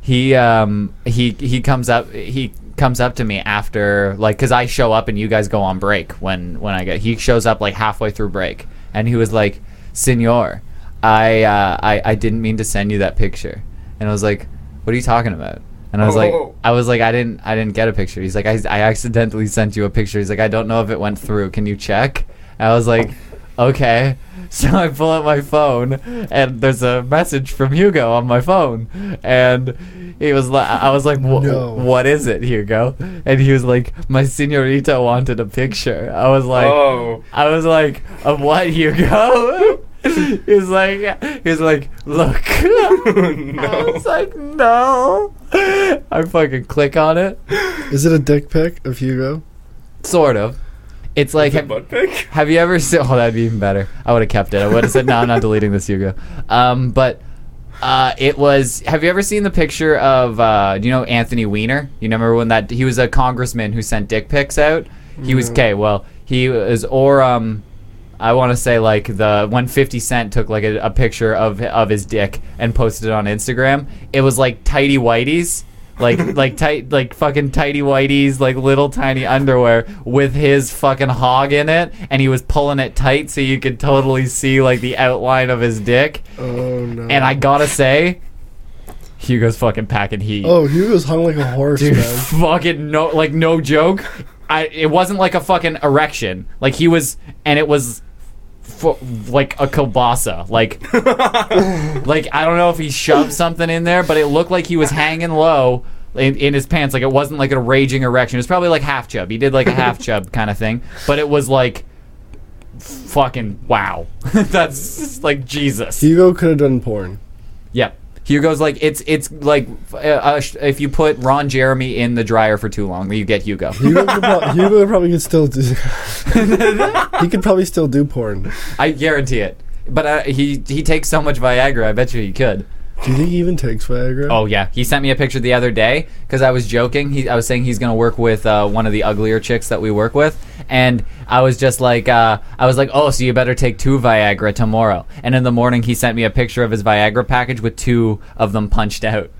S5: he um he he comes up he comes up to me after like because I show up and you guys go on break when when I get he shows up like halfway through break, and he was like, "Senor, I uh, I I didn't mean to send you that picture," and I was like, "What are you talking about?" And I was like,
S3: Oh.
S5: I was like, I didn't, I didn't get a picture. He's like, I, I accidentally sent you a picture. He's like, I don't know if it went through. Can you check? And I was like, okay. So I pull out my phone, and there's a message from Hugo on my phone, and he was like, I was like, "Wha-
S1: No.
S5: what is it, Hugo? And he was like, my señorita wanted a picture. I was like,
S3: oh,
S5: I was like, of what, Hugo? he was like, he was like, look. I
S3: No.
S5: was like, no. I fucking click on it.
S1: Is it a dick pic of Hugo?
S5: Sort of. It's like,
S3: Is it
S5: have,
S3: butt pic.
S5: have you ever seen? Oh, that'd be even better. I would have kept it. I would have said, no, I'm not deleting this, Hugo. Um, but uh, it was. Have you ever seen the picture of? Uh, do you know Anthony Weiner? You remember when that he was a congressman who sent dick pics out? He was
S1: No.
S5: okay. Well, he was or um. I want to say like the when 50 Cent took like a, a picture of of his dick and posted it on Instagram. It was like tidy whities, like like tight like fucking tidy whities, like little tiny underwear with his fucking hog in it, and he was pulling it tight so you could totally see like the outline of his dick.
S1: Oh no.
S5: And I gotta say, Hugo's fucking packing heat.
S1: Oh, Hugo's hung like a horse,
S5: Dude,
S1: man.
S5: fucking no, like no joke. I it wasn't like a fucking erection. Like he was, and it was, fu- like a kielbasa. Like, like I don't know if he shoved something in there, but it looked like he was hanging low. In, in his pants, like it wasn't like a raging erection. It was probably like half chub. He did like a half chub kind of thing, but it was like fucking wow. That's like Jesus.
S1: Hugo could have done porn.
S5: Yep. Hugo's like it's it's like uh, uh, sh- if you put Ron Jeremy in the dryer for too long, you get Hugo.
S1: Hugo, could pro- Hugo probably could still do. he could probably still do porn.
S5: I guarantee it. But uh, he he takes so much Viagra. I bet you he could.
S1: Do you think he even takes Viagra?
S5: Oh yeah, he sent me a picture the other day because I was joking. He, I was saying he's gonna work with uh, one of the uglier chicks that we work with, and I was just like, uh, I was like, oh, so you better take two Viagra tomorrow. And in the morning, he sent me a picture of his Viagra package with two of them punched out.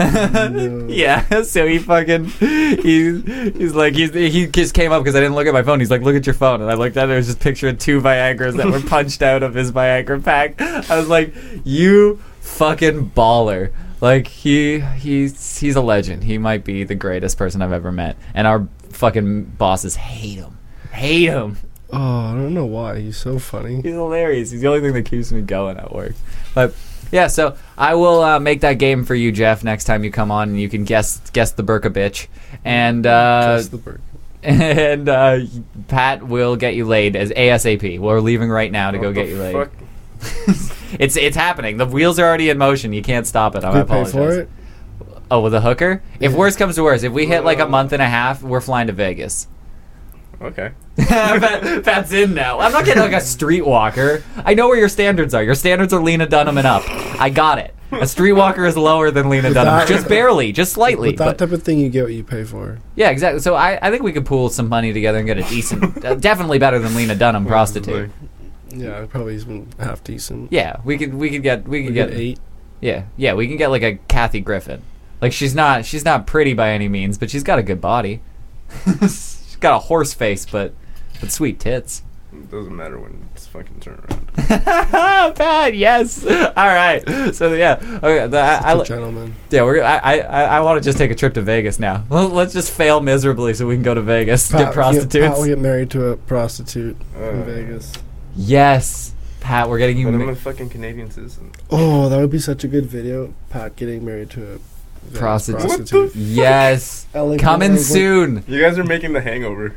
S5: yeah, so he fucking he he's like he's, he just came up because I didn't look at my phone. He's like, look at your phone, and I looked at it. It was just a picture of two Viagra's that were punched out of his Viagra pack. I was like, you fucking baller. Like he he's he's a legend. He might be the greatest person I've ever met, and our fucking bosses hate him. Hate him.
S1: Oh, I don't know why. He's so funny.
S5: He's hilarious. He's the only thing that keeps me going at work. But yeah, so I will uh, make that game for you, Jeff, next time you come on, and you can guess guess the Burka bitch, and uh,
S1: Just the bird.
S5: and uh, Pat will get you laid as ASAP. We're leaving right now to go
S3: What
S5: get
S3: the
S5: you laid.
S3: fuck?
S5: It's it's happening. The wheels are already in motion. You can't stop it. I
S1: Do you pay
S5: apologize.
S1: for it?
S5: Oh, with a hooker. If
S1: Yeah.
S5: worse comes to worse, if we hit like a
S3: Whoa.
S5: month and a half, we're flying to Vegas.
S3: Okay.
S5: Pat, Pat's in now. I'm not getting like a streetwalker. I know where your standards are. Your standards are Lena Dunham and up. I got it. A streetwalker is lower than Lena
S1: With
S5: Dunham,
S1: that-
S5: just barely, just slightly.
S1: With that
S5: But
S1: type of thing, you get what you pay for.
S5: yeah, exactly. So I, I think we could pool some money together and get a decent, uh, definitely better than Lena Dunham prostitute.
S1: Yeah, probably even half decent.
S5: Yeah, we could we could get we could
S1: You
S5: get
S1: get eight.
S5: yeah yeah we can get like a Kathy Griffin. Like she's not she's not pretty by any means, but she's got a good body. she's got a horse face, but but sweet tits.
S3: Like, doesn't matter when it's fucking turn around.
S5: Bad, Oh, yes. All right. So yeah, okay. The, I,
S1: It's a
S5: I,
S1: gentleman.
S5: yeah, we're. I I, I want to just take a trip to Vegas now. Well, let's just fail miserably so we can go to Vegas
S1: Pat,
S5: get prostitutes.
S1: Get, Pat will get married to a prostitute in
S3: Uh,
S1: Vegas.
S5: yes, Pat, we're getting you.
S3: But I'm
S5: Ma-
S3: a fucking Canadian citizen.
S1: Oh, that would be such a good video. Pat getting married to a Vegas
S5: Prostitute. What
S3: the
S1: prostitute.
S5: yes,
S1: LA Clippers,
S5: coming
S1: like-
S5: soon.
S3: You guys are making the hangover.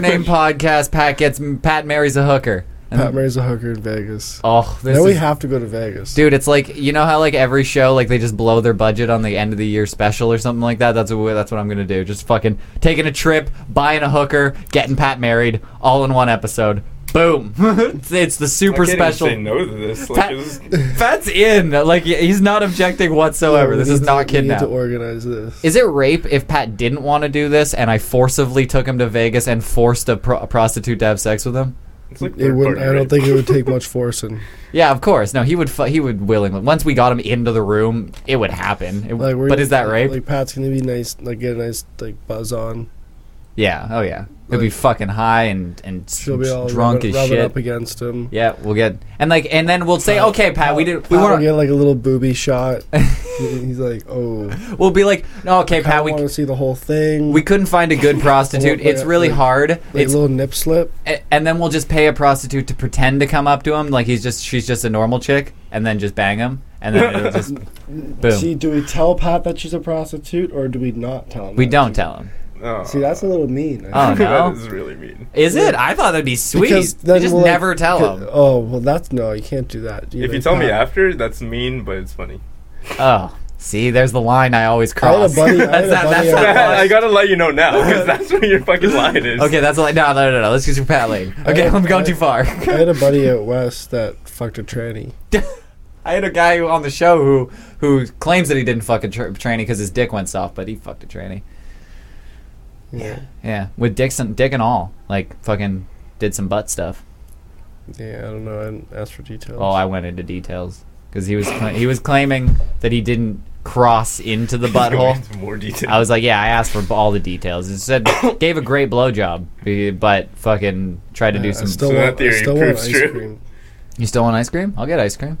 S5: name podcast. Pat gets Pat marries a hooker. And-
S1: Pat marries a hooker in Vegas.
S5: oh, this
S1: now we
S5: is-
S1: have to go to Vegas.
S5: Dude, it's like you know how like every show like they just blow their budget on the end of the year special or something like that. That's what that's what I'm gonna do. Just fucking taking a trip, buying a hooker, getting Pat married, all in one episode. Boom! it's, it's the super
S3: I can't
S5: special.
S3: Even say no to this. Like,
S5: Pat-
S3: it's-
S5: Pat's in. Like he- he's not objecting whatsoever.
S1: Yeah, we
S5: this
S1: need
S5: is
S1: to-
S5: not
S1: We need
S5: kidnapped.
S1: to organize this.
S5: Is it rape if Pat didn't want to do this and I forcibly took him to Vegas and forced a, pro- a prostitute to have sex with him?
S3: It's like
S1: It
S3: third
S1: wouldn't.
S3: party,
S1: I don't
S3: right?
S1: think it would take much forcing.
S5: Yeah, of course. No, he would. Fu- he would willingly. Once we got him into the room, it would happen. It-
S1: Like, we're,
S5: but is that right?
S1: Like Pat's gonna be nice. Like get a nice like buzz on.
S5: yeah. Oh yeah. He'll be
S1: like-
S5: fucking high and and s-
S1: She'll be all rub,
S5: drunk as
S1: rub it
S5: shit.
S1: up against him.
S5: yeah, we'll get and like and then we'll say, okay, Pat, we did. We
S1: Pat will
S5: weren't.
S1: get like a little booby shot. He's like, oh,
S5: We'll be like, no, okay,
S1: I
S5: Pat,
S1: want
S5: we
S1: to see the whole thing.
S5: we couldn't find a good prostitute.
S1: Like-
S5: It's really
S1: like-
S5: hard.
S1: like a
S5: It's
S1: little nip slip.
S5: a- and then we'll just pay a prostitute to pretend to come up to him, like he's just she's just a normal chick, and then just bang him, and then it'll just boom.
S1: See, do we tell Pat that she's a prostitute or do we not tell him?
S5: we
S1: that
S5: don't
S1: she's-
S5: tell him.
S3: Oh.
S1: See, that's a little mean.
S5: Oh no.
S3: that is really mean.
S5: Is
S1: Yeah.
S5: it? I thought that'd be sweet.
S1: Because
S5: You
S1: then
S5: just
S1: we'll, like,
S5: never tell them.
S1: Oh well, that's no. You can't do that.
S3: If you
S1: like,
S3: tell me
S1: Pat,
S3: after, that's mean, but it's funny.
S5: Oh, see, there's the line I always
S1: I had
S5: cross.
S1: a buddy. I had
S5: that's
S1: a
S5: not,
S1: buddy
S5: that's not
S1: at-
S5: line.
S3: I gotta let you know now because that's where your fucking line is.
S5: Okay, that's like no, no, no, no. Let's get your pat lane. Okay,
S1: had-
S5: I'm going
S1: I-
S5: too far.
S1: I had a buddy out west that fucked a tranny.
S5: I had a guy who- on the show who who claims that he didn't fuck a tra- tranny because his dick went soft, but he fucked a tranny.
S1: Yeah,
S5: Yeah, with dicks and dick and all, like fucking did some butt stuff.
S1: yeah. I don't know. I didn't ask for details.
S5: Oh, I went into details because he was cla- he was claiming that he didn't cross into the
S3: Let's go
S5: butthole.
S3: into more detail.
S5: I was like, yeah, I asked for all the details. It said gave a great blowjob, eh, but fucking tried to
S1: I- I
S5: do some.
S1: still
S3: So that
S1: want, I
S3: theory
S1: still want
S3: proves
S1: ice
S3: true.
S1: cream.
S5: you still want ice cream? I'll get ice cream.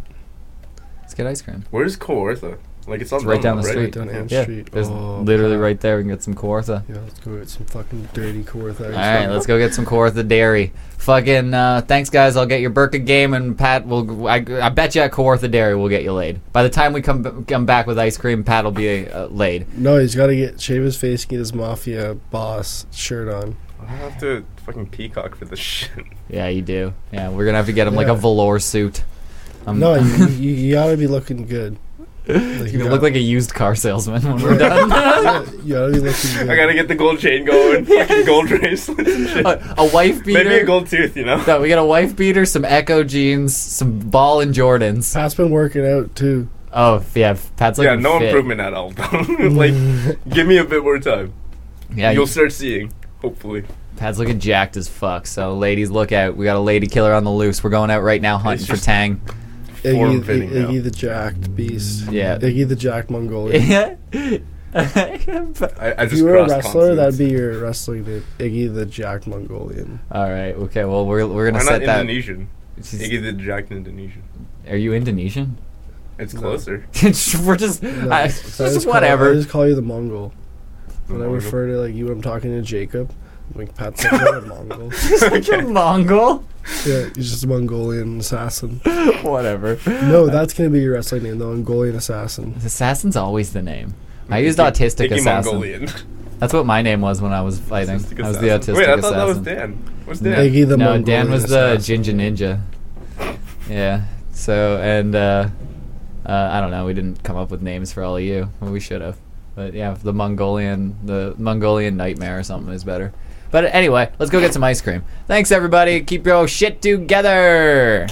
S5: Let's get ice cream.
S3: Where's Coartha? Like it's,
S5: It's right down the
S1: Right
S5: street.
S1: down Elm
S5: yeah,
S1: Street.
S5: there's
S1: Oh,
S5: literally
S1: God.
S5: right there. We can get some Kawartha.
S1: Yeah, let's go get some fucking dirty Kawartha.
S5: All right, let's go get some Kawartha dairy. Fucking uh, thanks, guys. I'll get your Burka game, and Pat will. I, I bet you at Kawartha Dairy we'll get you laid. By the time we come b- come back with ice cream, Pat will be uh, laid.
S1: No, he's got to get shave his face, and get his mafia boss shirt on.
S3: I have to fucking peacock for this shit.
S5: Yeah, you do. Yeah, we're gonna have to get him like
S1: Yeah.
S5: a velour suit. Um,
S1: No, you, you, you gotta be looking good. Like,
S5: You look like a used car salesman when we're
S1: Yeah.
S5: done.
S1: gotta- yeah, you gotta be looking good.
S3: I gotta get the gold chain going, fucking gold bracelets and shit.
S5: a, a wife beater.
S3: Maybe a gold tooth, you know?
S5: No, Uh, we got a wife beater, some Echo jeans, some ball and Jordans.
S1: Pat's been working out too.
S5: Oh yeah, Pat's like
S3: yeah, no improvement at all. like, give me a bit more time.
S5: Yeah,
S3: You'll
S5: you,
S3: start seeing, hopefully.
S5: Pat's looking jacked as fuck. So ladies, look out. We got a lady killer on the loose. We're going out right now hunting
S3: It's
S5: for
S3: just-
S5: Tang.
S1: Iggy,
S3: Form-fitting now.
S1: Iggy the jacked beast.
S5: Yeah.
S1: Iggy the jacked Mongolian.
S5: Yeah.
S3: I, I
S1: If
S3: just
S1: you were a
S3: crossed
S1: wrestler, that'd
S3: consonants.
S1: be your wrestling name, Iggy the Jacked Mongolian.
S5: All right. Okay. Well, we're we're
S3: Why
S5: gonna
S3: not
S5: set that.
S3: Indonesian?
S5: She's-
S3: Iggy the Jack in Indonesian.
S5: Are you Indonesian?
S3: It's
S1: No.
S3: closer.
S5: we're just,
S1: No,
S5: I,
S1: so
S5: just,
S1: I call- I
S5: whatever.
S1: just call you the Mongol. When I
S3: Mongol.
S1: refer to like you, I'm talking to Jacob. I'm like Pat's like "You're a Mongol.
S5: Just like a Mongol.
S1: Yeah, he's just a Mongolian assassin.
S5: whatever.
S1: No, that's gonna be your wrestling name, the Mongolian assassin.
S5: Assassin's always the name. I used autistic
S3: Iggy
S5: assassin.
S3: Mongolian.
S5: That's what my name was when I was fighting.
S3: Autistic
S5: I was the
S3: assassin.
S5: autistic
S3: Wait, I
S5: assassin.
S3: thought that was Dan. What's
S5: No,
S3: Dan?
S1: Iggy the
S5: no,
S1: Mongolian
S5: Dan was the
S1: assassin.
S5: ginger ninja. Yeah. So and uh, uh, I don't know. We didn't come up with names for all of you. Well, we should have. But yeah, the Mongolian, the Mongolian nightmare or something is better. But anyway, let's go get some ice cream. Thanks everybody. Keep your shit together.